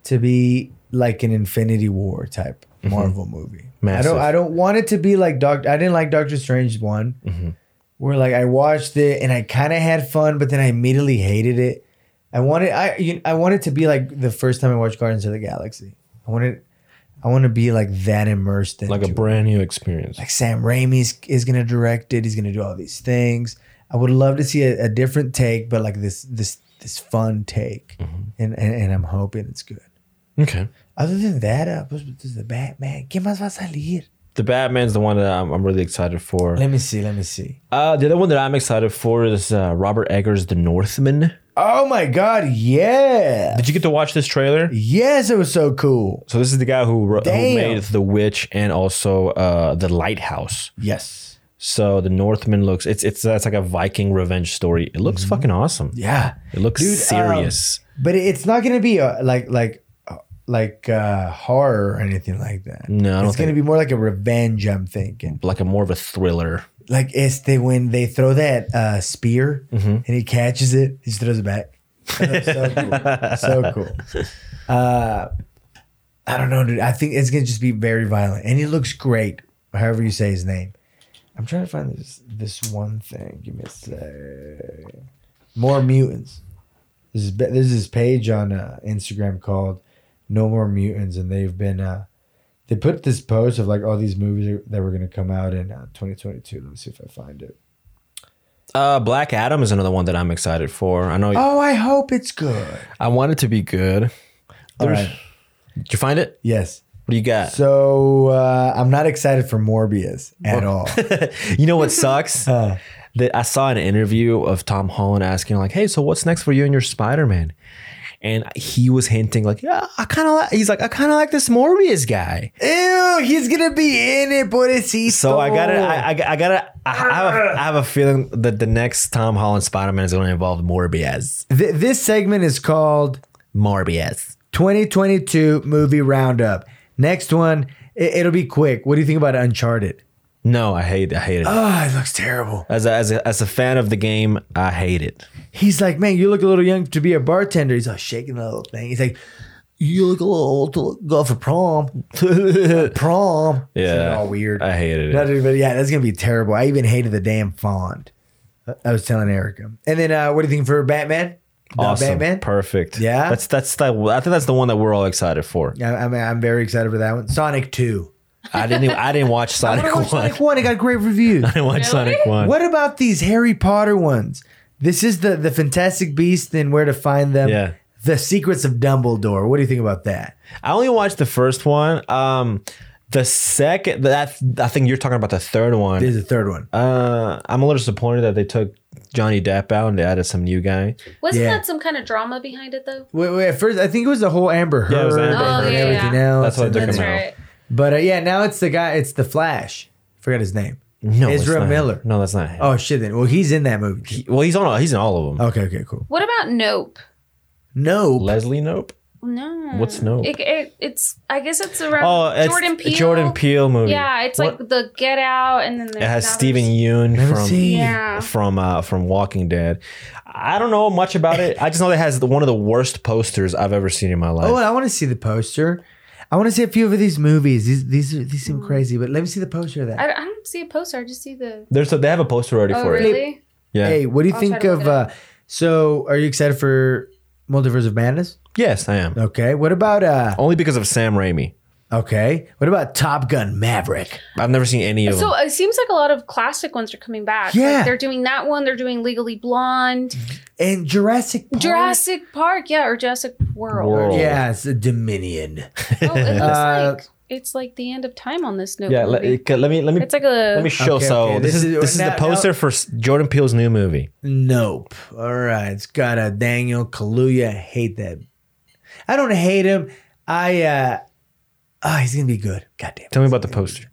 [SPEAKER 1] to be like an Infinity War type Marvel movie. I
[SPEAKER 2] Mm-hmm. Massive.
[SPEAKER 1] don't. I don't want it to be like Doctor. I didn't like Doctor Strange one,
[SPEAKER 2] Mm-hmm.
[SPEAKER 1] where like I watched it and I kind of had fun, but then I immediately hated it. I wanted. I you, I want it to be like the first time I watched Guardians of the Galaxy. I wanted. I want to be like that immersed in
[SPEAKER 2] Like a brand new experience.
[SPEAKER 1] like Sam Raimi is, is going to direct it. He's going to do all these things. I would love to see a, a different take, but like this this this fun take,
[SPEAKER 2] Mm-hmm.
[SPEAKER 1] and, and and I'm hoping it's good.
[SPEAKER 2] Okay.
[SPEAKER 1] Other than that, uh, pues, this is the Batman. ¿Qué más va a salir?
[SPEAKER 2] The Batman's the one that I'm, I'm really excited for.
[SPEAKER 1] Let me see. Let me see.
[SPEAKER 2] Uh, the other one that I'm excited for is uh, Robert Eggers' The Northman.
[SPEAKER 1] Oh my God! Yeah.
[SPEAKER 2] Did you get to watch this trailer?
[SPEAKER 1] Yes, it was so cool.
[SPEAKER 2] So this is the guy who, wro- who
[SPEAKER 1] Damn.
[SPEAKER 2] made The Witch and also uh, The Lighthouse.
[SPEAKER 1] Yes.
[SPEAKER 2] So the Northman looks it's it's that's like a Viking revenge story. It looks fucking awesome.
[SPEAKER 1] Yeah.
[SPEAKER 2] It looks
[SPEAKER 1] Mm-hmm. Dude, um,
[SPEAKER 2] serious.
[SPEAKER 1] But it's not going to be a, like like uh, like uh, horror or anything like that.
[SPEAKER 2] No, I don't
[SPEAKER 1] it's going to be more like a revenge. I'm thinking
[SPEAKER 2] like a more of a thriller.
[SPEAKER 1] like it's they when they throw that uh, spear and he catches it, he just throws it back. so cool, so cool. Uh, I don't know, dude. I think it's gonna just be very violent, and he looks great. However you say his name, I'm trying to find this this one thing. Give me a sec. More mutants. This is be- this is page on uh, Instagram called No More Mutants, and they've been uh, they put this post of like all these movies are- that were gonna come out in uh, 2022. Let me see if I find it.
[SPEAKER 2] Uh Black Adam is another one that I'm excited for. I know
[SPEAKER 1] Oh, I hope it's good.
[SPEAKER 2] I want it to be good.
[SPEAKER 1] All
[SPEAKER 2] There's-
[SPEAKER 1] right.
[SPEAKER 2] Did you find it?
[SPEAKER 1] Yes.
[SPEAKER 2] What do you got?
[SPEAKER 1] So uh, I'm not excited for Morbius at all.
[SPEAKER 2] you know what sucks?
[SPEAKER 1] Uh,
[SPEAKER 2] that I saw an interview of Tom Holland asking like, "Hey, so what's next for you and your Spider-Man?" And he was hinting like, "Yeah, I kind of like." He's like, "I kind of like this Morbius guy."
[SPEAKER 1] ew, he's gonna be in it, but it's he.
[SPEAKER 2] So I
[SPEAKER 1] Oh.
[SPEAKER 2] gotta, I, I, I gotta, I have, a, I have a feeling that the next Tom Holland Spider-Man is going to involve Morbius.
[SPEAKER 1] Th- this segment is called
[SPEAKER 2] Morbius.
[SPEAKER 1] 2022 movie roundup. Next one, it, it'll be quick. What do you think about Uncharted?
[SPEAKER 2] No, I hate, I hate Ah, it.
[SPEAKER 1] Oh, it looks terrible.
[SPEAKER 2] As a, as a, as a fan of the game, I hate it.
[SPEAKER 1] He's like, man, you look a little young to be a bartender. He's all shaking the little thing. He's like, you look a little old to go for prom. prom. It's
[SPEAKER 2] Yeah,
[SPEAKER 1] all weird.
[SPEAKER 2] I hated
[SPEAKER 1] Not
[SPEAKER 2] it.
[SPEAKER 1] everybody. Yeah, that's gonna be terrible. I even hated the damn font. I was telling Erica. And then, uh, what do you think for Batman? The
[SPEAKER 2] Awesome,
[SPEAKER 1] Batman.
[SPEAKER 2] perfect.
[SPEAKER 1] Yeah?
[SPEAKER 2] that's that's the. I think that's the one that we're all excited for.
[SPEAKER 1] Yeah, I mean, I'm very excited for that one. Sonic Two.
[SPEAKER 2] I didn't. Even, I didn't watch
[SPEAKER 1] I
[SPEAKER 2] Sonic
[SPEAKER 1] wanna
[SPEAKER 2] One.
[SPEAKER 1] watch Sonic One. It got great reviews.
[SPEAKER 2] I didn't watch
[SPEAKER 3] Really?
[SPEAKER 2] Sonic One.
[SPEAKER 1] what about these Harry Potter ones? This is the the Fantastic Beasts and Where to Find Them.
[SPEAKER 2] Yeah.
[SPEAKER 1] The Secrets of Dumbledore. What do you think about that?
[SPEAKER 2] I only watched the first one. Um, the second that I think you're talking about the third one.
[SPEAKER 1] There's a third one.
[SPEAKER 2] Uh, I'm a little disappointed that they took Johnny Depp out and they added some new guy.
[SPEAKER 3] Wasn't
[SPEAKER 1] Yeah.
[SPEAKER 3] that some kind of drama behind it though?
[SPEAKER 1] Wait, wait, at first, I think it was the whole Amber Heard
[SPEAKER 2] Yeah, it was
[SPEAKER 1] and
[SPEAKER 2] Amber
[SPEAKER 3] Heard. Oh, yeah,
[SPEAKER 1] everything
[SPEAKER 3] yeah.
[SPEAKER 1] else.
[SPEAKER 2] That's what
[SPEAKER 1] and
[SPEAKER 2] they're
[SPEAKER 1] then-
[SPEAKER 3] That's
[SPEAKER 2] coming out.
[SPEAKER 3] right.
[SPEAKER 1] But uh, yeah, now it's the guy. It's the Flash. Forgot his name.
[SPEAKER 2] No, it's
[SPEAKER 1] Ezra
[SPEAKER 2] not.
[SPEAKER 1] Miller.
[SPEAKER 2] No, that's not him.
[SPEAKER 1] Oh shit! Then well, he's in that movie. too.
[SPEAKER 2] He- well, he's on. He's in all of them.
[SPEAKER 1] okay, okay, cool.
[SPEAKER 3] What about Nope?
[SPEAKER 1] No,
[SPEAKER 2] Leslie Nope.
[SPEAKER 3] No.
[SPEAKER 2] What's Nope?
[SPEAKER 3] Mm, It, it, it's I guess it's around
[SPEAKER 2] Oh, it's
[SPEAKER 3] Jordan Peele.
[SPEAKER 2] Jordan Peele movie.
[SPEAKER 3] Yeah, it's
[SPEAKER 2] What-
[SPEAKER 3] like the Get Out, and then
[SPEAKER 2] it has Steven
[SPEAKER 3] Steven.
[SPEAKER 2] Yeun
[SPEAKER 1] Never
[SPEAKER 2] from
[SPEAKER 1] seen.
[SPEAKER 3] Yeah.
[SPEAKER 2] from uh, from Walking Dead. I don't know much about it. I just know that it has the, one of the worst posters I've ever seen in my life.
[SPEAKER 1] Oh, I want to see the poster. I want to see a few of these movies. These these are, these
[SPEAKER 3] Mm.
[SPEAKER 1] seem crazy, but let me see the poster of that.
[SPEAKER 3] I, I don't see a poster. I just see the.
[SPEAKER 2] There's a, they have a poster already
[SPEAKER 3] Oh,
[SPEAKER 2] for it.
[SPEAKER 3] really?
[SPEAKER 2] Yeah.
[SPEAKER 1] Hey, what do you
[SPEAKER 3] I'll try
[SPEAKER 1] think
[SPEAKER 3] to
[SPEAKER 1] of?
[SPEAKER 3] look it up.
[SPEAKER 1] Uh, so, are you excited for Multiverse of Madness?
[SPEAKER 2] Yes, I am.
[SPEAKER 1] Okay. What about? uh
[SPEAKER 2] Only because of Sam Raimi.
[SPEAKER 1] Okay. What about Top Gun Maverick?
[SPEAKER 2] I've never seen any of
[SPEAKER 3] So
[SPEAKER 2] them.
[SPEAKER 3] it seems like a lot of classic ones are coming back. Like,
[SPEAKER 1] Yeah.
[SPEAKER 3] they're doing that one. They're doing Legally Blonde,
[SPEAKER 1] And Jurassic. Park?
[SPEAKER 3] Jurassic Park, yeah, or Jurassic World.
[SPEAKER 2] World.
[SPEAKER 1] Yeah, it's a Dominion.
[SPEAKER 3] Oh, it looks
[SPEAKER 1] Uh,
[SPEAKER 3] like it's like the end of time on this note.
[SPEAKER 2] Yeah, let,
[SPEAKER 3] movie.
[SPEAKER 2] okay, let me let me
[SPEAKER 3] it's like a.
[SPEAKER 2] let me show.
[SPEAKER 1] Okay,
[SPEAKER 2] so
[SPEAKER 1] okay,
[SPEAKER 2] this,
[SPEAKER 1] this
[SPEAKER 2] is
[SPEAKER 1] is-
[SPEAKER 2] this is
[SPEAKER 1] now-
[SPEAKER 2] the poster
[SPEAKER 1] now-
[SPEAKER 2] for S- Jordan Peele's new movie.
[SPEAKER 1] Nope. All right. It's got a Daniel Kaluuya. I hate that. I don't hate him. I uh oh, he's gonna be good. God damn it.
[SPEAKER 2] Tell me about the poster.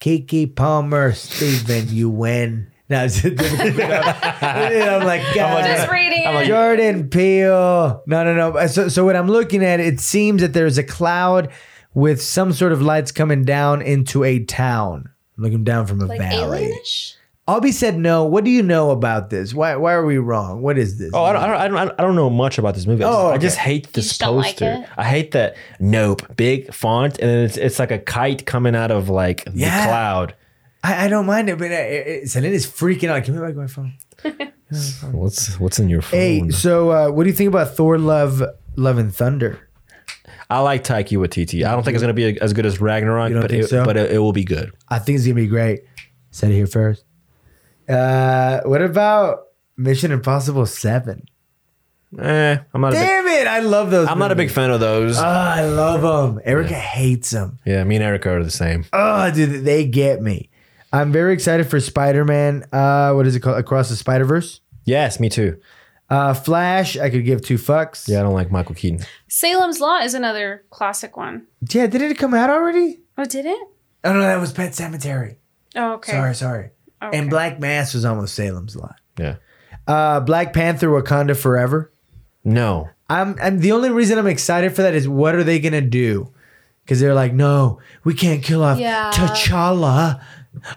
[SPEAKER 1] Kiki Palmer, Steven, you win. No, it's- and I'm like, God.
[SPEAKER 3] just reading. it.
[SPEAKER 1] Jordan Peele. No, no, no. So, so what I'm looking at, it seems that there's a cloud with some sort of lights coming down into a town. I'm looking down from a
[SPEAKER 3] like
[SPEAKER 1] valley.
[SPEAKER 3] alienish.
[SPEAKER 1] Albie said no. What do you know about this? Why why are we wrong? What is this?
[SPEAKER 2] Oh, I don't, I don't, I don't, I don't know much about this movie. I just,
[SPEAKER 1] Oh,
[SPEAKER 2] I just hate this
[SPEAKER 3] just don't like
[SPEAKER 2] poster.
[SPEAKER 3] it?
[SPEAKER 2] I hate that. Nope, big font, and then it's it's like a kite coming out of like the
[SPEAKER 1] Yeah.
[SPEAKER 2] cloud.
[SPEAKER 1] I, I don't mind it, but uh, it, Selena's freaking out. Give me back my phone.
[SPEAKER 2] What's what's in your phone?
[SPEAKER 1] Hey, so uh, what do you think about Thor Love Love and Thunder?
[SPEAKER 2] I like Taiki Waititi. I don't think it's gonna be as good as Ragnarok,
[SPEAKER 1] don't
[SPEAKER 2] but
[SPEAKER 1] think
[SPEAKER 2] it,
[SPEAKER 1] so?
[SPEAKER 2] but it, it will be good.
[SPEAKER 1] I think it's gonna be great. Said it here first. Uh, what about Mission Impossible Seven?
[SPEAKER 2] Eh, I'm not. A big,
[SPEAKER 1] Damn it! I love those.
[SPEAKER 2] I'm not a big fan of those.
[SPEAKER 1] Oh, I love them. Erica hates them.
[SPEAKER 2] yeah, me and Erica are the same.
[SPEAKER 1] Oh, dude, they get me. I'm very excited for Spider Man. Uh, what is it called? Across the Spider Verse.
[SPEAKER 2] Yes, me too.
[SPEAKER 1] Uh, Flash. I could give two fucks.
[SPEAKER 2] Yeah, I don't like Michael Keaton.
[SPEAKER 3] Salem's Law is another classic one.
[SPEAKER 1] Yeah. Didn't it come out already?
[SPEAKER 3] Oh, did it?
[SPEAKER 1] Oh no, that was Pet Cemetery.
[SPEAKER 3] Oh, okay.
[SPEAKER 1] Sorry, sorry.
[SPEAKER 3] Oh, Okay.
[SPEAKER 1] And Black Mass was almost Salem's Lot.
[SPEAKER 2] Yeah.
[SPEAKER 1] Uh, Black Panther, Wakanda Forever.
[SPEAKER 2] No.
[SPEAKER 1] I'm, I'm the only reason I'm excited for that is what are they gonna do? Because they're like, no, we can't kill off
[SPEAKER 3] Yeah.
[SPEAKER 1] T'Challa.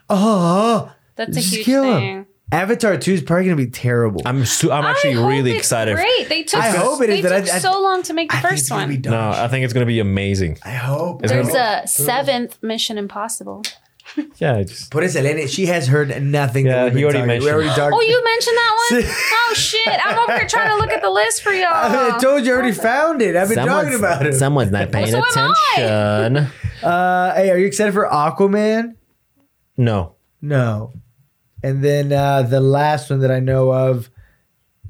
[SPEAKER 1] Oh,
[SPEAKER 3] That's a
[SPEAKER 1] Just
[SPEAKER 3] huge
[SPEAKER 1] kill him.
[SPEAKER 3] thing.
[SPEAKER 1] Avatar two is probably gonna be terrible.
[SPEAKER 2] I'm su- I'm
[SPEAKER 3] I
[SPEAKER 2] actually
[SPEAKER 3] hope
[SPEAKER 2] really
[SPEAKER 3] it's
[SPEAKER 2] excited.
[SPEAKER 3] Great. They took.
[SPEAKER 1] I hope it
[SPEAKER 3] they
[SPEAKER 1] is, but I-
[SPEAKER 3] took
[SPEAKER 1] I-
[SPEAKER 3] so long to make the
[SPEAKER 1] I think it's
[SPEAKER 3] first
[SPEAKER 1] gonna
[SPEAKER 3] one.
[SPEAKER 1] be dumb
[SPEAKER 2] No, I
[SPEAKER 1] shit.
[SPEAKER 2] think it's gonna be amazing.
[SPEAKER 1] I hope.
[SPEAKER 2] It's
[SPEAKER 3] There's
[SPEAKER 2] gonna
[SPEAKER 3] a seventh Mission Impossible.
[SPEAKER 2] Yeah, just
[SPEAKER 1] Put us Elena. She has heard nothing. that
[SPEAKER 2] Yeah,
[SPEAKER 1] we've
[SPEAKER 2] he
[SPEAKER 1] been
[SPEAKER 2] already
[SPEAKER 1] talking- we already
[SPEAKER 2] mentioned
[SPEAKER 1] talked.
[SPEAKER 3] Oh, you mentioned that one?
[SPEAKER 1] See-
[SPEAKER 3] oh shit! I'm over here trying to look at the list for y'all.
[SPEAKER 1] I told you, I
[SPEAKER 3] Oh.
[SPEAKER 1] already found it. I've been talking about it.
[SPEAKER 2] someone's not paying
[SPEAKER 3] so am I.
[SPEAKER 2] attention.
[SPEAKER 1] Uh, hey, are you excited for Aquaman?
[SPEAKER 2] no.
[SPEAKER 1] No. And then uh, the last one that I know of,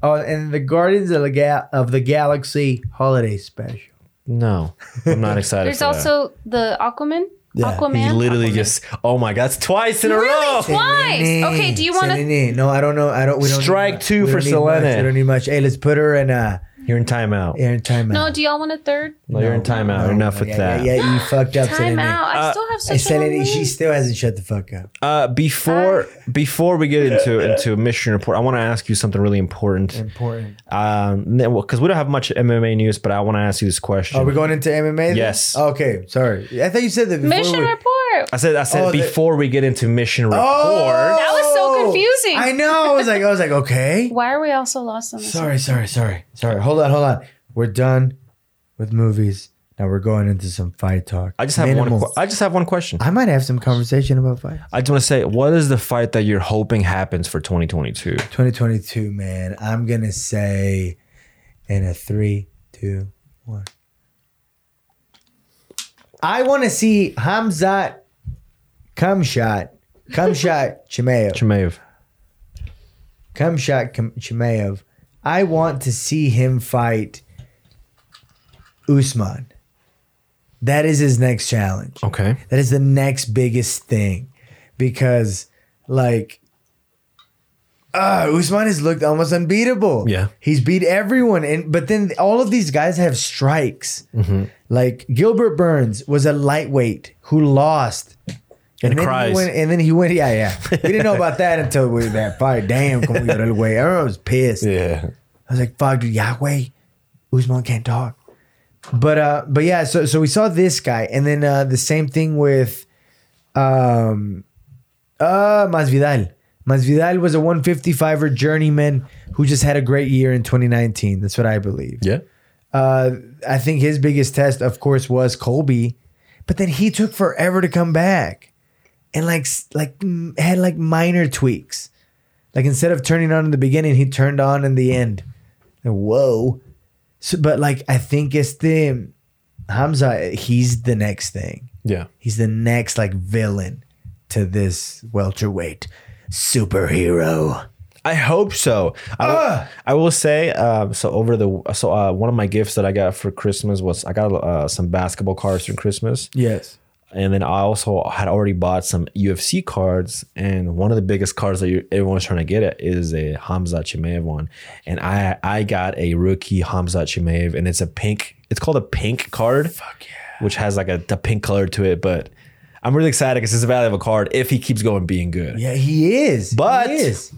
[SPEAKER 1] oh, and the Guardians of the, Ga- of the Galaxy holiday special.
[SPEAKER 2] No. I'm not excited.
[SPEAKER 3] There's
[SPEAKER 2] for that.
[SPEAKER 3] also the Aquaman.
[SPEAKER 1] Yeah,
[SPEAKER 3] Aquaman.
[SPEAKER 2] He literally
[SPEAKER 3] Aquaman.
[SPEAKER 2] just, oh my God, it's twice in
[SPEAKER 3] Really?
[SPEAKER 2] a row.
[SPEAKER 3] Twice. Okay, do you wanna-
[SPEAKER 1] to? No, I don't know. I don't. We don't
[SPEAKER 2] Strike
[SPEAKER 1] need much.
[SPEAKER 2] two
[SPEAKER 1] We don't
[SPEAKER 2] for
[SPEAKER 1] need much.
[SPEAKER 2] Selena.
[SPEAKER 1] We don't need much. Hey, let's put her in uh,
[SPEAKER 2] You're in timeout.
[SPEAKER 1] in timeout.
[SPEAKER 3] No, do y'all want a third?
[SPEAKER 2] No, you're in timeout.
[SPEAKER 1] No,
[SPEAKER 2] Enough
[SPEAKER 1] no,
[SPEAKER 2] with
[SPEAKER 1] yeah,
[SPEAKER 2] that.
[SPEAKER 1] Yeah, yeah, you fucked up,
[SPEAKER 3] Time
[SPEAKER 1] Selena.
[SPEAKER 3] out. I
[SPEAKER 2] Uh,
[SPEAKER 3] still have
[SPEAKER 1] Hey,
[SPEAKER 3] such a long
[SPEAKER 1] Selena, she
[SPEAKER 3] list.
[SPEAKER 1] still hasn't shut the fuck up.
[SPEAKER 2] Uh, before before we get into into mission report, I want to ask you something really important.
[SPEAKER 1] Important.
[SPEAKER 2] Um, because we don't have much MMA news, but I want to ask you this question.
[SPEAKER 1] Are we going into MMA? then?
[SPEAKER 2] Yes.
[SPEAKER 1] Okay. Sorry. I thought you said that. before
[SPEAKER 3] Mission
[SPEAKER 1] we-
[SPEAKER 3] report.
[SPEAKER 2] I said I said
[SPEAKER 1] Oh, the-
[SPEAKER 2] before we get into mission report.
[SPEAKER 3] That was so confusing.
[SPEAKER 1] Oh! I know. I was like, I was like, okay.
[SPEAKER 3] Why are we all so lost on this? one?
[SPEAKER 1] Sorry, sorry, sorry, sorry. Hold on, hold on. We're done with movies. Now we're going into some fight talk.
[SPEAKER 2] I just have
[SPEAKER 1] Minimal.
[SPEAKER 2] one. que- I just have one question.
[SPEAKER 1] I might have some conversation about fight.
[SPEAKER 2] I just want to say, what is the fight that you're hoping happens for 2022?
[SPEAKER 1] 2022, man. I'm gonna say in a three, two, one. I want to see Hamzat Kamshot, Kamshot Chimaev.
[SPEAKER 2] Chimaev.
[SPEAKER 1] Kamshat Kam- Chimaev, I want to see him fight Usman. That is his next challenge.
[SPEAKER 2] Okay.
[SPEAKER 1] That is the next biggest thing because, like, uh, Usman has looked almost unbeatable.
[SPEAKER 2] Yeah.
[SPEAKER 1] He's beat everyone. And but then all of these guys have strikes. Like Gilbert Burns was a lightweight who lost. And, then
[SPEAKER 2] cries.
[SPEAKER 1] He went, and then he went, yeah, yeah. We didn't know about that until we that fight. Damn, come on, go the other way. I was pissed.
[SPEAKER 2] Yeah.
[SPEAKER 1] I was like, fuck, dude, Yahweh, Usman can't talk. But uh, but yeah, so so we saw this guy, and then uh, the same thing with um uh Masvidal. Masvidal was a 155er journeyman who just had a great year in 2019. That's what I believe.
[SPEAKER 2] Yeah.
[SPEAKER 1] Uh, I think his biggest test, of course, was Colby, but then he took forever to come back, and like s- like m- had like minor tweaks. Like instead of turning on in the beginning, he turned on in the end. Like, Whoa! So, but like I think it's the Hamza. He's the next thing.
[SPEAKER 2] Yeah.
[SPEAKER 1] He's the next like villain to this welterweight superhero.
[SPEAKER 2] I hope so. I, will-
[SPEAKER 1] Ah!
[SPEAKER 2] I will say. Um, so over the so uh, one of my gifts that I got for Christmas was I got uh, some basketball cards for Christmas,
[SPEAKER 1] Yes.
[SPEAKER 2] and then I also had already bought some UFC cards. And one of the biggest cards that you, everyone's trying to get it is a Hamza Chimaev one, and I I got a rookie Hamza Chimaev, and it's a pink. It's called a pink card, which has like a, a pink color to it. But I'm really excited because it's a value of a card if he keeps going being good.
[SPEAKER 1] Yeah, he is.
[SPEAKER 2] But-
[SPEAKER 1] he is.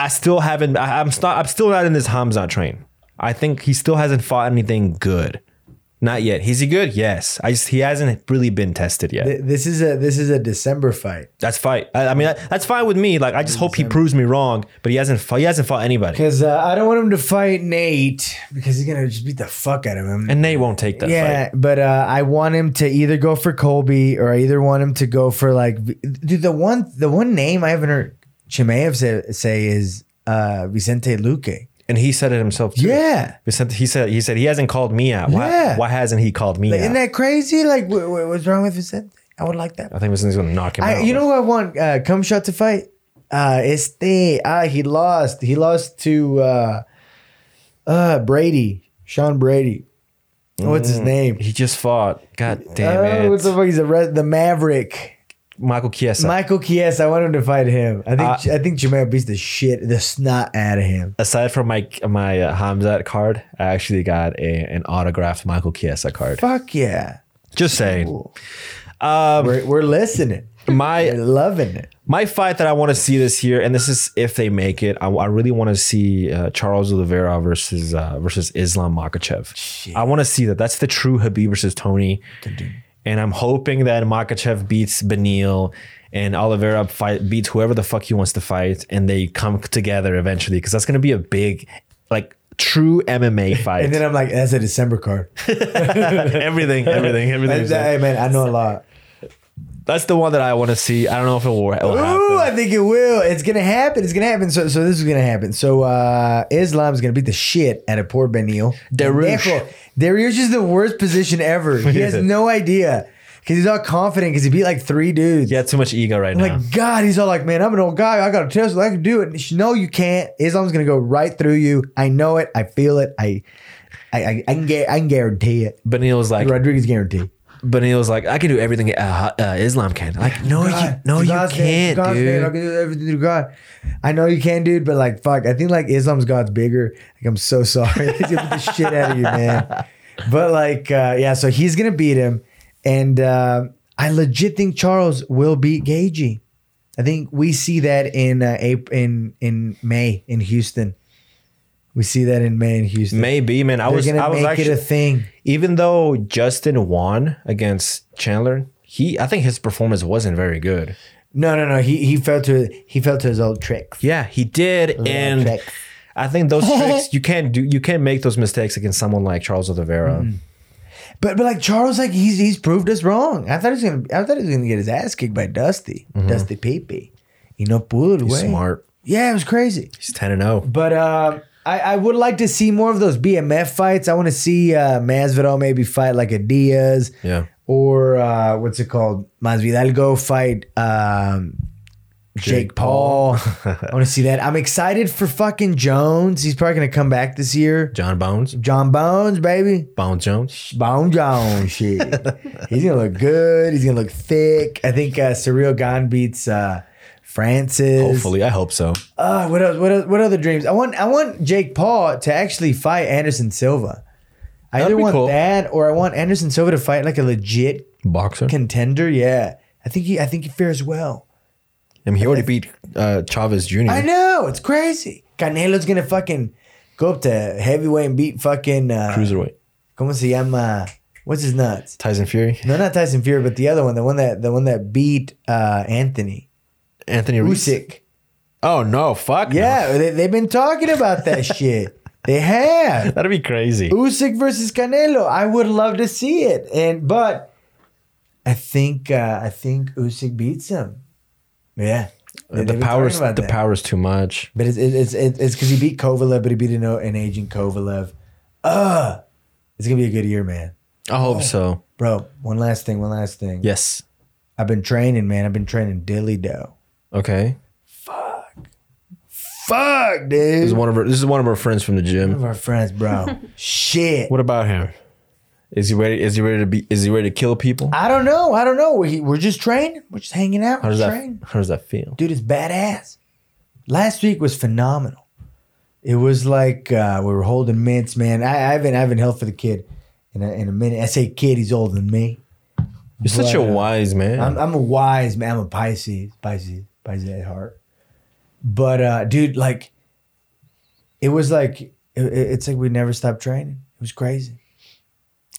[SPEAKER 2] I still haven't. I, I'm st- I'm still not in this Hamza train. I think he still hasn't fought anything good. Not yet. Is he good? Yes. I just he hasn't really been tested yet.
[SPEAKER 1] Th- this is a this is a December fight.
[SPEAKER 2] that's fine. I, I mean, that, that's fine with me. Like I just hope he proves me wrong. But he hasn't. Fought, he hasn't fought anybody.
[SPEAKER 1] Because uh, I don't want him to fight Nate because he's gonna just beat the fuck out of him.
[SPEAKER 2] And Nate won't take that
[SPEAKER 1] yeah,
[SPEAKER 2] fight.
[SPEAKER 1] but uh, I want him to either go for Colby or I either want him to go for like, v- dude. The one the one name I haven't heard Chimaev say, say is uh, Vicente Luque.
[SPEAKER 2] And he said it himself. Too.
[SPEAKER 1] Yeah,
[SPEAKER 2] He said he said he said he hasn't called me out. Why?
[SPEAKER 1] Yeah.
[SPEAKER 2] Why hasn't he called me
[SPEAKER 1] like, isn't
[SPEAKER 2] out?
[SPEAKER 1] that crazy? Like, wh- wh- what's wrong with Vicente? I would like that.
[SPEAKER 2] I think Vicente's gonna knock him
[SPEAKER 1] I,
[SPEAKER 2] out.
[SPEAKER 1] you know who I want uh, come shot to fight? Uh, este. Ah, he lost. He lost to uh, uh, Brady, Sean Brady. What's his name?
[SPEAKER 2] He just fought. God Mm. damn
[SPEAKER 1] oh,
[SPEAKER 2] it.
[SPEAKER 1] What the fuck? He's a red, the Maverick.
[SPEAKER 2] Michael Chiesa.
[SPEAKER 1] Michael Chiesa. I want him to fight him. I
[SPEAKER 2] Uh,
[SPEAKER 1] think I think Jermaine beats the shit, the snot out of him.
[SPEAKER 2] aside from my my uh, Hamzat card, I actually got a, an autographed Michael Chiesa card.
[SPEAKER 1] Fuck yeah.
[SPEAKER 2] Just saying.
[SPEAKER 1] We're, we're listening.
[SPEAKER 2] Um, my
[SPEAKER 1] They're loving it.
[SPEAKER 2] My fight that I want to see this year, and this is if they make it, I, I really want to see uh, Charles Oliveira versus uh, versus Islam Makachev. I want to see that. That's the true Habib versus Tony. And I'm hoping that Makachev beats Benil and Oliveira fight, beats whoever the fuck he wants to fight, and they come together eventually because that's going to be a big, like, true MMA fight.
[SPEAKER 1] And then I'm like, that's a December card.
[SPEAKER 2] everything, everything, everything.
[SPEAKER 1] That's- Hey man, I know a lot.
[SPEAKER 2] That's the one that I want to see. I don't know if it will, it will happen.
[SPEAKER 1] Ooh, I think it will. It's gonna happen. It's gonna happen. So, so this is gonna happen. So, uh, Islam's gonna beat the shit out of poor Benil.
[SPEAKER 2] Dariush.
[SPEAKER 1] Therefore, Dariush is the worst position ever. He has no idea because he's all confident because he beat like three dudes.
[SPEAKER 2] You got too much ego right now.
[SPEAKER 1] Like God, he's all like, "Man, I'm an old guy. I got a Tesla. I can do it." And she, no, you can't. Islam's gonna go right through you. I know it. I feel it. I, I, I, I can get. I can guarantee it.
[SPEAKER 2] Benil was like,
[SPEAKER 1] Rodriguez guarantee.
[SPEAKER 2] Benil was like, I can do everything uh, uh, Islam can. Like, no, you,
[SPEAKER 1] God,
[SPEAKER 2] no,
[SPEAKER 1] through
[SPEAKER 2] you
[SPEAKER 1] God's name, through
[SPEAKER 2] can't,
[SPEAKER 1] God's name, I
[SPEAKER 2] dude.
[SPEAKER 1] can do everything through God. I know you can, dude, but like, fuck. I think like Islam's God's bigger. Like, I'm so sorry. He's gonna beat the shit out of you, man. But like, uh, yeah. So he's gonna beat him, and uh, I legit think Charles will beat Gagey. I think we see that in uh, April, in in May in Houston. We see that in May in Houston.
[SPEAKER 2] Maybe, man. I
[SPEAKER 1] They're
[SPEAKER 2] was,
[SPEAKER 1] gonna
[SPEAKER 2] I was
[SPEAKER 1] make it
[SPEAKER 2] actually,
[SPEAKER 1] a thing.
[SPEAKER 2] even though Justin won against Chandler, he, I think his performance wasn't very good.
[SPEAKER 1] No, no, no. He he fell to he fell to his old tricks.
[SPEAKER 2] Yeah, he did, and
[SPEAKER 1] tricks.
[SPEAKER 2] I think those tricks you can't do. You can't make those mistakes against someone like Charles Oliveira.
[SPEAKER 1] Mm-hmm. But but like Charles, like he's he's proved us wrong. I thought he's gonna I thought he was gonna get his ass kicked by Dusty, Dusty Peepee. You know, pulled
[SPEAKER 2] Mm-hmm. He's
[SPEAKER 1] away.
[SPEAKER 2] smart.
[SPEAKER 1] Yeah, it was crazy.
[SPEAKER 2] He's ten and oh. zero.
[SPEAKER 1] But uh, I I would like to see more of those BMF fights. I want to see uh, Masvidal maybe fight like a Diaz
[SPEAKER 2] Yeah,
[SPEAKER 1] or uh, what's it called? Masvidal go fight um, Jake,
[SPEAKER 2] Jake
[SPEAKER 1] Paul.
[SPEAKER 2] Paul.
[SPEAKER 1] I want to see that. I'm excited for fucking Jones. He's probably gonna come back this year.
[SPEAKER 2] John Bones,
[SPEAKER 1] John Bones, baby.
[SPEAKER 2] Bones Jones.
[SPEAKER 1] Bone John shit. He's gonna look good. He's gonna look thick. I think uh, Surreal Gone beats uh, Francis.
[SPEAKER 2] Hopefully, I hope so.
[SPEAKER 1] Uh, what else? What else, What other dreams? I want. I want Jake Paul to actually fight Anderson Silva. I
[SPEAKER 2] That'd
[SPEAKER 1] either
[SPEAKER 2] be
[SPEAKER 1] want
[SPEAKER 2] cool.
[SPEAKER 1] that or I want Anderson Silva to fight like a legit
[SPEAKER 2] Boxer.
[SPEAKER 1] contender. Yeah, I think he. I think he fares well.
[SPEAKER 2] I mean, he already beat uh, Chavez Jr.
[SPEAKER 1] I know it's crazy. Canelo's gonna fucking go up to heavyweight and beat fucking uh,
[SPEAKER 2] Cruiserweight.
[SPEAKER 1] ¿Cómo se llama? What's his nuts?
[SPEAKER 2] Tyson Fury.
[SPEAKER 1] No, not Tyson Fury, but the other one, the one that the one that beat uh, Anthony
[SPEAKER 2] Anthony Ruiz.
[SPEAKER 1] Usyk.
[SPEAKER 2] Oh no! Fuck no.
[SPEAKER 1] Yeah, they, they've been talking about that shit. They have
[SPEAKER 2] That'd be crazy.
[SPEAKER 1] Usyk versus Canelo. I would love to see it, and but I think uh, I think Usyk beats him. Yeah, They-
[SPEAKER 2] the
[SPEAKER 1] they've been
[SPEAKER 2] power's
[SPEAKER 1] talking about
[SPEAKER 2] the
[SPEAKER 1] that.
[SPEAKER 2] power's too much.
[SPEAKER 1] But it's it's it's it's because he beat Kovalev, but he beat an, an aging Kovalev. Ugh, it's gonna be a good year, man.
[SPEAKER 2] I
[SPEAKER 1] Oh.
[SPEAKER 2] hope so.
[SPEAKER 1] Bro, one last thing, one last thing.
[SPEAKER 2] Yes.
[SPEAKER 1] I've been training, man. I've been training dilly dough.
[SPEAKER 2] Okay.
[SPEAKER 1] Fuck,
[SPEAKER 2] This
[SPEAKER 1] dude.
[SPEAKER 2] is one of our, this is one of our friends from the
[SPEAKER 1] of
[SPEAKER 2] gym.
[SPEAKER 1] our friends, bro. Shit.
[SPEAKER 2] What about him? Is he ready? Is he ready to be? Is he ready to kill people?
[SPEAKER 1] I don't know. I don't know. We, we're just training. We're just hanging out.
[SPEAKER 2] How
[SPEAKER 1] We're
[SPEAKER 2] does that?
[SPEAKER 1] training.
[SPEAKER 2] How does that feel?
[SPEAKER 1] Dude, it's badass. Last week was phenomenal. It was like uh, we were holding mints, man. I, I haven't I haven't held for the kid in a, in a minute. I say kid, he's older than me.
[SPEAKER 2] You're such a
[SPEAKER 1] But, uh,
[SPEAKER 2] wise man.
[SPEAKER 1] I'm, I'm a wise man. I'm a Pisces, Pisces, Pisces at heart. But uh, dude, like, it was like it, it- it's like we never stopped training. It was crazy.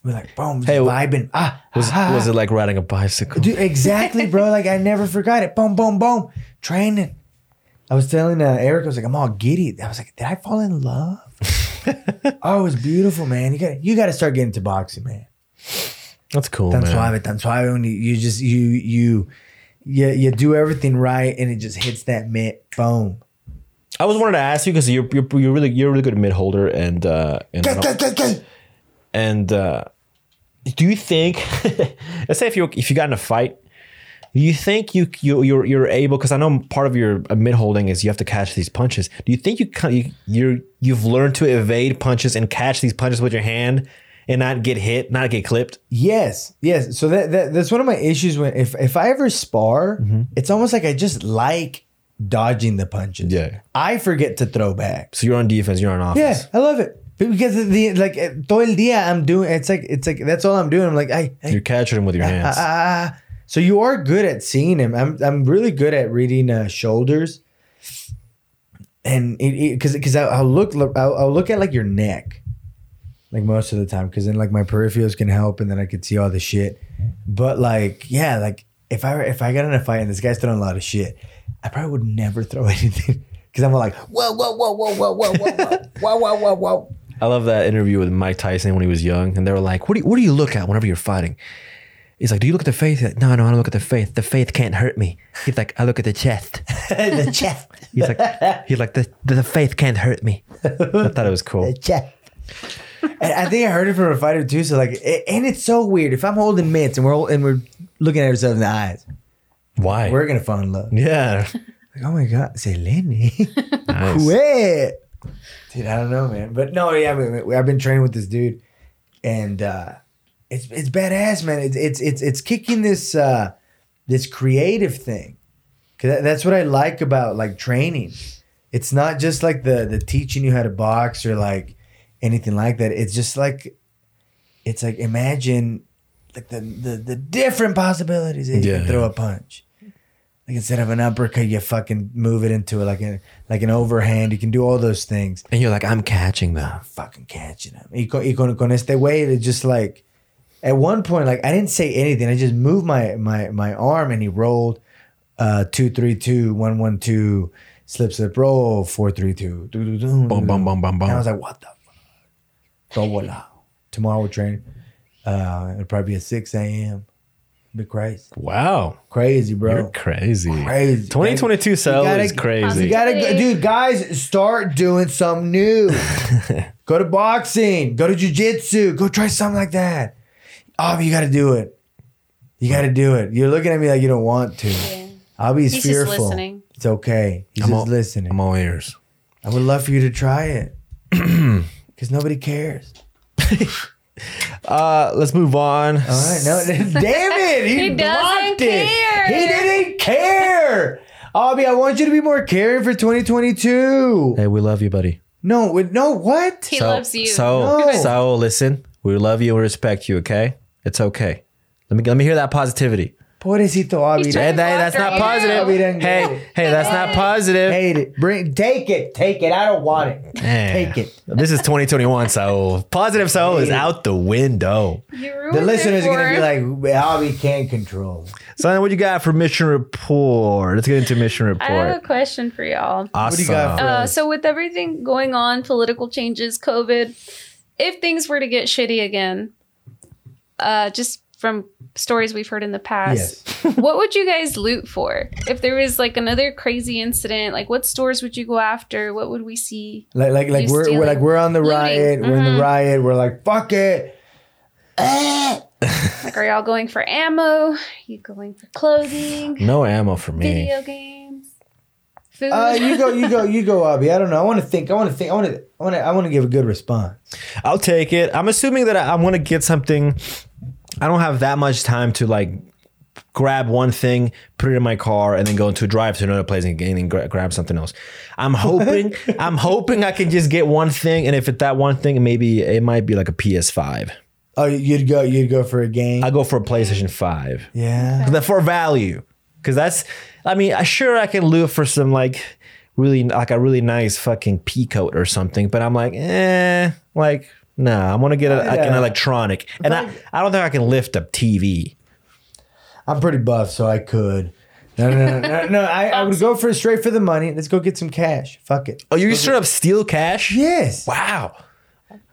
[SPEAKER 1] We're like, boom, just
[SPEAKER 2] Hey, w-
[SPEAKER 1] vibing. Ah,
[SPEAKER 2] was
[SPEAKER 1] ah,
[SPEAKER 2] was it like riding a bicycle?
[SPEAKER 1] Dude, exactly, bro. Like I never forgot it. Boom, boom, boom. Training. I was telling uh, Eric, I was like, I'm all giddy. I was like, did I fall in love? oh, it was beautiful, man. You got you got to start getting into boxing, man.
[SPEAKER 2] That's cool,
[SPEAKER 1] Tan
[SPEAKER 2] man.
[SPEAKER 1] suave, tan suave. When you, you just you you you you do everything right, and it just hits that mitt. Boom.
[SPEAKER 2] I was wanted to ask you because you're, you're you're really you're a really good mid holder and uh and I don't- And uh, do you think, let's say if you if you got in a fight, do you think you you you're, you're able? Because I know part of your uh, mid holding is you have to catch these punches. Do you think you ca- you you're, you've learned to evade punches and catch these punches with your hand and not get hit, not get clipped?
[SPEAKER 1] Yes, yes. So that, that that's one of my issues when if if I ever spar,
[SPEAKER 2] Mm-hmm.
[SPEAKER 1] it's almost like I just like dodging the punches.
[SPEAKER 2] Yeah.
[SPEAKER 1] I forget to throw back.
[SPEAKER 2] So you're on defense, you're on
[SPEAKER 1] Yeah,
[SPEAKER 2] offense.
[SPEAKER 1] I love it because of the like eh, todo el día I'm doing. It's like it's like that's all I'm doing. I'm like I. I
[SPEAKER 2] You're catching them with your hands.
[SPEAKER 1] ah, ah, ah. So you are good at seeing him. I'm I'm really good at reading uh, shoulders, and because because I'll look I'll, I'll look at like your neck, like most of the time, because then like my peripherals can help, and then I can see all the shit. But like yeah, like if I if I got in a fight and this guy's throwing a lot of shit, I probably would never throw anything because I'm like whoa whoa whoa whoa whoa whoa whoa whoa whoa whoa whoa.
[SPEAKER 2] I love that interview with Mike Tyson when he was young, and they were like, "What do you, what do you look at whenever you're fighting?" He's like, "Do you look at the face?" He's like, no, no, I don't look at the face. The face can't hurt me. He's like, "I look at the chest."
[SPEAKER 1] the chest,
[SPEAKER 2] He's like, "He's like the the, the face can't hurt me." I thought it was cool.
[SPEAKER 1] the chest. Uh, And I think I heard it from a fighter too. So like, it, and it's so weird. If I'm holding mitts and we're hol- and we're looking at ourselves in the eyes,
[SPEAKER 2] Why?
[SPEAKER 1] we're gonna fall in love.
[SPEAKER 2] yeah,
[SPEAKER 1] Like, oh my god, Selene.
[SPEAKER 2] Nice.
[SPEAKER 1] Quit. Dude, I don't know, man. But no, yeah, I mean, I've been training with this dude, and uh, it's it's badass, man. It's it's it's it's kicking this uh, this creative thing, cause that- that's what I like about like training. It's not just like the the teaching you how to box or like anything like that. It's just like it's like imagine like the the, the different possibilities that you
[SPEAKER 2] Yeah,
[SPEAKER 1] can throw a punch. Like instead of an uppercut, you fucking move it into it like a like an overhand. You can do all those things.
[SPEAKER 2] and you're like, "I'm catching them."
[SPEAKER 1] Fucking catching him. Y con, y con, con este way, it just like at one point, like I didn't say anything. I just moved my my my arm, and he rolled uh two three two one one two slip slip roll four three two.
[SPEAKER 2] Boom, boom, boom, boom,
[SPEAKER 1] And I
[SPEAKER 2] boom.
[SPEAKER 1] was like, what the fuck? So voila. Tomorrow we're training. Uh, it'll probably be at 6 a.m. Be crazy.
[SPEAKER 2] Wow,
[SPEAKER 1] Crazy, bro.
[SPEAKER 2] you're crazy.
[SPEAKER 1] Crazy.
[SPEAKER 2] 2022 sell
[SPEAKER 1] gotta-
[SPEAKER 2] is crazy.
[SPEAKER 1] You gotta, go- dude, guys, start doing something new. go to boxing, go to jujitsu, go try something like that. Oh, but you gotta do it. You gotta do it. You're looking at me like you don't want to. Albie's
[SPEAKER 3] He's just
[SPEAKER 1] fearful.
[SPEAKER 3] listening.
[SPEAKER 1] It's okay. He's
[SPEAKER 2] I'm
[SPEAKER 1] just
[SPEAKER 2] all-
[SPEAKER 1] listening.
[SPEAKER 2] I'm all ears.
[SPEAKER 1] I would love for you to try it because nobody cares.
[SPEAKER 2] Uh, let's move on.
[SPEAKER 1] All right, no, damn it, he,
[SPEAKER 3] He doesn't
[SPEAKER 1] blocked it.
[SPEAKER 3] care.
[SPEAKER 1] He didn't care. Albie, I want you to be more caring for 2022.
[SPEAKER 2] Hey, we love you, buddy.
[SPEAKER 1] No, wait, no, what?
[SPEAKER 3] He loves you.
[SPEAKER 2] So,
[SPEAKER 1] No.
[SPEAKER 2] so listen, we love you and respect you. Okay, it's okay. Let me let me hear that positivity.
[SPEAKER 1] Pobrecito Albie.
[SPEAKER 3] He's
[SPEAKER 2] Hey,
[SPEAKER 1] That
[SPEAKER 3] trying-
[SPEAKER 2] that- that's
[SPEAKER 3] Walker,
[SPEAKER 2] not
[SPEAKER 3] you.
[SPEAKER 2] positive.
[SPEAKER 1] Albie didn't
[SPEAKER 2] Hey,
[SPEAKER 1] get it.
[SPEAKER 2] hey, that's not positive.
[SPEAKER 1] Hate it. Bring, take it. Take it. I don't want it.
[SPEAKER 2] Hey,
[SPEAKER 1] Take it.
[SPEAKER 2] This is 2021, so positive so is out the window.
[SPEAKER 3] You
[SPEAKER 1] The
[SPEAKER 3] ruined
[SPEAKER 1] listeners
[SPEAKER 3] it
[SPEAKER 1] are
[SPEAKER 3] for
[SPEAKER 1] gonna be
[SPEAKER 3] him.
[SPEAKER 1] like, Albie can't control. it."
[SPEAKER 2] Son, what you got for mission report? Let's get into mission
[SPEAKER 3] I have a
[SPEAKER 2] report.
[SPEAKER 3] question for y'all.
[SPEAKER 2] Awesome.
[SPEAKER 1] What do you got for-
[SPEAKER 3] Uh,
[SPEAKER 1] Yes.
[SPEAKER 3] so with everything going on, political changes, COVID, if things were to get shitty again, uh, just from stories we've heard in the past, what would you guys loot for if there was like another crazy incident? Like, what stores would you go after? What would we see?
[SPEAKER 1] Like, like, like
[SPEAKER 3] You
[SPEAKER 1] we're, we're
[SPEAKER 3] stealing.
[SPEAKER 1] like we're on the
[SPEAKER 3] Looting.
[SPEAKER 1] riot. We're
[SPEAKER 3] Mm-hmm.
[SPEAKER 1] in the riot. We're like, fuck it. Eh.
[SPEAKER 3] Like, are y'all going for ammo? you going for clothing?
[SPEAKER 2] no ammo for me.
[SPEAKER 3] Video games? Food?
[SPEAKER 1] Uh, you go, you go, you go, Abby. I don't know. I want to think. I want to think. I want to. I want to. I want to give a good response.
[SPEAKER 2] I'll take it. I'm assuming that I, I'm gonna get something. I don't have that much time to like grab one thing, put it in my car, and then go into a drive to another place and, get- and gra- grab something else. I'm hoping, I'm hoping I can just get one thing, and if it's that one thing, maybe it might be like a PS5.
[SPEAKER 1] Oh, you'd go. You'd go for a game.
[SPEAKER 2] I go for a PlayStation 5
[SPEAKER 1] yeah.
[SPEAKER 2] the for value because that's i mean I- sure i can loot for some like really like a really nice fucking pea coat or something but i'm like eh like nah i want to get a, like an
[SPEAKER 1] Yeah.
[SPEAKER 2] electronic and I, I don't think i can lift up tv
[SPEAKER 1] I'm pretty buff, so I could. No, no, no, no. no I, I would go for straight for the money. Let's go get some cash. Fuck it.
[SPEAKER 2] oh you straight up steal cash
[SPEAKER 1] Yes.
[SPEAKER 2] wow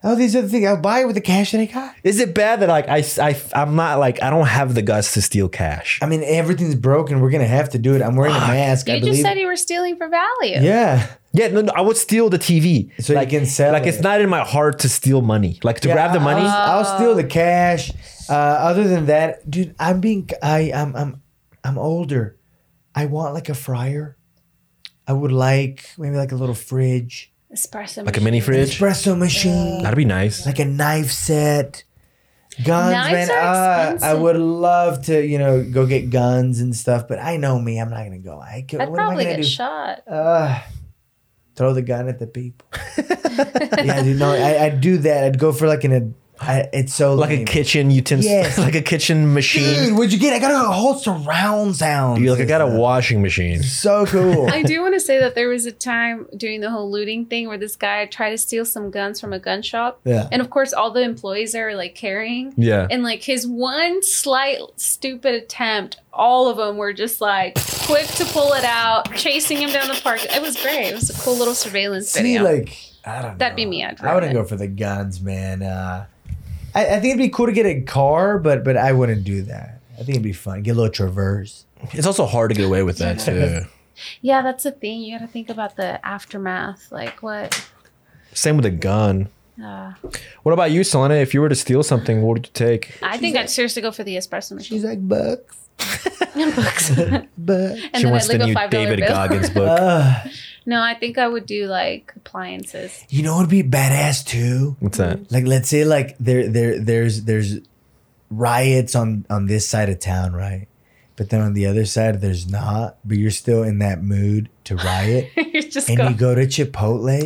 [SPEAKER 1] Oh, these are the things. I'll buy it with the cash that I got.
[SPEAKER 2] is it bad that like I, I i'm not like i don't have the guts to steal cash
[SPEAKER 1] I mean, everything's broken. We're gonna have to do it. I'm wearing a mask.
[SPEAKER 3] you
[SPEAKER 1] I
[SPEAKER 3] just
[SPEAKER 1] believe.
[SPEAKER 3] said you were stealing for value.
[SPEAKER 1] yeah.
[SPEAKER 2] yeah no, no i would steal the tv
[SPEAKER 1] So you
[SPEAKER 2] like
[SPEAKER 1] can sell
[SPEAKER 2] like it's
[SPEAKER 1] it.
[SPEAKER 2] not in my heart to steal money like to
[SPEAKER 1] Yeah,
[SPEAKER 2] grab the
[SPEAKER 1] I'll-
[SPEAKER 2] money
[SPEAKER 1] I'll, I'll steal the cash. Uh,
[SPEAKER 3] Oh.
[SPEAKER 1] other than that, dude, I'm being. I I'm I'm I'm older. I want like a fryer. I would like maybe like a little fridge,
[SPEAKER 3] Espresso.
[SPEAKER 2] like a mini
[SPEAKER 3] machine.
[SPEAKER 2] fridge
[SPEAKER 1] espresso machine.
[SPEAKER 2] that'd be nice
[SPEAKER 1] like a knife set. Guns,
[SPEAKER 3] Knives
[SPEAKER 1] man.
[SPEAKER 3] are
[SPEAKER 1] Uh, I
[SPEAKER 3] expensive.
[SPEAKER 1] would love to, you know, go get guns and stuff, but I know me. I'm not gonna go. I could,
[SPEAKER 3] I'd
[SPEAKER 1] what
[SPEAKER 3] probably
[SPEAKER 1] am I gonna
[SPEAKER 3] get
[SPEAKER 1] do? Uh.
[SPEAKER 3] shot.
[SPEAKER 1] Ugh. throw the gun at the people. yeah, dude. No, I, I'd do that. I'd go for like an I, it's so
[SPEAKER 2] like a
[SPEAKER 1] lame.
[SPEAKER 2] kitchen utensil,
[SPEAKER 1] Yes.
[SPEAKER 2] like a kitchen machine.
[SPEAKER 1] Dude, what'd you get? I got a whole surround sound.
[SPEAKER 2] You're like, I got a
[SPEAKER 1] system.
[SPEAKER 2] washing machine.
[SPEAKER 1] So cool.
[SPEAKER 3] I do want to say that there was a time during the whole looting thing where this guy tried to steal some guns from a gun shop.
[SPEAKER 1] yeah.
[SPEAKER 3] And of course, all the employees are like carrying.
[SPEAKER 2] Yeah.
[SPEAKER 3] And like his one slight stupid attempt, all of them were just like quick to pull it out, chasing him down the park. It was great. It was a cool little surveillance
[SPEAKER 1] See,
[SPEAKER 3] video.
[SPEAKER 1] like, I don't
[SPEAKER 3] That'd
[SPEAKER 1] know.
[SPEAKER 3] be me. I'd
[SPEAKER 1] I wouldn't
[SPEAKER 3] ruin
[SPEAKER 1] go for the guns, man. Uh, I, I think it'd be cool to get a car, but but I wouldn't do that. I think it'd be fun. Get a little traverse.
[SPEAKER 2] It's also hard to get away with that too.
[SPEAKER 3] yeah, that's the thing. You got to think about the aftermath. Like what?
[SPEAKER 2] Same with a gun.
[SPEAKER 3] Uh,
[SPEAKER 2] What about you, Selena? If you were to steal something, what would you take?
[SPEAKER 3] I think I'd seriously go for the espresso machine.
[SPEAKER 1] She's like bucks,
[SPEAKER 3] Books. and
[SPEAKER 1] bucks.
[SPEAKER 2] she wants the
[SPEAKER 3] a
[SPEAKER 2] new
[SPEAKER 3] $5
[SPEAKER 2] David
[SPEAKER 3] bill.
[SPEAKER 2] Goggins book.
[SPEAKER 1] Uh,
[SPEAKER 3] No, I think I would do like appliances.
[SPEAKER 1] you know what'd be badass too?
[SPEAKER 2] What's that?
[SPEAKER 1] Like, let's say like there there there's there's riots on on this side of town, right? But then on the other side, there's not. But you're still in that mood to riot.
[SPEAKER 3] You're just
[SPEAKER 1] and
[SPEAKER 3] go.
[SPEAKER 1] you go to Chipotle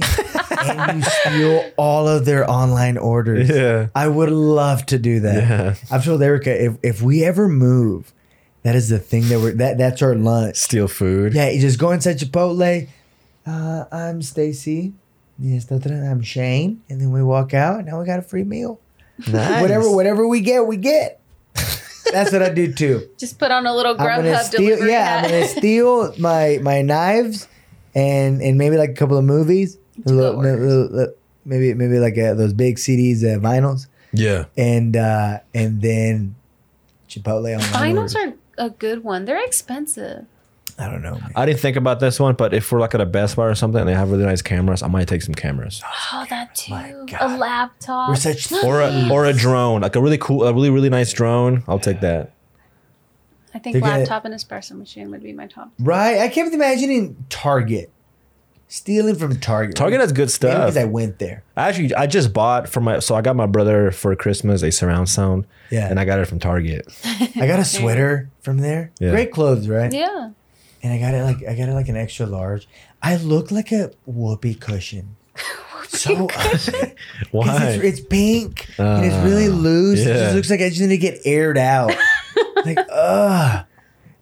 [SPEAKER 1] and you steal all of their online orders.
[SPEAKER 2] Yeah.
[SPEAKER 1] I would love to do that.
[SPEAKER 2] Yeah.
[SPEAKER 1] I've told Erica if, if we ever move, that is the thing that we're that that's our lunch.
[SPEAKER 2] Steal food.
[SPEAKER 1] Yeah, you just go inside Chipotle. Uh, I'm Stacy. Yes, that's right. I'm Shane, and then we walk out. Now we got a free meal.
[SPEAKER 2] Nice.
[SPEAKER 1] Whatever, whatever we get, we get. That's what I do too.
[SPEAKER 3] Just put on a little
[SPEAKER 1] I'm gonna
[SPEAKER 3] Grubhub
[SPEAKER 1] steal.
[SPEAKER 3] delivery.
[SPEAKER 1] Yeah, I'm
[SPEAKER 3] hat.
[SPEAKER 1] gonna steal my my knives, and and maybe like a couple of movies.
[SPEAKER 3] To
[SPEAKER 1] Little-
[SPEAKER 3] order.
[SPEAKER 1] little- little- maybe maybe like uh those big CDs, uh, vinyls,
[SPEAKER 2] Yeah.
[SPEAKER 1] and uh, and then Chipotle on
[SPEAKER 3] Vinyls are a good one. They're expensive.
[SPEAKER 1] I don't know. man.
[SPEAKER 2] I didn't think about this one, but if we're like at a Best Buy or something and they have really nice cameras, I might take some cameras.
[SPEAKER 3] Oh, that too.
[SPEAKER 1] My
[SPEAKER 3] A
[SPEAKER 1] God.
[SPEAKER 3] laptop.
[SPEAKER 1] We're such
[SPEAKER 2] Or a or a drone, like a really cool, a really really nice drone. I'll take that.
[SPEAKER 3] I
[SPEAKER 1] They're
[SPEAKER 3] think
[SPEAKER 1] gonna-
[SPEAKER 3] laptop and espresso machine would be my top.
[SPEAKER 1] right. I kept imagining Target stealing from Target.
[SPEAKER 2] Target has good stuff.
[SPEAKER 1] because I went there.
[SPEAKER 2] Actually, I just bought for my so I got my brother for Christmas a surround sound,
[SPEAKER 1] Yeah,
[SPEAKER 2] and I got it from Target.
[SPEAKER 1] I got a sweater from there.
[SPEAKER 2] Yeah.
[SPEAKER 1] Great clothes, right?
[SPEAKER 3] Yeah.
[SPEAKER 1] and I got it like I got it like an extra large. I look like a whoopee cushion. so ugly. 'Cause
[SPEAKER 2] Why?
[SPEAKER 1] It's, it's pink and it's
[SPEAKER 2] Uh,
[SPEAKER 1] really loose. It
[SPEAKER 2] yeah.
[SPEAKER 1] just looks like I just need to get aired out. like, ugh.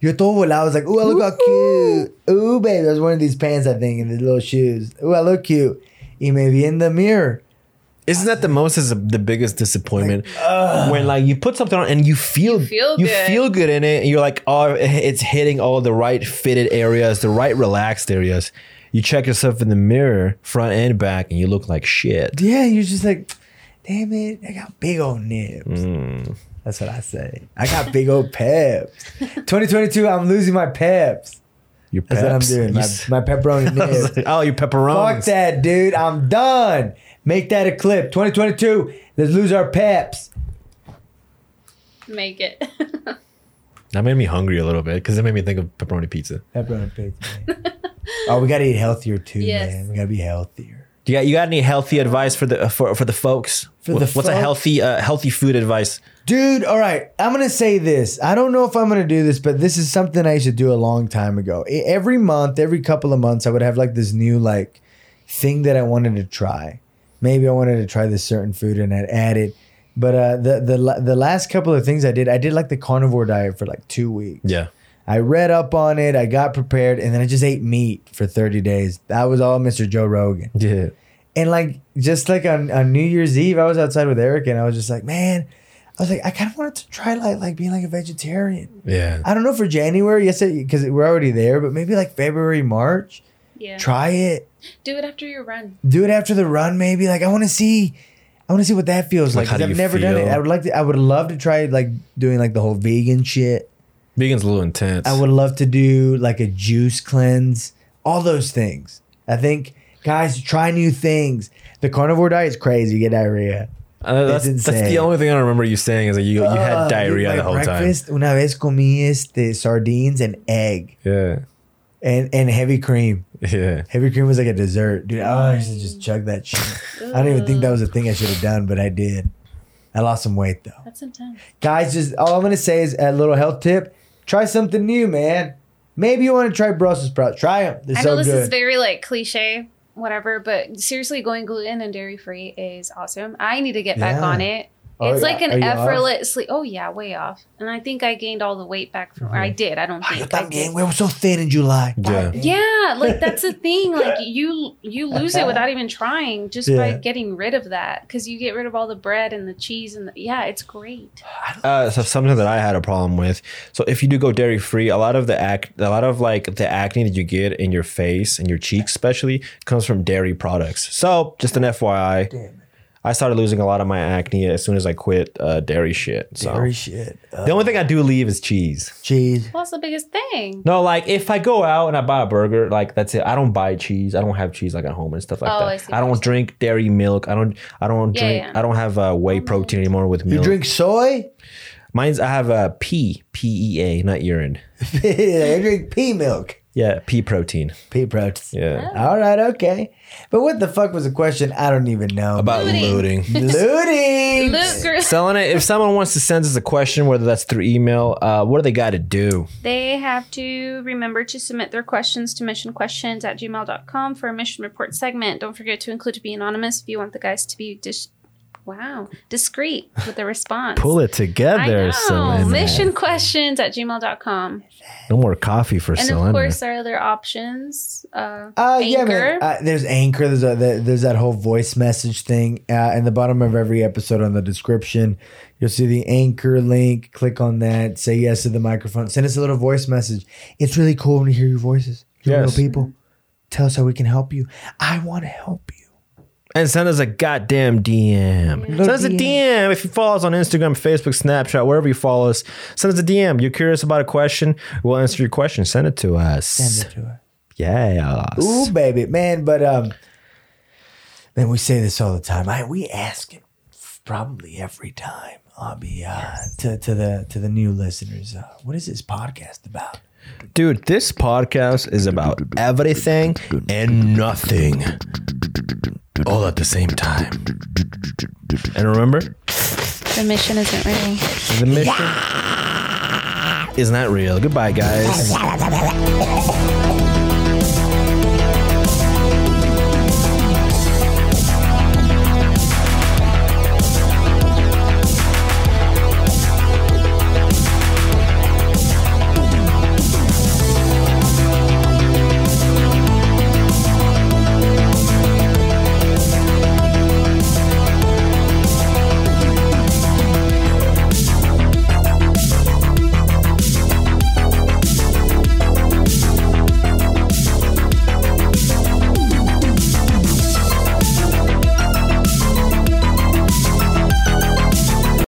[SPEAKER 1] Yo todo volado. I was like, ooh, I look all cute. Ooh, baby. That was one of these pants, I think, and the little shoes. Ooh, I look cute. Y me vi in the mirror.
[SPEAKER 2] Isn't that the most is the biggest disappointment
[SPEAKER 1] Ugh.
[SPEAKER 2] when like you put something on and you feel
[SPEAKER 3] You feel good.
[SPEAKER 2] feel good in it and you're like oh it's hitting all the right fitted areas, the right relaxed areas. You check yourself in the mirror, front and back, and you look like shit.
[SPEAKER 1] yeah, you're just like, damn it, I got big old nibs.
[SPEAKER 2] Mm.
[SPEAKER 1] That's what I say. I got big old peps. 2022, I'm losing my peps.
[SPEAKER 2] Your
[SPEAKER 1] That's
[SPEAKER 2] peps.
[SPEAKER 1] what I'm doing.
[SPEAKER 2] You
[SPEAKER 1] My,
[SPEAKER 2] s-
[SPEAKER 1] my pepperoni
[SPEAKER 2] I was
[SPEAKER 1] nibs.
[SPEAKER 2] like, oh, your pepperoni.
[SPEAKER 1] Fuck that, dude. I'm done. Make that a clip. 2022. Let's lose our peps.
[SPEAKER 3] Make it.
[SPEAKER 2] That made me hungry a little bit because it made me think of pepperoni pizza.
[SPEAKER 1] Pepperoni pizza. man. oh, we gotta eat healthier too,
[SPEAKER 3] Yes.
[SPEAKER 1] man. We gotta be healthier.
[SPEAKER 2] Do you got you got any healthy advice for the for for the folks?
[SPEAKER 1] For
[SPEAKER 2] Wha-
[SPEAKER 1] the
[SPEAKER 2] What's a
[SPEAKER 1] folks?
[SPEAKER 2] healthy uh, healthy food advice?
[SPEAKER 1] Dude, all right. I'm gonna say this. I don't know if I'm gonna do this, but this is something I used to do a long time ago. E- Every month, every couple of months, I would have like this new like thing that I wanted to try. Maybe I wanted to try this certain food and I'd add it. But uh, the the la- the last couple of things I did, I did like the carnivore diet for like two weeks.
[SPEAKER 2] Yeah.
[SPEAKER 1] I read up on it, I got prepared, and then I just ate meat for 30 days. That was all Mr. Joe Rogan.
[SPEAKER 2] Yeah.
[SPEAKER 1] And like just like on, on New Year's Eve, I was outside with Eric and I was just like, man, I was like, I kind of wanted to try like like being like a vegetarian.
[SPEAKER 2] Yeah.
[SPEAKER 1] I don't know for January, yes, because we're already there, but maybe like February, March,
[SPEAKER 3] Yeah.
[SPEAKER 1] try it.
[SPEAKER 3] Do it after your run.
[SPEAKER 1] Do it after the run, maybe. Like I want to see, I want to see what that feels
[SPEAKER 2] Like,
[SPEAKER 1] like.
[SPEAKER 2] how
[SPEAKER 1] 'cause
[SPEAKER 2] do
[SPEAKER 1] I've
[SPEAKER 2] you
[SPEAKER 1] never done it.
[SPEAKER 2] feel?
[SPEAKER 1] I would like to. I would love to try like doing like the whole vegan shit.
[SPEAKER 2] Vegan's a little intense.
[SPEAKER 1] I would love to do like a juice cleanse, all those things. I think, guys, try new things. The carnivore diet is crazy. You get diarrhea.
[SPEAKER 2] Uh, that's,
[SPEAKER 1] It's
[SPEAKER 2] that's the
[SPEAKER 1] insane.
[SPEAKER 2] only thing I remember you saying is that you you
[SPEAKER 1] Uh,
[SPEAKER 2] had
[SPEAKER 1] dude,
[SPEAKER 2] diarrhea
[SPEAKER 1] my
[SPEAKER 2] the whole
[SPEAKER 1] breakfast, Una vez comí este, sardines and egg
[SPEAKER 2] time.
[SPEAKER 1] and, and heavy cream.
[SPEAKER 2] Yeah. Yeah.
[SPEAKER 1] Heavy cream was like a dessert. Dude, oh, I used to just chug that shit. I don't even think that was a thing I should have done, but I did. I lost some weight though.
[SPEAKER 3] That's intense.
[SPEAKER 1] guys just all i'm gonna say is a little health tip try something new man maybe you want to try brussels sprouts try them they're
[SPEAKER 3] I know
[SPEAKER 1] so
[SPEAKER 3] this
[SPEAKER 1] good
[SPEAKER 3] is very like cliche, whatever, but seriously, going gluten and dairy free is awesome. I need to get back
[SPEAKER 1] Yeah.
[SPEAKER 3] on it.
[SPEAKER 1] Oh,
[SPEAKER 3] it's like
[SPEAKER 1] yeah. Are
[SPEAKER 3] an
[SPEAKER 1] you off?
[SPEAKER 3] effortlessly. Oh yeah, way off. And I think I gained all the weight back from. Or I did. I don't
[SPEAKER 1] Oh,
[SPEAKER 3] think. I
[SPEAKER 1] I'm
[SPEAKER 3] did.
[SPEAKER 1] getting- we were so thin in July.
[SPEAKER 2] Yeah.
[SPEAKER 3] Yeah, like that's the thing. Like you you lose it without even trying, just by
[SPEAKER 1] Yeah.
[SPEAKER 3] getting rid of that because you get rid of all the bread and the cheese and the, yeah, it's great.
[SPEAKER 2] uh, so something that I had a problem with. So if you do go dairy free, a lot of the act, a lot of like the acne that you get in your face and your cheeks, especially, comes from dairy products. So just an FYI, I started losing a lot of my acne as soon as I quit uh, dairy shit. So
[SPEAKER 1] Very shit. Uh,
[SPEAKER 2] the only thing I do leave is cheese.
[SPEAKER 1] cheese.
[SPEAKER 3] Well, that's the biggest thing.
[SPEAKER 2] No, like if I go out and I buy a burger, like that's it. I don't buy cheese. I don't have cheese like at home and stuff like
[SPEAKER 3] Oh,
[SPEAKER 2] that.
[SPEAKER 3] I see.
[SPEAKER 2] I don't drink dairy milk. I don't. I don't
[SPEAKER 3] Yeah,
[SPEAKER 2] drink.
[SPEAKER 3] yeah. Oh,
[SPEAKER 2] I don't have uh, whey protein anymore with milk.
[SPEAKER 1] You drink soy?
[SPEAKER 2] Mine's I have a pea, P E A, not urine.
[SPEAKER 1] I drink pea milk.
[SPEAKER 2] Yeah, pea protein.
[SPEAKER 1] Pea protein.
[SPEAKER 3] Oh.
[SPEAKER 2] Yeah.
[SPEAKER 1] All right, okay. But what the fuck was the question? I don't even know.
[SPEAKER 2] About
[SPEAKER 3] Looting.
[SPEAKER 1] looting.
[SPEAKER 3] Look, girl,
[SPEAKER 2] Selling it. If someone wants to send us a question, whether that's through email, uh, what do they got to do?
[SPEAKER 3] they have to remember to submit their questions to missionquestions at gmail.com for a mission report segment. Don't forget to include to be anonymous if you want the guys to be dis- wow discreet with the response.
[SPEAKER 2] Pull it together,
[SPEAKER 3] I know.
[SPEAKER 2] Selena.
[SPEAKER 3] Mission questions at gmail.com.
[SPEAKER 2] No more coffee for
[SPEAKER 3] And
[SPEAKER 2] Selena.
[SPEAKER 3] of course, there are other options. Uh,
[SPEAKER 1] Uh, yeah,
[SPEAKER 3] Anchor.
[SPEAKER 1] man. Uh, there's anchor. There's a, there- there's that whole voice message thing. Uh, in the bottom of every episode, on the description, you'll see the anchor link. Click on that. Say yes to the microphone. Send us a little voice message. It's really cool to hear your voices. You're
[SPEAKER 2] Yes.
[SPEAKER 1] real people. Tell us how we can help you. I want to help you.
[SPEAKER 2] and send us a goddamn DM. Send us a DM if you follow us on Instagram, Facebook, Snapchat, wherever you follow us. Send us a DM. You're curious about a question? We'll answer your question. Send it to us.
[SPEAKER 1] Send it to us.
[SPEAKER 2] Yeah.
[SPEAKER 1] Ooh, baby, man. But um, man, we say this all the time. I we ask it probably every time. I'll be uh, to to the to the new listeners. Uh, what is this podcast about?
[SPEAKER 2] Dude, this podcast is about everything and nothing all at the same time. And remember,
[SPEAKER 3] the mission isn't ready.
[SPEAKER 2] the mission is not real. Goodbye, guys.